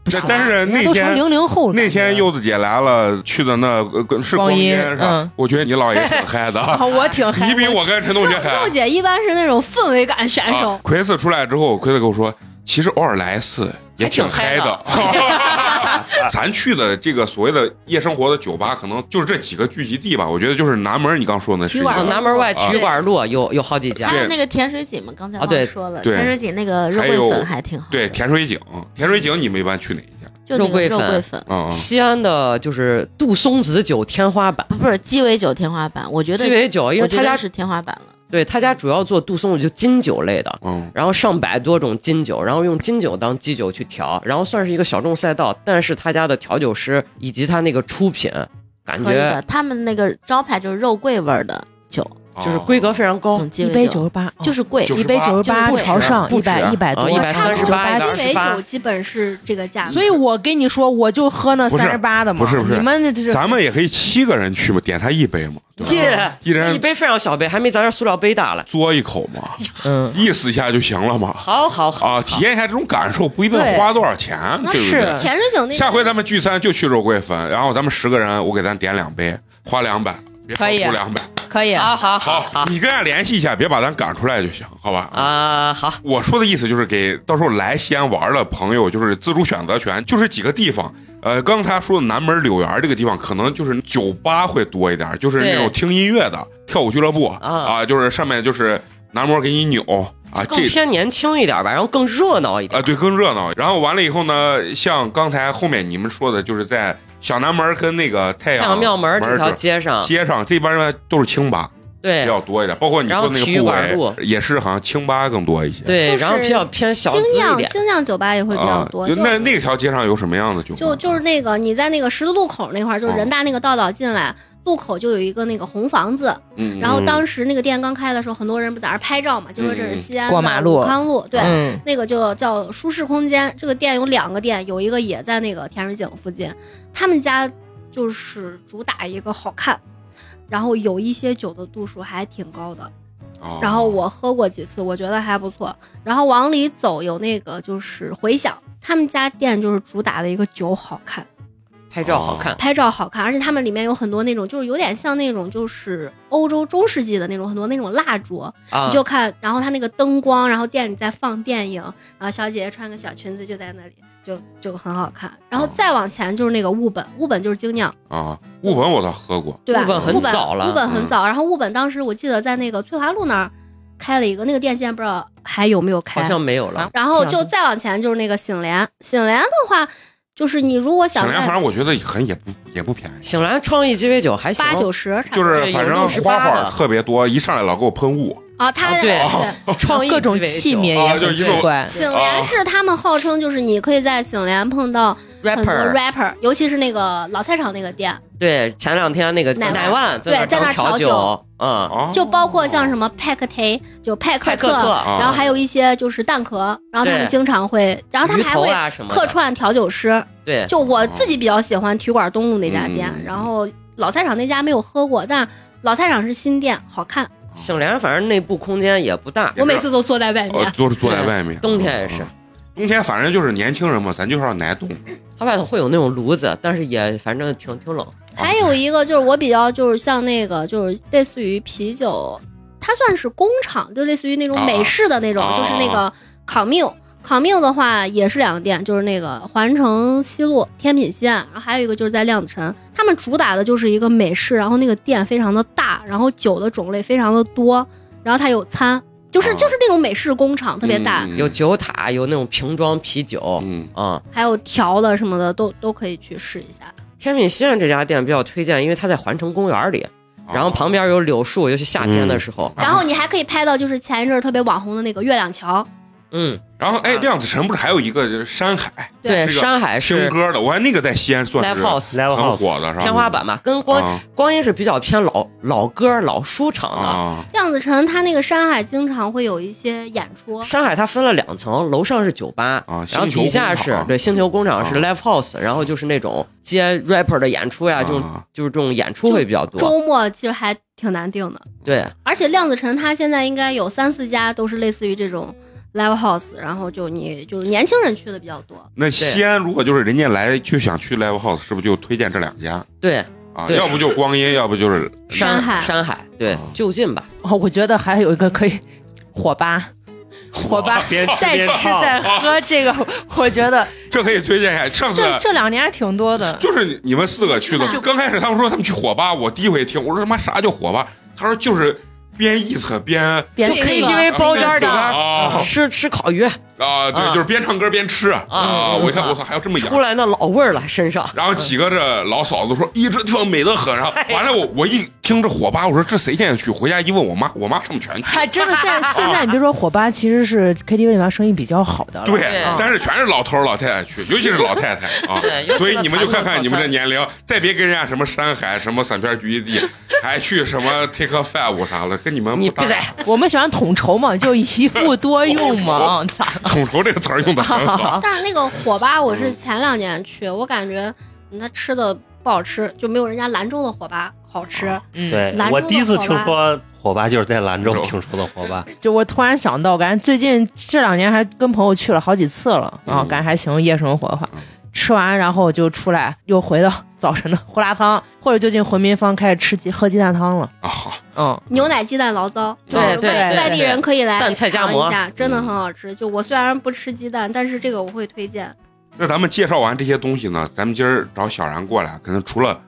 Speaker 2: 不行
Speaker 1: 但
Speaker 2: 了，
Speaker 1: 但是那
Speaker 2: 都成
Speaker 1: 天
Speaker 2: 零零后了。
Speaker 1: 那天柚子姐来了，去的那呃跟是
Speaker 2: 光
Speaker 1: 光阴
Speaker 2: 阴
Speaker 1: 是吧
Speaker 2: 嗯？
Speaker 1: 我觉得你姥爷挺嗨的，
Speaker 2: 啊，我挺
Speaker 3: *laughs*
Speaker 2: 嗨
Speaker 1: 你比我跟陈同学嗨
Speaker 7: 豆。姐一般是那种氛围感选手
Speaker 1: 啊，，葵子出来之后，葵子跟我说，其实偶尔来一次也挺嗨的。 *laughs* 咱去的这个所谓的夜生活的酒吧，可能就是这几个聚集地吧。我觉得就是南门，你刚说的那是一
Speaker 4: 体育
Speaker 3: 往
Speaker 4: 馆
Speaker 1: 个，
Speaker 3: 南门外体育馆路有有好几
Speaker 4: 还
Speaker 3: 家，
Speaker 4: 有那个甜水井嘛，刚才
Speaker 3: 啊
Speaker 4: 忘
Speaker 3: 对
Speaker 4: 说了，
Speaker 1: 对
Speaker 4: 甜水井那个肉
Speaker 1: 还有
Speaker 4: 桂粉还挺好，
Speaker 1: 对，，甜水井，甜水井你们一般去哪一家？
Speaker 4: 就那
Speaker 3: 肉桂
Speaker 4: 个肉
Speaker 3: 粉
Speaker 4: 桂粉，
Speaker 1: 啊、嗯，
Speaker 3: 西安的就是杜松子酒天花板，
Speaker 4: 不是鸡尾酒天花板，我觉得
Speaker 3: 鸡尾酒，因为
Speaker 4: 我觉
Speaker 3: 他
Speaker 4: 得
Speaker 3: 家
Speaker 4: 是天花板了，
Speaker 3: 对他家主要做杜松子就金酒类的，
Speaker 1: 嗯，
Speaker 3: 然后上百多种金酒，然后用金酒当基酒去调，然后算是一个小众赛道，但是他家的调酒师以及他那个出品，感
Speaker 4: 可以的
Speaker 3: 觉。
Speaker 4: 他们那个招牌就是肉桂味儿的酒，
Speaker 3: *laughs* 就是规格非常高，
Speaker 4: 嗯，鸡
Speaker 2: 一
Speaker 4: 尾
Speaker 2: 杯
Speaker 4: 酒
Speaker 2: 九十
Speaker 1: 啊
Speaker 2: 八，
Speaker 4: 就是是贵，
Speaker 1: 哦就
Speaker 2: 一杯九十八
Speaker 4: 不止
Speaker 2: 朝上，
Speaker 1: 不
Speaker 2: 一
Speaker 1: 止
Speaker 2: 百一百多，
Speaker 3: 啊138
Speaker 2: 八
Speaker 3: 138
Speaker 5: 鸡尾
Speaker 3: 128
Speaker 5: 酒基本是这个价格，
Speaker 2: 所以我跟你说，我就喝那
Speaker 1: 不是
Speaker 2: 三十八的嘛，
Speaker 1: 不是不是
Speaker 2: 你们这是
Speaker 1: 哦咱们也可以七个人去嘛，点他一杯嘛，对吧？
Speaker 3: 耶，
Speaker 1: 嗯一人
Speaker 3: 一杯非常小杯，还没咱这塑料杯大了。
Speaker 1: 嘬一口
Speaker 3: *laughs*
Speaker 1: 嘛，
Speaker 2: 嗯，
Speaker 1: 意思一下就行了嘛。
Speaker 3: 好好好，
Speaker 1: 啊，体验一下这种感受，不一定
Speaker 2: 对
Speaker 1: 花多少钱，
Speaker 2: 那
Speaker 1: 对不
Speaker 2: 是
Speaker 1: 对？
Speaker 5: 甜水井那
Speaker 1: 下回
Speaker 5: 边
Speaker 1: 咱们聚餐就去肉桂粉，然后咱们十个人，我给咱点两杯，花两百，别超
Speaker 2: 可以
Speaker 1: 出两百。
Speaker 2: 可以，啊
Speaker 5: 啊
Speaker 3: 好好好
Speaker 1: 好，你跟俺联系一下，别把咱赶出来就行，好吧？。
Speaker 3: 啊，好，
Speaker 1: 我说的意思就是给到时候来西安玩的朋友，就是自主选择权，就是几个地方。呃，刚才说的南门柳园这个地方，可能就是酒吧会多一点，就是那种
Speaker 3: 对
Speaker 1: 听音乐的跳舞俱乐部
Speaker 3: 啊
Speaker 1: 就是上面就是男模给你扭啊，
Speaker 3: 更
Speaker 1: 这
Speaker 3: 偏年轻一点吧，然后更热闹一
Speaker 1: 啊，
Speaker 3: 点。
Speaker 1: 对，更热闹。然后完了以后呢，像刚才后面你们说的，就是在小南门跟那个太
Speaker 3: 太
Speaker 1: 阳
Speaker 3: 阳庙门这条
Speaker 1: 这
Speaker 3: 街上，
Speaker 1: 街上，这边呢都是清吧比
Speaker 3: 对
Speaker 1: 较多一点，包括你
Speaker 3: 然
Speaker 1: 说
Speaker 3: 后
Speaker 1: 那
Speaker 3: 体育
Speaker 1: 个
Speaker 3: 馆
Speaker 1: 部
Speaker 3: 路
Speaker 1: 位也是好像清吧更多一些。
Speaker 3: 对，
Speaker 5: 就是
Speaker 3: 然后比较偏小
Speaker 5: 精
Speaker 3: 资一
Speaker 5: 酿
Speaker 3: 点。
Speaker 5: 精酿酒吧也会比较
Speaker 1: 啊，
Speaker 5: 多，
Speaker 1: 就
Speaker 5: 就
Speaker 1: 那那条街上有什么样的酒吧？
Speaker 5: 就就是那个你在那个十字路口那块儿，就是
Speaker 1: 嗯
Speaker 5: 人大那个道道进来。路口就有一个那个红房子，
Speaker 1: 嗯，
Speaker 5: 然后当时那个店刚开的时候，很多人不在那儿拍照嘛，就说这
Speaker 1: 嗯
Speaker 5: 是西安
Speaker 2: 过
Speaker 5: 的
Speaker 2: 马路
Speaker 5: 武康路，对，
Speaker 2: 嗯，
Speaker 5: 那个就叫舒适空间。这个店有两个店，有一个也在那个甜水井附近。他们家就是主打一个好看，然后有一些酒的度数还挺高的。
Speaker 1: 哦
Speaker 5: 然后我喝过几次，我觉得还不错。然后往里走有那个就是回响，他们家店就是主打的一个酒好看，
Speaker 3: 拍照好看，
Speaker 5: 拍照好看，而且他们里面有很多那种就是有点像那种就是欧洲中世纪的那种很多那种蜡烛，
Speaker 3: 啊，
Speaker 5: 你就看，然后他那个灯光，然后店里在放电影，然后小姐姐穿个小裙子就在那里，就就很好看。然后
Speaker 1: 哦
Speaker 5: 再往前就是那个雾本，雾本就是精酿，
Speaker 1: 啊，雾本我倒喝过，
Speaker 5: 对吧？
Speaker 3: 雾本很
Speaker 5: 雾本
Speaker 3: 早了
Speaker 5: 雾本很
Speaker 1: 嗯
Speaker 5: 早。然后雾本当时我记得在那个翠华路那儿开了一个，那个店现在不知道还有没有开
Speaker 3: 好。像没有了。
Speaker 5: 然后就再往前就是那个醒莲，醒莲的话，就是你如果
Speaker 1: 小
Speaker 5: 想
Speaker 1: 莲反
Speaker 5: 在
Speaker 1: 正我觉得很也不也不便宜，
Speaker 3: 醒来创意鸡尾酒还行，
Speaker 5: 八九十差
Speaker 1: 就
Speaker 5: 不多
Speaker 1: 是反正花花特别多，一上来老给我喷雾，
Speaker 5: 啊，他
Speaker 3: 啊对创意
Speaker 2: 各种
Speaker 3: 鸡尾酒
Speaker 2: 器皿
Speaker 1: 啊
Speaker 2: 也
Speaker 1: 就
Speaker 2: 很
Speaker 1: 一
Speaker 2: 奇
Speaker 1: 种
Speaker 2: 怪，
Speaker 5: 醒莲是他们号称就是你可以在醒莲碰到很多
Speaker 3: rapper
Speaker 5: rapper，尤其是那个老菜场那个店，
Speaker 3: 对，前两天那个
Speaker 5: 奶
Speaker 3: 奶万
Speaker 5: 对
Speaker 3: 在
Speaker 5: 在那
Speaker 3: 儿
Speaker 5: 儿
Speaker 3: 调
Speaker 5: 调
Speaker 3: 酒
Speaker 5: 酒，嗯，
Speaker 1: 啊，
Speaker 5: 就包括像什么派克特，就派
Speaker 3: 哦派
Speaker 5: 克
Speaker 3: 克
Speaker 5: 特，
Speaker 3: 特、哦嗯
Speaker 1: 啊
Speaker 5: 然后还有一些就是蛋壳，然后他
Speaker 3: 对
Speaker 5: 们经常会，然后他
Speaker 3: 鱼
Speaker 5: 们还
Speaker 3: 头
Speaker 5: 会
Speaker 3: 啊什么的
Speaker 5: 客，串调酒师。
Speaker 3: 对，
Speaker 5: 就我自己比较喜欢体育馆东路那家店，
Speaker 1: 嗯
Speaker 5: 然后老菜场那家没有喝过，但老菜场是新店，好看。
Speaker 3: 醒来反正内部空间也不大，
Speaker 7: 我每次都坐在外
Speaker 1: 呃
Speaker 7: 面，
Speaker 1: 都是坐在外面，
Speaker 3: 冬天也是
Speaker 1: 嗯，冬天反正就是年轻人嘛，咱就是要挨冻，
Speaker 3: 它外头会有那种炉子，但是也反正挺挺冷。
Speaker 1: 啊
Speaker 5: 还有一个就是我比较就是像那个就是类似于啤酒，它算是工厂，就类似于那种
Speaker 1: 啊
Speaker 5: 美式的那种，
Speaker 1: 啊
Speaker 5: 就是那个 Commune。Commune 的话也是两个店，就是那个环城西路天品西岸，然后还有一个就是在量子城。他们主打的就是一个美式，然后那个店非常的大，然后酒的种类非常的多，然后它有餐，就是
Speaker 1: 啊
Speaker 5: 就是那种美式工厂特别大，
Speaker 1: 嗯
Speaker 3: 有酒塔，有那种瓶装啤酒，
Speaker 1: 嗯，
Speaker 3: 啊、
Speaker 5: 还有调的什么的都都可以去试一
Speaker 1: 啊
Speaker 5: 下。
Speaker 3: 天品西苑这家店比较推荐，因为它在环城公园里，
Speaker 1: 哦
Speaker 3: 然后旁边有柳树，尤其夏天的时候，
Speaker 5: 然后你还可以拍到就是前一阵儿特别网红的那个月亮桥，
Speaker 3: 嗯，
Speaker 1: 然后哎，亮子晨不是还有一个就是山海
Speaker 3: 对，
Speaker 1: 是个
Speaker 3: 山海
Speaker 1: 听
Speaker 3: 是
Speaker 1: 歌的，我看那个在西安算
Speaker 3: live
Speaker 1: 是
Speaker 3: house
Speaker 1: 很
Speaker 6: Live House
Speaker 1: 火的，是吧？
Speaker 3: 天花板吧，跟光、
Speaker 1: 啊
Speaker 3: 光阴是比较偏老老歌老书场
Speaker 1: 啊，
Speaker 5: 亮子城它那个山海经常会有一些演出
Speaker 3: 的。，山海它分了两层，楼上是酒吧，
Speaker 1: 啊
Speaker 3: 然后
Speaker 1: 星球
Speaker 3: 底下
Speaker 1: 工
Speaker 3: 是
Speaker 1: 厂
Speaker 3: 对星球工厂是
Speaker 1: 啊
Speaker 3: live house，、然后就是那种接 rapper 的演出呀，
Speaker 1: 啊
Speaker 3: 这种就是这种演出会比较多。
Speaker 5: 周末其实还挺难定的。
Speaker 3: 对，
Speaker 5: 而且亮子城它现在应该有三四家都是类似于这种 live house，然后就你就是年轻人去的比较多。
Speaker 1: 那西安如果就是人家来就想去 live house，是不是就推荐这两家
Speaker 3: 对，
Speaker 1: 啊？
Speaker 3: 对
Speaker 1: 要不就光
Speaker 3: *laughs*
Speaker 1: 阴，要不就是
Speaker 5: 山海
Speaker 3: 山海，对
Speaker 1: 啊，
Speaker 3: 就近吧。
Speaker 2: 哦，我觉得还有一个可以火
Speaker 1: *laughs*
Speaker 2: 吧，火吧。
Speaker 6: 边
Speaker 2: 带吃带喝，这个我觉得
Speaker 1: 这可以推荐一下。上次
Speaker 2: 这这两年还挺多的。
Speaker 1: 就是你们四个去的，刚开始他们说他们去火吧，我第一回听，我说他妈啥叫火吧？他说就是边臆测边
Speaker 2: 别
Speaker 3: 就
Speaker 2: 塞了
Speaker 3: KTV 哎包间里边
Speaker 1: 啊
Speaker 3: 吃吃烤鱼，
Speaker 1: 啊，对，
Speaker 3: 啊
Speaker 1: 就是边唱歌边吃啊。我一看，
Speaker 3: 啊
Speaker 1: 我操，还有这么洋
Speaker 3: 出。来那老味儿了，身上
Speaker 1: 然后几个这老嫂子说：“咦，这地方美得
Speaker 3: *laughs*
Speaker 1: 很。”然
Speaker 3: 哎
Speaker 1: 后完了，我我一听这火吧，我说这谁现在去？回家一问我妈，我妈他们全去。
Speaker 2: 还真的现在现在你别说火吧，其实是 KTV 里面生意比较好的了。
Speaker 1: 对
Speaker 3: 对，
Speaker 1: 但是全是老头儿老太太
Speaker 3: *laughs*
Speaker 1: 去，尤其是老太太啊
Speaker 3: 对尤，其
Speaker 1: 所以
Speaker 3: 是
Speaker 1: 你们就看看
Speaker 3: 长
Speaker 1: 你
Speaker 3: 途
Speaker 1: 们这
Speaker 3: 套餐
Speaker 1: 年龄，再别跟人家什么山海、什么散片聚义地，还去什么 Take a Five 啥的，跟你们
Speaker 3: 你
Speaker 1: 不搭
Speaker 3: 闭嘴，
Speaker 2: 我们喜欢统筹嘛，就一物多用
Speaker 3: *laughs*
Speaker 2: 嘛。操！
Speaker 1: *laughs* 统筹这个词儿用的很
Speaker 3: 啊
Speaker 1: 好
Speaker 5: 但是那个火吧，
Speaker 3: 嗯
Speaker 5: 我是前两年去，我感觉嗯它吃的不好吃，就没有人家兰州的火吧好吃。
Speaker 3: 啊
Speaker 2: 嗯，
Speaker 6: 对
Speaker 5: 兰，州
Speaker 6: 我
Speaker 5: 的
Speaker 6: 第一次
Speaker 5: 火
Speaker 6: 听
Speaker 5: 吧
Speaker 6: 说火吧就是在兰州听说的火吧，
Speaker 2: 就我突然想到，感觉最近这两年还跟朋友去了好几次了啊
Speaker 1: 嗯，
Speaker 2: 感觉还行，夜生活的话
Speaker 1: 嗯。
Speaker 2: 吃完，然后就出来，又回到早晨的胡辣汤，或者就进回民坊开始吃鸡喝鸡蛋汤了。
Speaker 1: 啊。
Speaker 2: 嗯，
Speaker 5: 牛奶鸡蛋醪糟，就是
Speaker 3: 对对
Speaker 5: 外
Speaker 2: 对
Speaker 5: 外地
Speaker 3: 对
Speaker 5: 人可以来
Speaker 3: 蛋菜夹
Speaker 5: 尝
Speaker 3: 馍嗯
Speaker 5: 一下，真的很好吃。就我虽然不吃鸡蛋，但是这个我会推荐。
Speaker 1: 那咱们介绍完这些东西呢，咱们今儿找小然过来，可能除了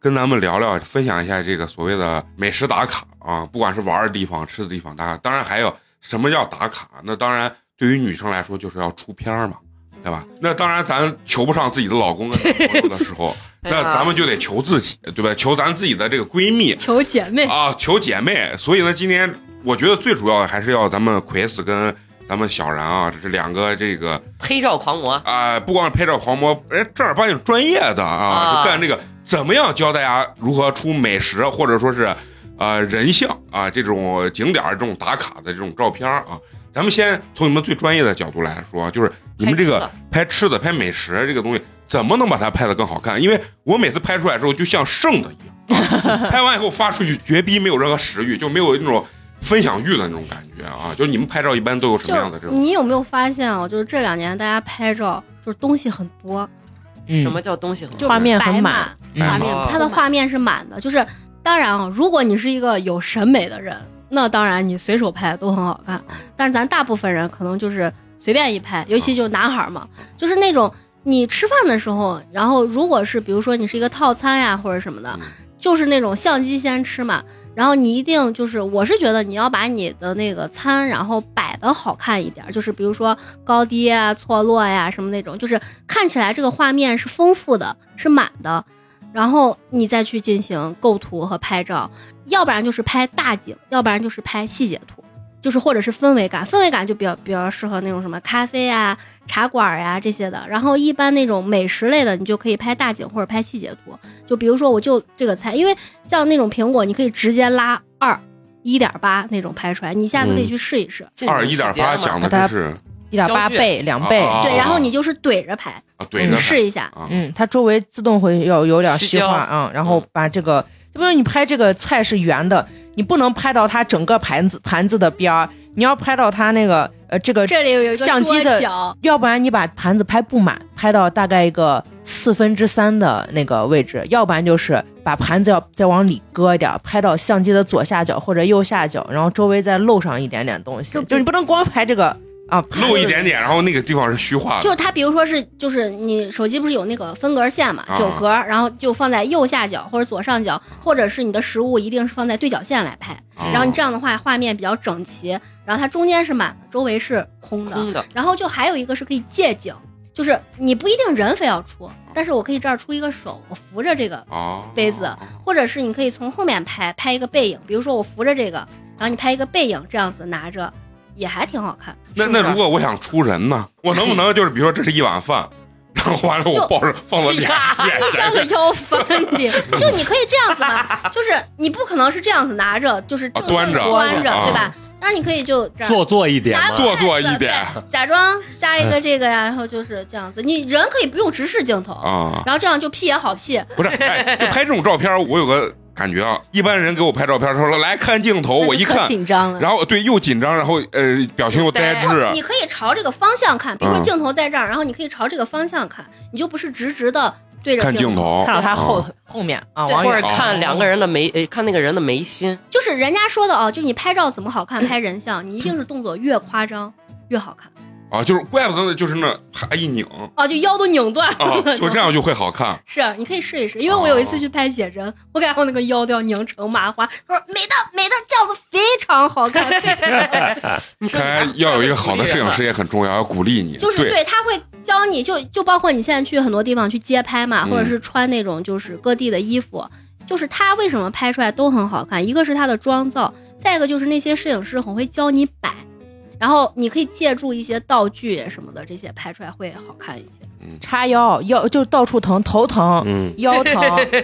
Speaker 1: 跟咱们聊聊、分享一下这个所谓的美食打卡啊，不管是玩儿的地方、吃的地方打卡，当然还有什么叫打卡？那当然对于女生来说就是要出片儿嘛，对吧？那当然咱求不上自己的老公跟女朋友的时候，那咱们就得求自己，对吧？求咱自己的这个闺蜜
Speaker 7: 求姐妹，
Speaker 1: 啊，求姐妹。所以呢，今天我觉得最主要的还是要咱们奎斯跟咱们小然啊，这两个这个
Speaker 3: 黑照狂魔，
Speaker 1: 啊、不光是拍照狂魔，人正儿八经专业的啊，
Speaker 3: 啊
Speaker 1: 就干这个，怎么样教大家如何出美食，或者说是呃人像啊这种景点儿这种打卡的这种照片儿啊。咱们先从你们最专业的角度来说，就是你们这个拍吃的、拍美食这个东西，怎么能把它拍得更好看？因为我每次拍出来之后，就像剩的一样，
Speaker 3: *laughs*
Speaker 1: 啊拍完以后发出去，绝逼没有任何食欲，就没有那种分享欲的那种感觉啊。就是你们拍照一般都有什
Speaker 5: 就
Speaker 1: 么样的这
Speaker 5: 是
Speaker 1: 种？
Speaker 5: 你有没有发现啊？就是这两年大家拍照，就是东西很多，
Speaker 2: 嗯
Speaker 3: 什么叫东西很好？
Speaker 2: 画面
Speaker 5: 摆
Speaker 2: 很满，
Speaker 5: 满，
Speaker 1: 白
Speaker 5: 画
Speaker 1: 马
Speaker 5: 面
Speaker 3: 哦
Speaker 5: 它的画面是满的。就是当然啊，如果你是一个有审美的人，那当然你随手拍都很好
Speaker 1: 啊
Speaker 5: 看。但是咱大部分人可能就是随便一拍，尤其就是男孩嘛，就是那种你吃饭的时候，然后如果是比如说你是一个套餐呀或者什么的
Speaker 1: 嗯，
Speaker 5: 就是那种相机先吃嘛。然后你一定就是，我是觉得你要把你的那个餐，然后摆的好看一点儿，就是比如说高低啊、错落呀、什么那种，就是看起来这个画面是丰富的，是满的，然后你再去进行构图和拍照，要不然就是拍大景，要不然就是拍细节图，就是或者是氛围感，氛围感就比较比较适合那种什么咖啡啊、茶馆呀、这些的。然后一般那种美食类的，你就可以拍大景或者拍细节图，就比如说我就这个菜，因为像那种苹果，你可以直接拉二。一点八那种拍出来，你下次可以去试一试。
Speaker 3: 近
Speaker 1: 二
Speaker 3: 景
Speaker 1: 一点
Speaker 3: 细节
Speaker 1: 八
Speaker 3: 嘛
Speaker 1: 讲的
Speaker 2: 把它
Speaker 1: 就是
Speaker 2: 一点八
Speaker 3: 焦距
Speaker 2: 倍、两倍，
Speaker 3: 哦
Speaker 1: 啊
Speaker 5: 对，然后你就是怼着拍，
Speaker 1: 啊，对
Speaker 5: 你
Speaker 1: 着
Speaker 5: 试一下。
Speaker 1: 啊，
Speaker 2: 嗯，它周围自动会有有点虚化
Speaker 3: 虚焦
Speaker 2: 啊、然后把这个，就比如你拍这个菜是圆的，你不能拍到它整个盘子盘子的边儿，你要拍到它那个呃这个，
Speaker 7: 这里有一个
Speaker 2: 相机的
Speaker 7: 桌角，
Speaker 2: 要不然你把盘子拍不满，拍到大概一个四分之三的那个位置，要不然就是把盘子要再往里搁一点，拍到相机的左下角或者右下角，然后周围再露上一点点东西，
Speaker 5: 就
Speaker 2: 就是你不能光拍这个啊，
Speaker 1: 露一点点，然后那个地方是虚化的
Speaker 5: 就它，比如说是，就是你手机不是有那个分格线嘛，
Speaker 1: 啊
Speaker 5: 九格，然后就放在右下角或者左上角，或者是你的实物一定是放在对角线来拍，
Speaker 1: 啊
Speaker 5: 然后你这样的话画面比较整齐，然后它中间是满的，周围是空的，
Speaker 3: 空的，
Speaker 5: 然后就还有一个是可以借景，就是你不一定人非要出，但是我可以这儿出一个手，我扶着这个，
Speaker 1: 啊
Speaker 5: 杯子或者是你可以从后面拍拍一个背影，比如说我扶着这个，然后你拍一个背影这样子拿着，也还挺好看。
Speaker 1: 那
Speaker 3: 是不
Speaker 1: 那
Speaker 3: 是
Speaker 1: 如果我想出人呢，我能不能就是比如说这是一碗饭，然后完了我
Speaker 5: 就
Speaker 1: 抱着放到脸脸
Speaker 7: 像
Speaker 1: 前
Speaker 7: 个要饭
Speaker 1: *laughs*
Speaker 7: 的，
Speaker 5: 就你可以这样子嘛，就是你不可能是这样子拿着，就是正
Speaker 1: 啊端着
Speaker 5: 端着
Speaker 1: 啊
Speaker 5: 对吧？那你可以就这样
Speaker 6: 做作一点
Speaker 5: 拿
Speaker 6: 嘛，
Speaker 1: 做作一点
Speaker 5: 对，假装加一个这个呀，然后就是这样子。你人可以不用直视镜头，
Speaker 1: 啊，
Speaker 5: 然后这样就 P 也好 P，
Speaker 1: 不是，哎，就拍这种照片，我有个感觉啊，一般人给我拍照片，他说来看镜头，
Speaker 4: 那就
Speaker 1: 哦我一
Speaker 4: 可
Speaker 1: 看，
Speaker 4: 紧张了，
Speaker 1: 然后对又紧张，然后呃表情又呆滞，
Speaker 5: 你可以朝这个方向看，比如说
Speaker 1: 嗯
Speaker 5: 镜头在这儿，然后你可以朝这个方向看，你就不是直直的对着
Speaker 1: 看
Speaker 5: 镜
Speaker 1: 镜头
Speaker 2: 看到他
Speaker 1: 哦
Speaker 2: 后后面啊，
Speaker 5: 对
Speaker 2: 王
Speaker 3: 或
Speaker 2: 源
Speaker 3: 者看两个人的眉，诶看那个人的眉心，
Speaker 5: 就是人家说的啊，就是你拍照怎么好看，拍人像，你一定是动作越夸张越好看
Speaker 1: 啊，就是怪不得就是那啪一拧
Speaker 5: 啊，就腰都拧断
Speaker 1: 啊
Speaker 5: *laughs* 了，那，
Speaker 1: 就
Speaker 5: 种
Speaker 1: 这样就会好看。
Speaker 5: 是，啊你可以试一试，因为我有一
Speaker 4: 哦
Speaker 5: 次去拍写真，我感觉我那个腰都要拧成麻花。他说美的美的，这样子非常好
Speaker 4: *laughs*
Speaker 5: 看， *laughs* 非常好看
Speaker 1: 看来要有一个好的摄影师也很重要，要鼓励你。
Speaker 5: 就是
Speaker 1: 对，
Speaker 5: 对他会教你就就包括你现在去很多地方去街拍嘛，
Speaker 4: 嗯
Speaker 5: 或者是穿那种就是各地的衣服，就是他为什么拍出来都很好看，一个是他的妆造，再一个就是那些摄影师很会教你摆。然后你可以借助一些道具什么的，这些拍出来会好看一些。
Speaker 2: 叉腰腰就到处疼，头疼，
Speaker 6: 嗯，
Speaker 2: 腰疼，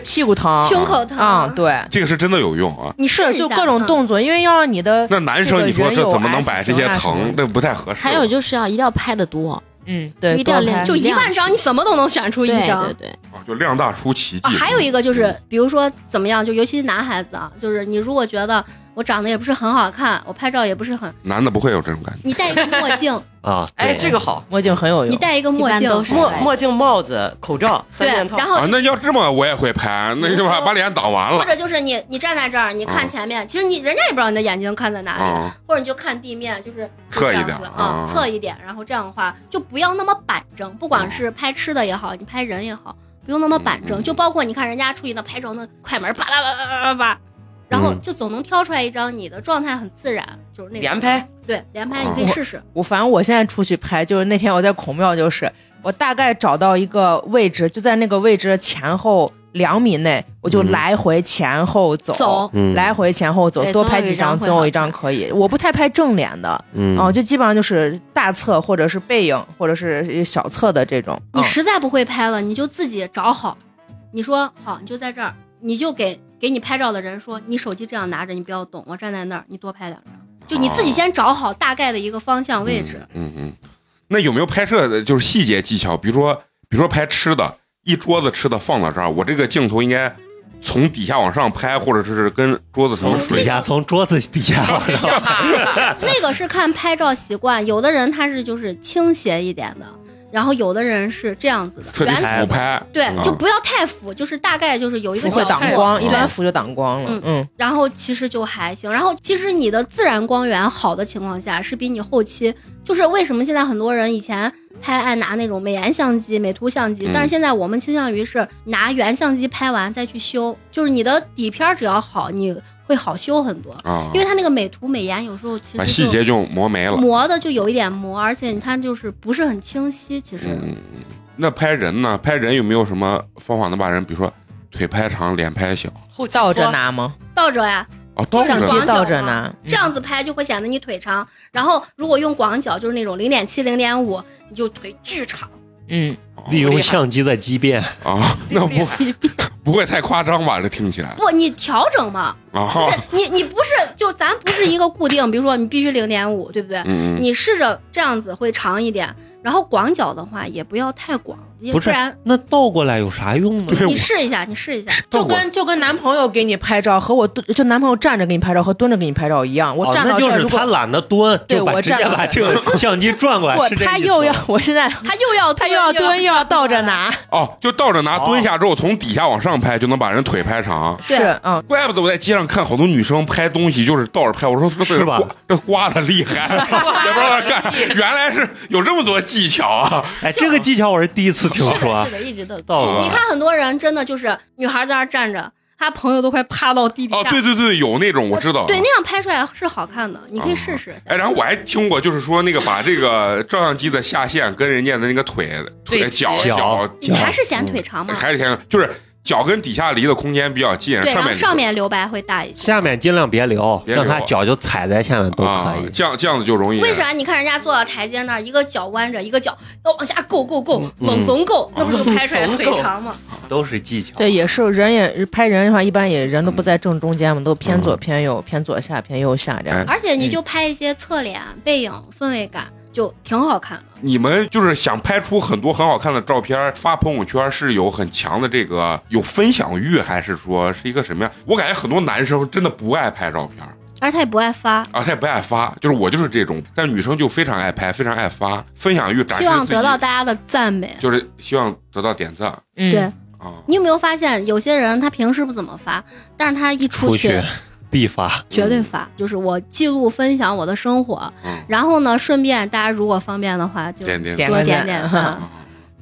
Speaker 2: 屁股
Speaker 4: 哦
Speaker 2: 疼，
Speaker 5: 胸口疼，
Speaker 2: 啊，对，
Speaker 1: 这个是真的有用啊。
Speaker 5: 你试
Speaker 2: 是
Speaker 5: 一
Speaker 2: 就
Speaker 5: 下
Speaker 2: 各种
Speaker 5: 嗯
Speaker 2: 动作，因为要让你的
Speaker 1: 那男生你说这怎么能摆这些疼？那不太合适。
Speaker 4: 还有就是要一定要拍的多，
Speaker 2: 嗯对，
Speaker 4: 就一定要
Speaker 2: 多拍
Speaker 4: 练
Speaker 5: 就一万张，你怎么都能选出一
Speaker 4: 对
Speaker 5: 张。
Speaker 4: 对对，
Speaker 1: 啊就量大出奇迹。嗯
Speaker 5: 啊，还有一个就是，比如说怎么样，就尤其是男孩子啊，就是你如果觉得我长得也不是很好看，我拍照也不是很，
Speaker 1: 男的不会有这种感觉。
Speaker 5: 你戴一个墨镜，
Speaker 6: 啊，对
Speaker 3: 哎，这个好，
Speaker 2: 墨镜很有
Speaker 5: 你
Speaker 2: 用，
Speaker 5: 戴一个墨
Speaker 4: 一般
Speaker 5: 镜，
Speaker 4: 都是
Speaker 3: 墨
Speaker 4: 白的
Speaker 3: 墨镜、帽子、口罩三
Speaker 5: 对
Speaker 3: 件，套
Speaker 5: 然，后
Speaker 1: 啊，那要这么我也会拍，那就把把脸挡完
Speaker 5: 或
Speaker 1: 了
Speaker 5: 者就是你你站在这儿，你看前面，其实你人家也不知道你的眼睛看在哪里，
Speaker 1: 啊
Speaker 5: 或者你就看地面，就是就
Speaker 1: 侧
Speaker 5: 这
Speaker 1: 一
Speaker 5: 样
Speaker 1: 点
Speaker 5: 子
Speaker 1: 啊
Speaker 5: 啊，侧一点，然后这样的话就不要那么板正，不管是拍吃的也好，你拍人也好，不用那么板
Speaker 1: 嗯
Speaker 5: 正，就包括你看人家出去那拍照那快门叭叭叭叭叭叭叭。然后
Speaker 6: 嗯
Speaker 5: 就总能挑出来一张你的状态很自然，就是那个
Speaker 3: 连拍，
Speaker 5: 对，连
Speaker 1: 嗯
Speaker 5: 拍你可以试试。
Speaker 2: 我反正我现在出去拍，就是那天我在孔庙，就是我大概找到一个位置，就在那个位置的前后两米内，我就
Speaker 6: 嗯
Speaker 2: 来回前后走，
Speaker 5: 走，
Speaker 6: 嗯，
Speaker 2: 来回前后走，
Speaker 4: 对
Speaker 2: 多拍几张，
Speaker 4: 总
Speaker 2: 总
Speaker 4: 有
Speaker 2: 有
Speaker 4: 一
Speaker 2: 一
Speaker 4: 张
Speaker 2: 张可以。我不太拍正脸的，
Speaker 6: 嗯，
Speaker 2: 哦，就基本上就是大侧或者是背影或者是小侧的这种。
Speaker 5: 你
Speaker 2: 嗯
Speaker 5: 实在不会拍了，你就自己找好。你说好，你就在这儿，你就给给你拍照的人说，你手机这样拿着，你不要动，我站在那儿，你多拍两张。就你自
Speaker 1: 哦
Speaker 5: 己先找好大概的一个方向位置。。
Speaker 1: 嗯嗯嗯，那有没有拍摄的就是细节技巧？比如说，比如说拍吃的，一桌子吃的放到这儿，我这个镜头应该从底下往上拍，或者是跟桌子什么
Speaker 6: 从
Speaker 1: 水
Speaker 6: 底下，从桌子底下 *laughs* 往上，
Speaker 5: 那个是看拍照习惯，有的人他是就是倾斜一点的，然后有的人是这样子的，
Speaker 1: 彻底
Speaker 5: 原
Speaker 1: 俯拍。
Speaker 5: 对
Speaker 1: 嗯，
Speaker 5: 就不要太俯，就是大概就是有一个
Speaker 2: 浮
Speaker 5: 角
Speaker 2: 会
Speaker 5: 度
Speaker 2: 挡
Speaker 3: 太
Speaker 2: 光，一
Speaker 1: 嗯
Speaker 2: 般浮就挡光了
Speaker 5: 嗯。
Speaker 2: 嗯，
Speaker 5: 然后其实就还行。然后其实你的自然光源好的情况下，是比你后期就是为什么现在很多人以前拍爱拿那种美颜相机、美图相机
Speaker 1: 嗯，
Speaker 5: 但是现在我们倾向于是拿原相机拍完再去修，就是你的底片儿只要好，你会好修很多。
Speaker 1: 啊，
Speaker 5: 因为它那个美图美颜有时候其
Speaker 1: 把细
Speaker 5: 实就
Speaker 1: 节就磨没了。
Speaker 5: 磨的就有一点磨，而且它就是不是很清晰。其实、
Speaker 1: 嗯，那拍人呢？拍人有没有什么方法能把人，比如说腿拍长，脸拍小
Speaker 3: 后期
Speaker 2: 倒着
Speaker 3: 搓，
Speaker 2: 拿吗？
Speaker 5: 倒着呀，
Speaker 1: 啊？倒
Speaker 5: 想
Speaker 1: 着
Speaker 2: 相
Speaker 5: 是
Speaker 2: 机
Speaker 5: 光
Speaker 2: 倒
Speaker 5: 脚
Speaker 2: 着
Speaker 5: 吗
Speaker 2: 拿，嗯
Speaker 5: 这样子拍就会显得你腿长。然后如果用广角，就是那种零点七、零点五，你就腿巨长。
Speaker 2: 嗯，
Speaker 6: 利用相机的畸变，
Speaker 5: *laughs*
Speaker 1: 啊，那不 *laughs* 不会太夸张吧？这听起来
Speaker 5: 不，你调整嘛，
Speaker 1: 啊，
Speaker 5: 不是你你不是就咱不是一个固定，比如说你必须零点五，对不对？
Speaker 1: 嗯嗯
Speaker 5: 你试着这样子会长一点，然后广角的话也不要太广，也
Speaker 6: 不
Speaker 5: 不
Speaker 6: 是
Speaker 5: 然
Speaker 6: 那倒过来有啥用呢？
Speaker 1: 对
Speaker 5: 你试一下，你试一下。
Speaker 2: 就跟就跟男朋友给你拍照和我蹲，就男朋友站着给你拍照和蹲着给你拍照一样，我
Speaker 6: *laughs* 哦，
Speaker 2: 站
Speaker 6: 那
Speaker 2: 到这
Speaker 6: 就
Speaker 2: 儿
Speaker 6: 是
Speaker 2: 如果
Speaker 6: 他懒得蹲，
Speaker 2: 对
Speaker 6: 就把
Speaker 2: 我
Speaker 6: 直接
Speaker 2: 站
Speaker 6: 把这个相机转过
Speaker 2: 我
Speaker 6: 来，是这
Speaker 2: 他
Speaker 6: 意思
Speaker 2: 又要
Speaker 6: 吗
Speaker 2: 我现在
Speaker 7: 他又要
Speaker 2: 他又要蹲又要倒着 *laughs* 拿，
Speaker 1: 哦，就倒着拿，
Speaker 6: 哦
Speaker 1: 蹲下之后从底下往上拍，就能把人腿拍
Speaker 5: 哦
Speaker 1: 长。
Speaker 2: 是嗯，
Speaker 1: 怪不得我在街上看好多女生拍东西，就是倒着拍。我说这
Speaker 6: 是吧
Speaker 1: 刮这刮的厉害，
Speaker 5: *laughs*
Speaker 1: 也不知道在干啥。原来是有这么多技巧啊！
Speaker 6: 哎，这个技巧我是第一次听说啊
Speaker 4: 是，的，一直都
Speaker 6: 倒
Speaker 5: 你
Speaker 6: 着
Speaker 5: 看很多人真的就是女孩在那儿站着，
Speaker 7: 他朋友都快趴到地底
Speaker 1: 哦，
Speaker 7: 下。
Speaker 1: 对对对，有那种我知道。
Speaker 5: 对，那样拍出来是好看的，你可以试试。
Speaker 1: 哦哎，然后我还听过，就是说那个把这个照相机的下限跟人家的那个腿腿
Speaker 3: 对
Speaker 1: 脚
Speaker 6: 脚
Speaker 1: 脚
Speaker 5: 你还
Speaker 6: 嗯
Speaker 5: 是显腿长嘛？
Speaker 1: 还是天，就是脚跟底下离的空间比较近，
Speaker 5: 对，然后
Speaker 1: 面
Speaker 5: 上面留白会大一些。
Speaker 6: 下面尽量别留，
Speaker 1: 别
Speaker 6: 让他
Speaker 1: 留
Speaker 6: 脚就踩在下面都
Speaker 1: 啊
Speaker 6: 可以，。
Speaker 1: 这样这样子就容易。
Speaker 5: 为啥？你看人家坐到台阶那儿，一个脚弯着，一个脚要往下够够够，
Speaker 6: 嗯
Speaker 5: 冷怂够，那不是拍出来腿长吗？
Speaker 6: 都是技巧。
Speaker 2: 对，也是人也拍人的话，一般也人都不在正中间嘛，都偏左偏右，偏左下偏右下这样。
Speaker 1: 哎
Speaker 5: 而
Speaker 6: 嗯
Speaker 5: 且你就拍一些侧脸、背影、氛围感，就挺好看的。
Speaker 1: 你们就是想拍出很多很好看的照片，发朋友圈是有很强的这个有分享欲，还是说是一个什么样？我感觉很多男生真的不爱拍照片
Speaker 5: 而且他也不爱发，
Speaker 1: 啊，他也不爱发，就是我就是这种，但女生就非常爱拍，非常爱发，分享欲展示
Speaker 5: 希望
Speaker 1: 自己
Speaker 5: 得到大家的赞美。
Speaker 1: 就是希望得到点赞
Speaker 2: 嗯，
Speaker 5: 对
Speaker 1: 啊。
Speaker 5: 你有没有发现，有些人他平时不怎么发，但是他一
Speaker 6: 出
Speaker 5: 出
Speaker 6: 去必发，
Speaker 5: 绝对发，就是我记录分享我的生活，
Speaker 1: 嗯
Speaker 5: 然后呢，顺便大家如果方便的话，就
Speaker 1: 点点
Speaker 2: 点
Speaker 5: 多
Speaker 2: 个
Speaker 5: 点
Speaker 2: 赞
Speaker 5: 点
Speaker 1: 啊
Speaker 5: 赞。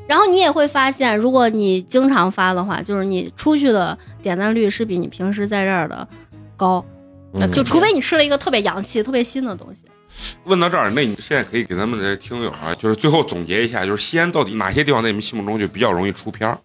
Speaker 5: 然后你也会发现，如果你经常发的话，就是你出去的点赞率是比你平时在这儿的高，
Speaker 2: 那
Speaker 5: 就
Speaker 6: 嗯
Speaker 2: 就
Speaker 5: 除
Speaker 2: 除非
Speaker 5: 非你吃了一个特别洋气、特别新的东西。
Speaker 1: 问到这儿，那你现在可以给咱们的听友啊，就是最后总结一下，就是西安到底哪些地方在你们心目中就比较容易出片儿？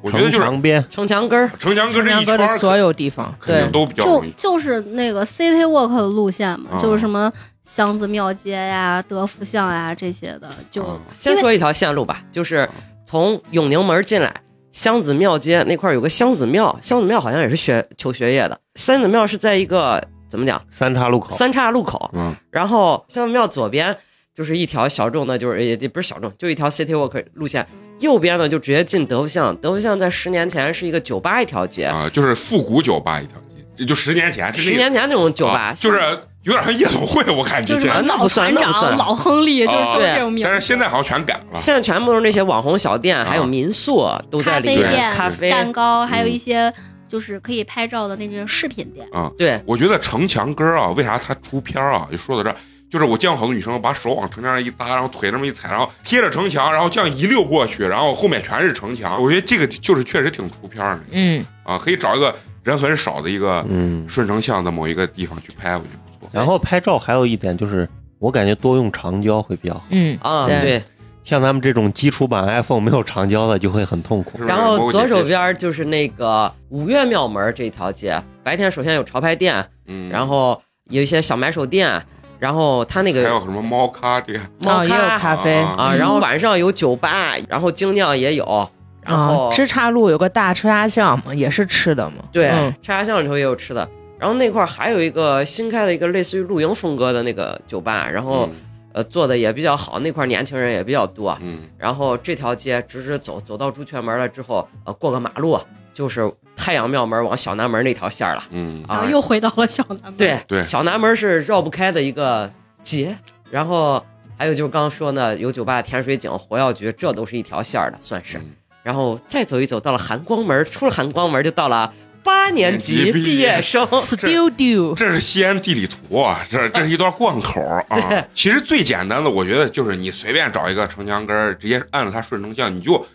Speaker 1: 我觉得就是
Speaker 6: 城墙边
Speaker 3: 城墙根儿，
Speaker 1: 城墙跟
Speaker 2: 长
Speaker 1: 这
Speaker 2: 江
Speaker 1: 一圈
Speaker 2: 哥的
Speaker 1: 儿
Speaker 2: 所有地方，
Speaker 1: 肯
Speaker 2: 对
Speaker 1: 定，都比较
Speaker 5: 就
Speaker 1: 容易。
Speaker 5: 就是那个 city walk 的路线嘛，
Speaker 1: 嗯
Speaker 5: 就是什么巷子庙街呀、德福巷呀这些的，就、
Speaker 1: 啊
Speaker 3: 先说一条线路吧，就是从永宁门进来，湘子庙街那块儿有个湘子庙，湘子庙好像也是学求学业的。湘子庙是在一个怎么讲
Speaker 6: 三岔路口，
Speaker 3: 三岔路口，
Speaker 1: 嗯，
Speaker 3: 然后湘子庙左边就是一条小众的，就是也也不是小众，就一条 city walk 路线。右边呢就直接进德福巷，德福巷在十年前是一个酒吧一条街，
Speaker 1: 啊，就是复古酒吧一条街，这就十年前，是那
Speaker 3: 十年前那种酒吧，
Speaker 1: 啊就是有点像夜总会，我感觉
Speaker 7: 就是什
Speaker 1: 这
Speaker 7: 么
Speaker 1: 样。
Speaker 3: 那不
Speaker 7: 老
Speaker 3: 算
Speaker 7: 船
Speaker 3: 那不算
Speaker 7: 长、老亨利，就是
Speaker 1: 啊
Speaker 7: 都是这种名字。
Speaker 1: 但是现在好像全改了，
Speaker 3: 现在全部都是那些网红小店，
Speaker 1: 啊
Speaker 3: 还有民宿都在
Speaker 5: 咖
Speaker 3: 里
Speaker 5: 啡
Speaker 3: 面，
Speaker 5: 店、
Speaker 3: 咖啡
Speaker 5: 蛋糕，还有
Speaker 1: 嗯
Speaker 5: 一些就是可以拍照的那种饰品店。
Speaker 3: 对，
Speaker 1: 我觉得城墙根儿啊，为啥它出片儿啊？就说到这儿，就是我见过好多女生把手往城墙上一搭，然后腿这么一踩，然后贴着城墙，然后这样一溜过去，然后后面全是城墙。我觉得这个就是确实挺出片儿的
Speaker 2: 嗯，
Speaker 1: 啊，可以找一个人很少的一个
Speaker 6: 嗯。
Speaker 1: 顺城巷的某一个地方去拍，我觉得不错。
Speaker 6: 然后拍照还有一点就是，我感觉多用长焦会比较好。
Speaker 2: 嗯
Speaker 3: 啊
Speaker 2: 对
Speaker 3: 对，
Speaker 6: 像咱们这种基础版 iPhone 没有长焦的就会很痛苦
Speaker 1: 是。不是
Speaker 3: 然
Speaker 1: 某
Speaker 3: 后
Speaker 1: 个
Speaker 3: 左
Speaker 1: 姐
Speaker 3: 手
Speaker 1: 姐，
Speaker 3: 边就是那个五岳庙门这条街，白天首先有潮牌店，
Speaker 1: 嗯，
Speaker 3: 然后有一些小买手店，然后它那
Speaker 1: 还有
Speaker 3: 个
Speaker 1: 什么猫咖这个
Speaker 3: 猫
Speaker 2: 哦也有
Speaker 3: 咖
Speaker 2: 咖啡
Speaker 1: 啊
Speaker 3: 啊，然后晚上有酒吧，然后精酿也有，然
Speaker 2: 啊
Speaker 3: 后，
Speaker 2: 支岔路有个大车家巷嘛，也是吃的嘛，
Speaker 3: 对
Speaker 2: 嗯，
Speaker 3: 叉家巷里头也有吃的。然后那块儿还有一个新开的一个类似于露营风格的那个酒吧，然后呃做的也比较好，那块儿年轻人也比较多。
Speaker 1: 嗯
Speaker 3: 然后这条街直直走，走到朱雀门了之后，呃，过个马路就是太阳庙门往小南门那条线儿了
Speaker 1: 嗯
Speaker 7: 然
Speaker 3: 啊
Speaker 7: 后。又回到了小南门。
Speaker 3: 对
Speaker 1: 对
Speaker 3: 小南门是绕不开的一个结。然后还有就是刚刚说呢，有酒吧、甜水井、火药局，这都是一条线儿的，算是。
Speaker 1: 嗯
Speaker 3: 然后再走一走，到了含光门，出了含光门就到了八年级毕业生。
Speaker 2: 哦 studio，
Speaker 1: 这是西安地理图啊，这这是一段贯口儿啊
Speaker 3: 对。
Speaker 1: 其实最简单的，我觉得就是你随便找一个城墙根儿，直接按着它顺城向，你就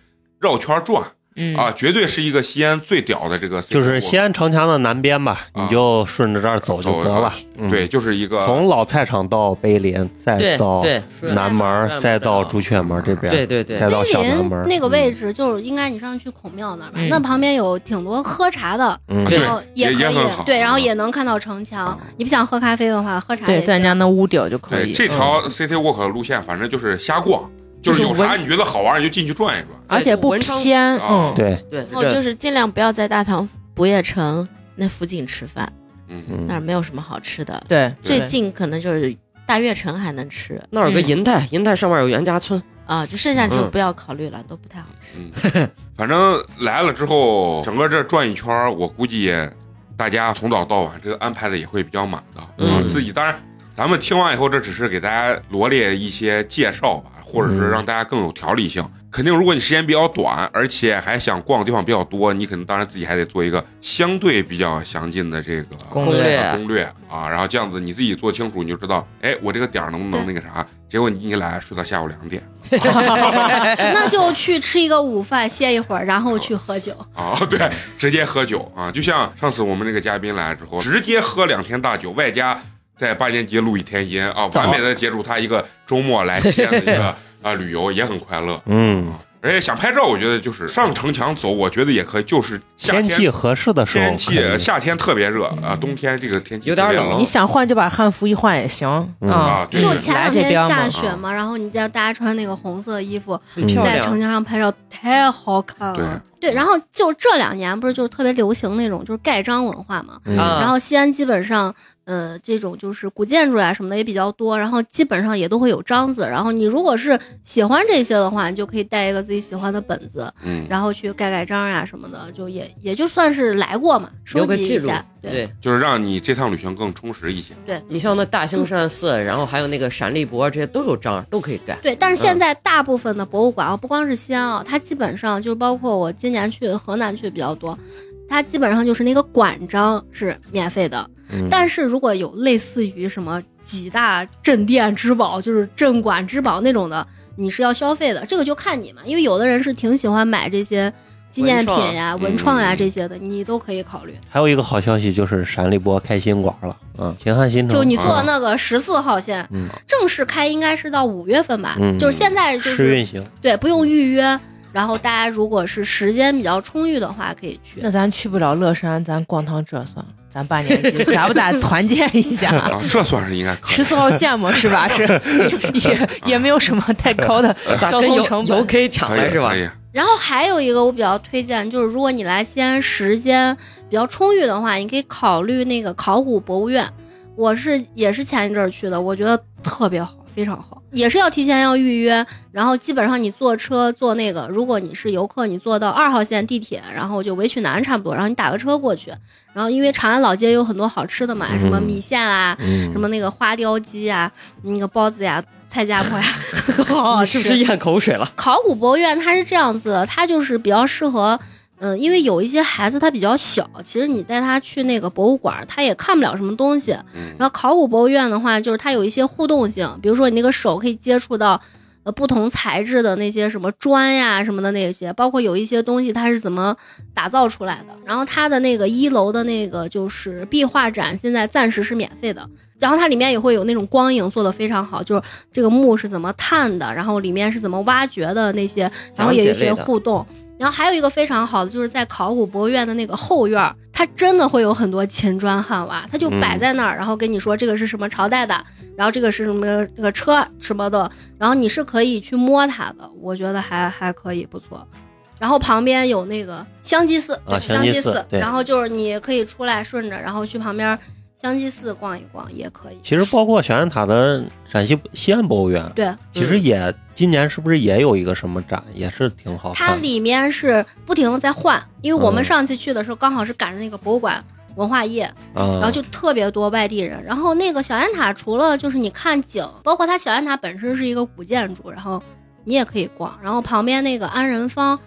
Speaker 1: 绕圈儿转
Speaker 2: 嗯
Speaker 1: 啊，绝对是一个西安最屌的这个 CCTV。
Speaker 6: 就是西安城墙的南边吧，
Speaker 1: 啊
Speaker 6: 你就顺着这儿走就得了。嗯，
Speaker 1: 对，就是一个
Speaker 6: 从老菜场到碑林，再
Speaker 3: 对
Speaker 6: 到
Speaker 3: 对，
Speaker 6: 南门儿，再到朱雀门这边，
Speaker 3: 对对对，
Speaker 6: 再到
Speaker 5: 碑
Speaker 6: 小南
Speaker 5: 林
Speaker 6: 门嗯
Speaker 5: 那个位置就是应该你上去孔庙那儿吧，
Speaker 2: 嗯
Speaker 5: 那旁边有挺多喝茶的，
Speaker 6: 嗯，哦
Speaker 1: 对
Speaker 5: 然后
Speaker 1: 也
Speaker 5: 可以
Speaker 1: 也很好
Speaker 5: 对，然后
Speaker 1: 嗯
Speaker 5: 也能看到城墙
Speaker 1: 嗯。
Speaker 5: 你不想喝咖啡的话，喝茶
Speaker 2: 对，
Speaker 5: 也
Speaker 2: 在人
Speaker 5: 行
Speaker 2: 家那屋顶就可
Speaker 1: 对
Speaker 2: 以。
Speaker 1: 这
Speaker 2: 嗯
Speaker 1: 条 CT walk 的路线，反正就是瞎逛，就
Speaker 3: 就是是
Speaker 1: 有啥
Speaker 3: 文
Speaker 1: 你觉得好玩你就进去转一转。
Speaker 2: 而且不
Speaker 3: 文昌
Speaker 2: 偏，
Speaker 1: 啊
Speaker 2: 嗯，
Speaker 6: 对，
Speaker 3: 对，
Speaker 4: 然后哦就是尽量不要在大唐不夜城那附近吃饭，
Speaker 1: 嗯，
Speaker 4: 那儿
Speaker 6: 嗯，
Speaker 4: 没有什么好吃的，
Speaker 2: 对，
Speaker 4: 最
Speaker 2: 对
Speaker 4: 近可能就是大悦城还能吃。
Speaker 3: 那儿有个
Speaker 2: 嗯
Speaker 3: 银泰，银泰上面有袁家村，
Speaker 4: 啊，就剩下就
Speaker 3: 嗯
Speaker 4: 不要考虑了，都不太好吃。
Speaker 1: 反正来了之后，整个这转一圈儿，我估计大家从早到晚这个安排的也会比较满的。
Speaker 3: 嗯
Speaker 1: 啊自己当然，咱们听完以后，这只是给大家罗列一些介绍吧，或者是让大家更有条理性。肯定，如果你时间比较短，而且还想逛的地方比较多，你可能当然自己还得做一个相对比较详尽的这个
Speaker 3: 攻略
Speaker 1: 啊攻略啊，然后这样子你自己做清楚，你就知道，哎，我这个点儿能不能那个啥？结果你一来睡到下午两点
Speaker 5: 那就去吃一个午饭，歇一会儿，然后去喝酒。
Speaker 6: 哦
Speaker 1: 啊，对，直接喝酒啊，就像上次我们那个嘉宾来之后，直接喝两天大酒，外加在八年级录一天音啊，完美的结束他一个周末来西安的一
Speaker 3: *laughs*
Speaker 1: 个啊旅游，也很快乐。
Speaker 6: 嗯，
Speaker 1: 而且想拍照，我觉得就是上城墙走，我觉得也可以，就是夏
Speaker 6: 天气
Speaker 1: 天
Speaker 6: 合适的时候可以，
Speaker 1: 天气夏天特别热啊，冬天这个天气
Speaker 3: 有点
Speaker 1: 特别
Speaker 3: 冷
Speaker 2: 你想换就把汉服一换也行
Speaker 6: 嗯
Speaker 1: 哦
Speaker 6: 哦
Speaker 1: 啊
Speaker 2: 啊，
Speaker 1: 对
Speaker 5: 就前
Speaker 2: 来
Speaker 5: 两
Speaker 2: 这
Speaker 5: 天
Speaker 2: 边嘛
Speaker 5: 下雪嘛，然后你叫大家穿那个红色衣服
Speaker 3: 很漂
Speaker 5: 在城
Speaker 3: 亮。
Speaker 5: 墙上拍照，太好看
Speaker 1: 对
Speaker 3: 啊
Speaker 5: 了。对，然后就这两年不是就特别流行那种就是盖章文化嘛，
Speaker 6: 嗯
Speaker 3: 啊
Speaker 5: 然后西安基本上，呃，这种就是古建筑啊什么的也比较多，然后基本上也都会有章子。然后你如果是喜欢这些的话，你就可以带一个自己喜欢的本子，
Speaker 1: 嗯，
Speaker 5: 然后去盖盖章呀、什么的，就也也就算是来过嘛，收
Speaker 3: 留个
Speaker 5: 集
Speaker 3: 记
Speaker 5: 一
Speaker 3: 录
Speaker 5: 下。，对，
Speaker 3: 对
Speaker 1: 就是让你这趟旅行更充实一些。
Speaker 3: 你像那大兴善寺，然后还有那个闪立博，这些都有章，都可以盖。
Speaker 5: 对，但是现在大部分的博物馆啊，不光是西安啊，它基本上就包括我今年去河南去的比较多，它基本上就是那个馆章是免费的，但是如果有类似于什么几大镇店之宝，就是镇馆之宝那种的，你是要消费的，这个就看你嘛，因为有的人是挺喜欢买这些纪念品呀、
Speaker 1: 文创
Speaker 5: 文创呀、
Speaker 1: 嗯
Speaker 5: 这些的，你都可以考虑。
Speaker 6: 还有一个好消息就是陕荔博开新馆了，嗯，秦汉新城，
Speaker 5: 就你坐那个十四号线，
Speaker 6: 啊嗯
Speaker 5: 正式开应该是到五月份吧，
Speaker 6: 嗯
Speaker 5: 就是现在就
Speaker 6: 试
Speaker 5: 是
Speaker 6: 运行，
Speaker 5: 对，不用预约。然后大家如果是时间比较充裕的话，可以去
Speaker 2: 那。咱去不了乐山，咱逛趟这算了，咱八年级咱不咱团建
Speaker 1: *laughs*
Speaker 2: 一下？
Speaker 1: 啊，这算是应该可以
Speaker 2: 十四号线嘛，是吧？是也也没有什么太高的交
Speaker 3: 交通
Speaker 2: 通成
Speaker 3: 油
Speaker 2: 本。
Speaker 3: 可以抢
Speaker 1: 可
Speaker 3: 了
Speaker 1: 以
Speaker 3: 是吧
Speaker 1: 可？以，
Speaker 5: 然后还有一个我比较推荐，就是如果你来西安时间比较充裕的话，你可以考虑那个考古博物院。我是也是前一阵儿去的，我觉得特别好，非常好，也是要提前要预约。然后基本上你坐车坐那个，如果你是游客，你坐到二号线地铁，然后就韦曲南差不多，然后你打个车过去。然后因为长安老街有很多好吃的嘛，什么
Speaker 6: 嗯
Speaker 5: 米线啊，
Speaker 6: 嗯
Speaker 5: 什么那个花雕鸡啊，那个包子呀、菜夹馍呀， *laughs* 好好
Speaker 3: 你
Speaker 5: 吃。
Speaker 3: 哦是不是咽口水了？
Speaker 5: 考古博物院它是这样子的，它就是比较适合，嗯、因为有一些孩子他比较小，其实你带他去那个博物馆，他也看不了什么东西。
Speaker 1: 嗯
Speaker 5: 然后考古博物院的话，就是它有一些互动性，比如说你那个手可以接触到。呃，不同材质的那些什么砖呀、什么的那些，包括有一些东西它是怎么打造出来的。然后它的那个一楼的那个就是壁画展，现在暂时是免费的。然后它里面也会有那种光影做的非常好，就是这个墓是怎么探的，然后里面是怎么挖掘的那些，然后也有一些互动。然后还有一个非常好的，就是在考古博物院的那个后院儿，它真的会有很多秦砖汉瓦，它就
Speaker 6: 嗯
Speaker 5: 摆在那儿，然后跟你说这个是什么朝代的，然后这个是什么这个车什么的，然后你是可以去摸它的，我觉得还还可以不错。然后旁边有那个香积寺，
Speaker 6: 啊
Speaker 5: 对
Speaker 6: 香
Speaker 5: 香
Speaker 6: 积
Speaker 5: 积
Speaker 6: 寺对
Speaker 5: 然后就是你可以出来顺着，然后去旁边香积寺逛一逛也可以。
Speaker 6: 其实包括小雁塔的陕西西安博物院，
Speaker 5: 对，
Speaker 6: 其实也今年是不是也有一个什么展，也是挺好
Speaker 5: 它
Speaker 6: 看的。
Speaker 5: 里面是不停的在换，因为我们
Speaker 6: 嗯
Speaker 5: 上次去的时候刚好是赶上那个博物馆文化夜，
Speaker 6: 嗯，
Speaker 5: 然后就特别多外地人。然后那个小雁塔除了就是你看景，包括它小雁塔本身是一个古建筑，然后你也可以逛。然后旁边那个安仁坊，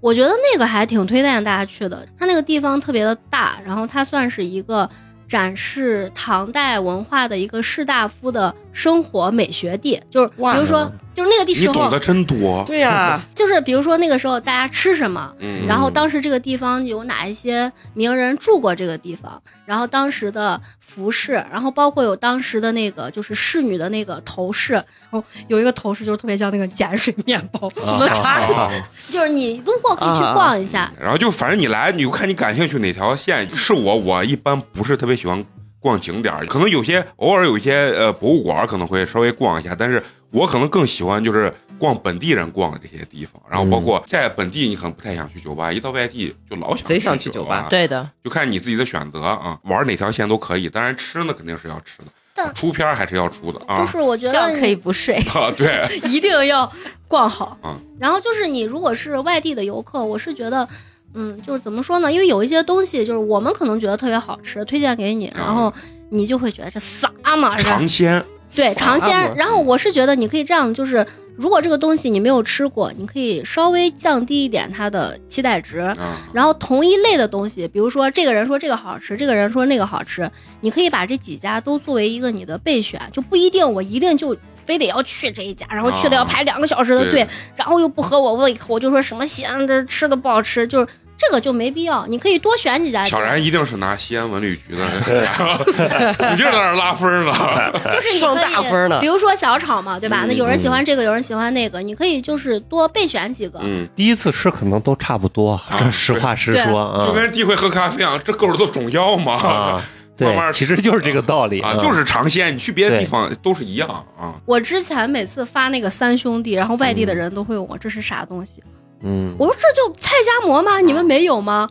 Speaker 5: 我觉得那个还挺推荐大家去的，它那个地方特别的大，然后它算是一个。展示唐代文化的一个士大夫的生活美学地，就是比
Speaker 3: 哇
Speaker 5: 如说，就是那个地
Speaker 1: 你
Speaker 5: 时
Speaker 1: 懂
Speaker 5: 候
Speaker 1: 得，真多。
Speaker 3: 对呀，
Speaker 5: 就是比如说那个时候大家吃什么，
Speaker 1: 嗯，
Speaker 5: 然后当时这个地方有哪一些名人住过这个地方，然后当时的服饰，然后包括有当时的那个就是侍女的那个头饰，然后有一个头饰就是特别像那个碱水面包，
Speaker 6: 啊，
Speaker 5: *laughs* 就是你路过可以去逛一下。
Speaker 1: 然后就反正你来，你就看你感兴趣哪条线。是我，我一般不是特别喜欢逛景点儿，可能有些偶尔有一些呃博物馆可能会稍微逛一下，但是我可能更喜欢就是呃逛本地人逛的这些地方。然后包括在本地，你可能不太想去酒吧，一到外地就老想
Speaker 3: 贼想
Speaker 1: 去
Speaker 3: 去
Speaker 1: 酒
Speaker 3: 酒
Speaker 1: 吧
Speaker 3: 吧，
Speaker 2: *laughs* 对的，
Speaker 1: 就看你自己的选择啊，玩哪条线都可以。当然吃呢肯定是要吃的，
Speaker 8: 但
Speaker 1: 出片儿还是要出的
Speaker 8: 就
Speaker 1: 啊
Speaker 8: 是我觉
Speaker 4: 觉
Speaker 8: 得
Speaker 4: 得
Speaker 8: 你
Speaker 4: 可以不睡。
Speaker 1: 啊， *laughs* 对，
Speaker 5: *laughs*
Speaker 7: 一定要逛好。
Speaker 1: 啊
Speaker 8: 然后就是你如果是外地的游客，我是觉得，嗯，就是怎么说呢？因为有一些东西就是我们可能觉得特别好吃，推荐给你，
Speaker 1: 嗯
Speaker 8: 然后你就会觉得这啥嘛，是吧？
Speaker 1: 尝 *laughs* 鲜
Speaker 8: 对，尝鲜。然
Speaker 1: 嗯
Speaker 8: 后我是觉得你可以这样，就是如果这个东西你没有吃过，你可以稍微降低一点它的期待值。
Speaker 1: 啊，
Speaker 8: 然后同一类的东西，比如说这个人说这个好吃，这个人说那个好吃，你可以把这几家都作为一个你的备选，就不一定我一定就非得要去这一家，然后去的要排两个小时的队，
Speaker 1: 啊对
Speaker 8: 然后又不合我胃口，我就说什么咸的吃的不好吃，就是这个就没必要，你可以多选几家店。
Speaker 1: 小然一定是拿西安文旅局 *laughs* 的，你这在那儿拉分儿了，
Speaker 8: 就是你
Speaker 3: 上
Speaker 8: 可以
Speaker 3: 大分了
Speaker 8: 比如说小炒嘛，对吧？
Speaker 1: 嗯
Speaker 8: 那有人喜欢这个，有人喜欢那个，你可以就是多备选几个。
Speaker 1: 嗯，
Speaker 6: 第一次吃可能都差不多，这实话实说
Speaker 1: 啊就
Speaker 6: 啊
Speaker 1: 跟第一回喝咖啡一样，这够了都肿腰嘛，
Speaker 6: 啊，对
Speaker 1: 慢慢，吃
Speaker 6: 其实就是这个道理嗯
Speaker 1: 啊，就是尝鲜，你去别的地
Speaker 6: 对
Speaker 1: 方都是一样啊，
Speaker 5: 我之前每次发那个三兄弟，然后外地的人都会问我这是啥东西，
Speaker 6: 嗯，
Speaker 5: 我说这就菜夹馍
Speaker 1: 啊
Speaker 5: 吗？你们没有吗？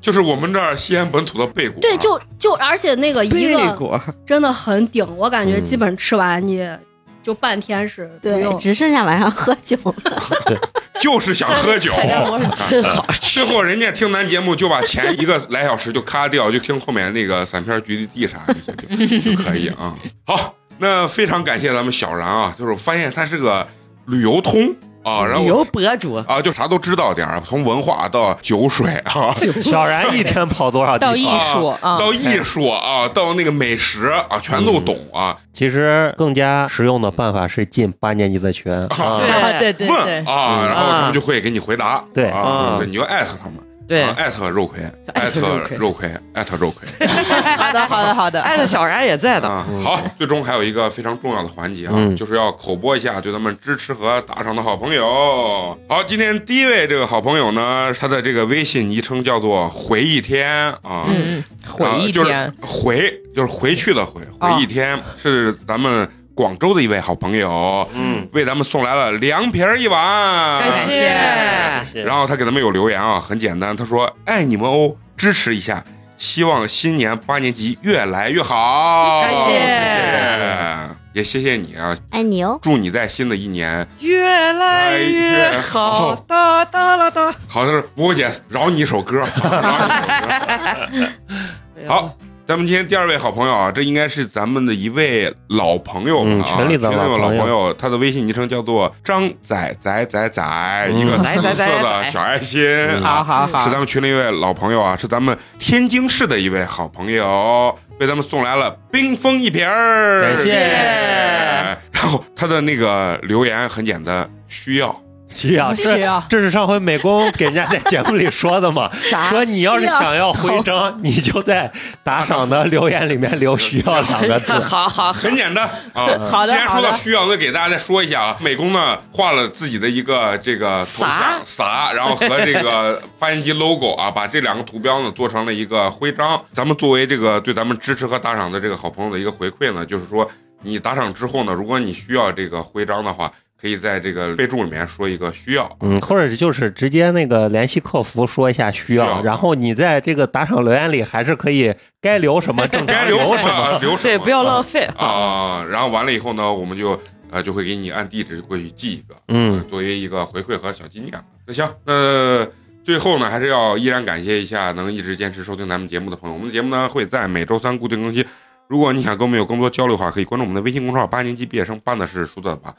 Speaker 1: 就是我们这儿西安本土的贝果啊，
Speaker 5: 对，就就而且那个一
Speaker 3: 贝
Speaker 5: 个
Speaker 3: 果，
Speaker 5: 真的很顶，我感觉
Speaker 6: 嗯
Speaker 5: 基本吃完你就半天是不
Speaker 4: 对
Speaker 5: 用，
Speaker 4: 只剩下晚上喝酒了。
Speaker 1: 就是想喝酒，
Speaker 3: 菜单模式真好
Speaker 1: 最后人家听咱节目就把前一个来小时就咔掉，就听后面那个散片局地地啥就就就可以啊。好，那非常感谢咱们小然啊，就是我发现他是个旅游通啊，然后
Speaker 3: 旅
Speaker 1: 我
Speaker 3: 游博主，
Speaker 1: 啊就啥都知道点儿，从文化到酒水啊。
Speaker 6: 小然一天
Speaker 5: *laughs*
Speaker 6: 跑多少地
Speaker 2: 到艺
Speaker 6: 方？
Speaker 2: 术啊，
Speaker 1: 到艺术啊，到那个美食啊，全都懂啊！
Speaker 6: 其实更加实用的办法是进八年级
Speaker 1: *laughs*
Speaker 6: 的群啊
Speaker 1: 对，
Speaker 2: 啊对对
Speaker 1: 问
Speaker 2: 对，
Speaker 1: 啊，
Speaker 6: 嗯
Speaker 1: 然后他们就会给你回答。
Speaker 6: 对
Speaker 1: 啊
Speaker 3: 啊，
Speaker 1: 你就艾特他们，
Speaker 3: 对，
Speaker 1: 啊艾特肉葵，艾特
Speaker 3: 肉葵
Speaker 1: 肉葵，艾特肉葵。
Speaker 2: 好的好的好的，
Speaker 3: 艾特哎小然也在的，
Speaker 1: 啊，好，最终还有一个非常重要的环节啊，
Speaker 6: 嗯
Speaker 1: 就是要口播一下对咱们支持和打赏的好朋友。好，今天第一位这个好朋友呢，他的这个微信昵称叫做“回忆天”啊，
Speaker 2: 嗯嗯，回
Speaker 1: 啊
Speaker 2: 忆天，
Speaker 1: 就是回就是回去的回，回忆天、是咱们广州的一位好朋友，
Speaker 6: 嗯，
Speaker 1: 为咱们送来了凉皮儿一碗，
Speaker 3: 感谢
Speaker 1: 然后他给咱们有留言啊，很简单，他说：“爱你们哦，支持一下，希望新年八年级越来越好。”
Speaker 3: 谢谢
Speaker 1: 谢谢，也谢谢你啊，
Speaker 5: 哎
Speaker 4: 爱你哦，
Speaker 1: 祝你在新的一年
Speaker 3: 越来
Speaker 1: 越
Speaker 3: 越
Speaker 1: 好
Speaker 3: 好，哒哒啦哒。
Speaker 1: 好。他说：“波姐，饶你一首歌，饶你一首歌。”好，咱们今天第二位好朋友啊，这应该是咱们的一位老朋友了啊，
Speaker 6: 嗯群里的
Speaker 1: 群
Speaker 6: 老
Speaker 1: 老
Speaker 6: 朋友
Speaker 1: 友，他的微信昵称叫做张仔仔仔仔，一个
Speaker 3: 仔
Speaker 1: 紫
Speaker 3: 仔仔
Speaker 1: 色的
Speaker 3: 仔。
Speaker 1: 小爱心
Speaker 6: 嗯
Speaker 1: 啊
Speaker 2: 好，好好
Speaker 1: 是咱，们群里一位老朋友啊，是咱们天津市的一位好朋友，为咱们送来了冰封一瓶儿，哎
Speaker 6: 感谢
Speaker 1: 然后他的那个留言很简单，需要
Speaker 6: 需要这
Speaker 2: 需要
Speaker 6: 这是上回美工给人家在节目里说的
Speaker 1: *laughs*
Speaker 6: 嘛，说你要是想要徽章， *laughs* 你就在打赏的留言里面留“需要”两个字
Speaker 1: *laughs*
Speaker 3: 好好，
Speaker 1: 很简单啊。
Speaker 2: 好的
Speaker 1: 既然说
Speaker 2: 好
Speaker 1: 到
Speaker 2: 的
Speaker 1: 需要，那给大家再说一下啊。美工呢画了自己的一个这个头 *laughs* 像撒，然后和这个发言机 logo 啊，把这两个图标呢做成了一个徽章。咱们作为这个对咱们支持和打赏的这个好朋友的一个回馈呢，就是说你打赏之后呢，如果你需要这个徽章的话，可以在这个备注里面说一个需要。
Speaker 6: 嗯，或者就是直接那个联系客服说一下需
Speaker 1: 需
Speaker 6: 要，
Speaker 1: 要
Speaker 6: 然后你在这个打赏留言里还是可以该留什么正
Speaker 1: 该
Speaker 6: 常
Speaker 1: 留
Speaker 6: 留
Speaker 1: 什
Speaker 6: 什么。
Speaker 1: 么 *laughs* 留什么，
Speaker 3: 对，不要浪费。
Speaker 1: 啊。然后完了以后呢，我们就呃就会给你按地址过去寄一个。
Speaker 6: 嗯，
Speaker 1: 作为一个回馈和小纪念。那行，那最后呢，还是要依然感谢一下能一直坚持收听咱们节目的朋友。我们的节目呢会在每周三固定更新。如果你想跟我们有更多交流的话，可以关注我们的微信公众号“八年级毕业生”，班的是数字的班。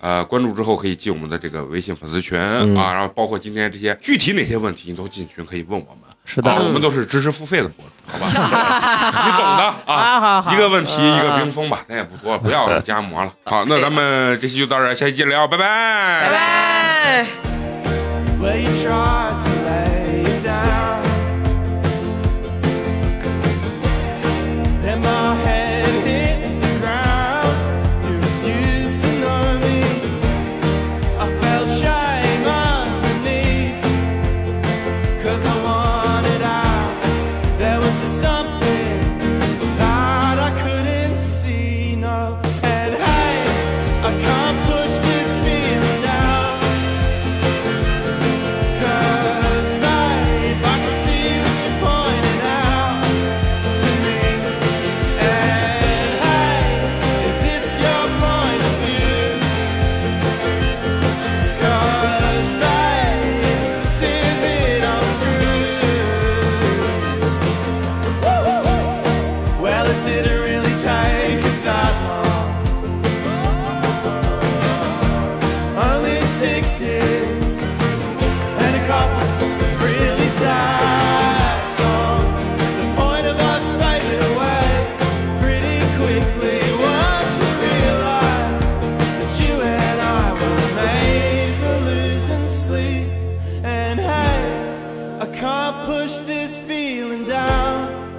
Speaker 1: 呃，关注之后可以进我们的这个微信粉丝群、
Speaker 6: 嗯
Speaker 1: 啊，然后包括今天这些具体哪些问题，你都进群可以问我们。
Speaker 6: 是
Speaker 1: 啊，我
Speaker 6: 的，
Speaker 1: 们都是知识付费的博主，好吧？
Speaker 6: *laughs*
Speaker 1: 你懂的啊。
Speaker 2: 好好好，
Speaker 1: 一个问题一
Speaker 6: 啊
Speaker 1: 个冰封吧，咱也不多，不要加馍了。好，那咱们这期就到这儿，下期接着聊，拜拜，拜
Speaker 3: 拜。拜。
Speaker 9: Well, you tried to lay it down. Then my head hit the ground. You refused to know me. I felt shame underneath. 'Cause I wanted out. There was just something that I couldn't see. No, and hey, I can't push this feeling out. Cause push this feeling down.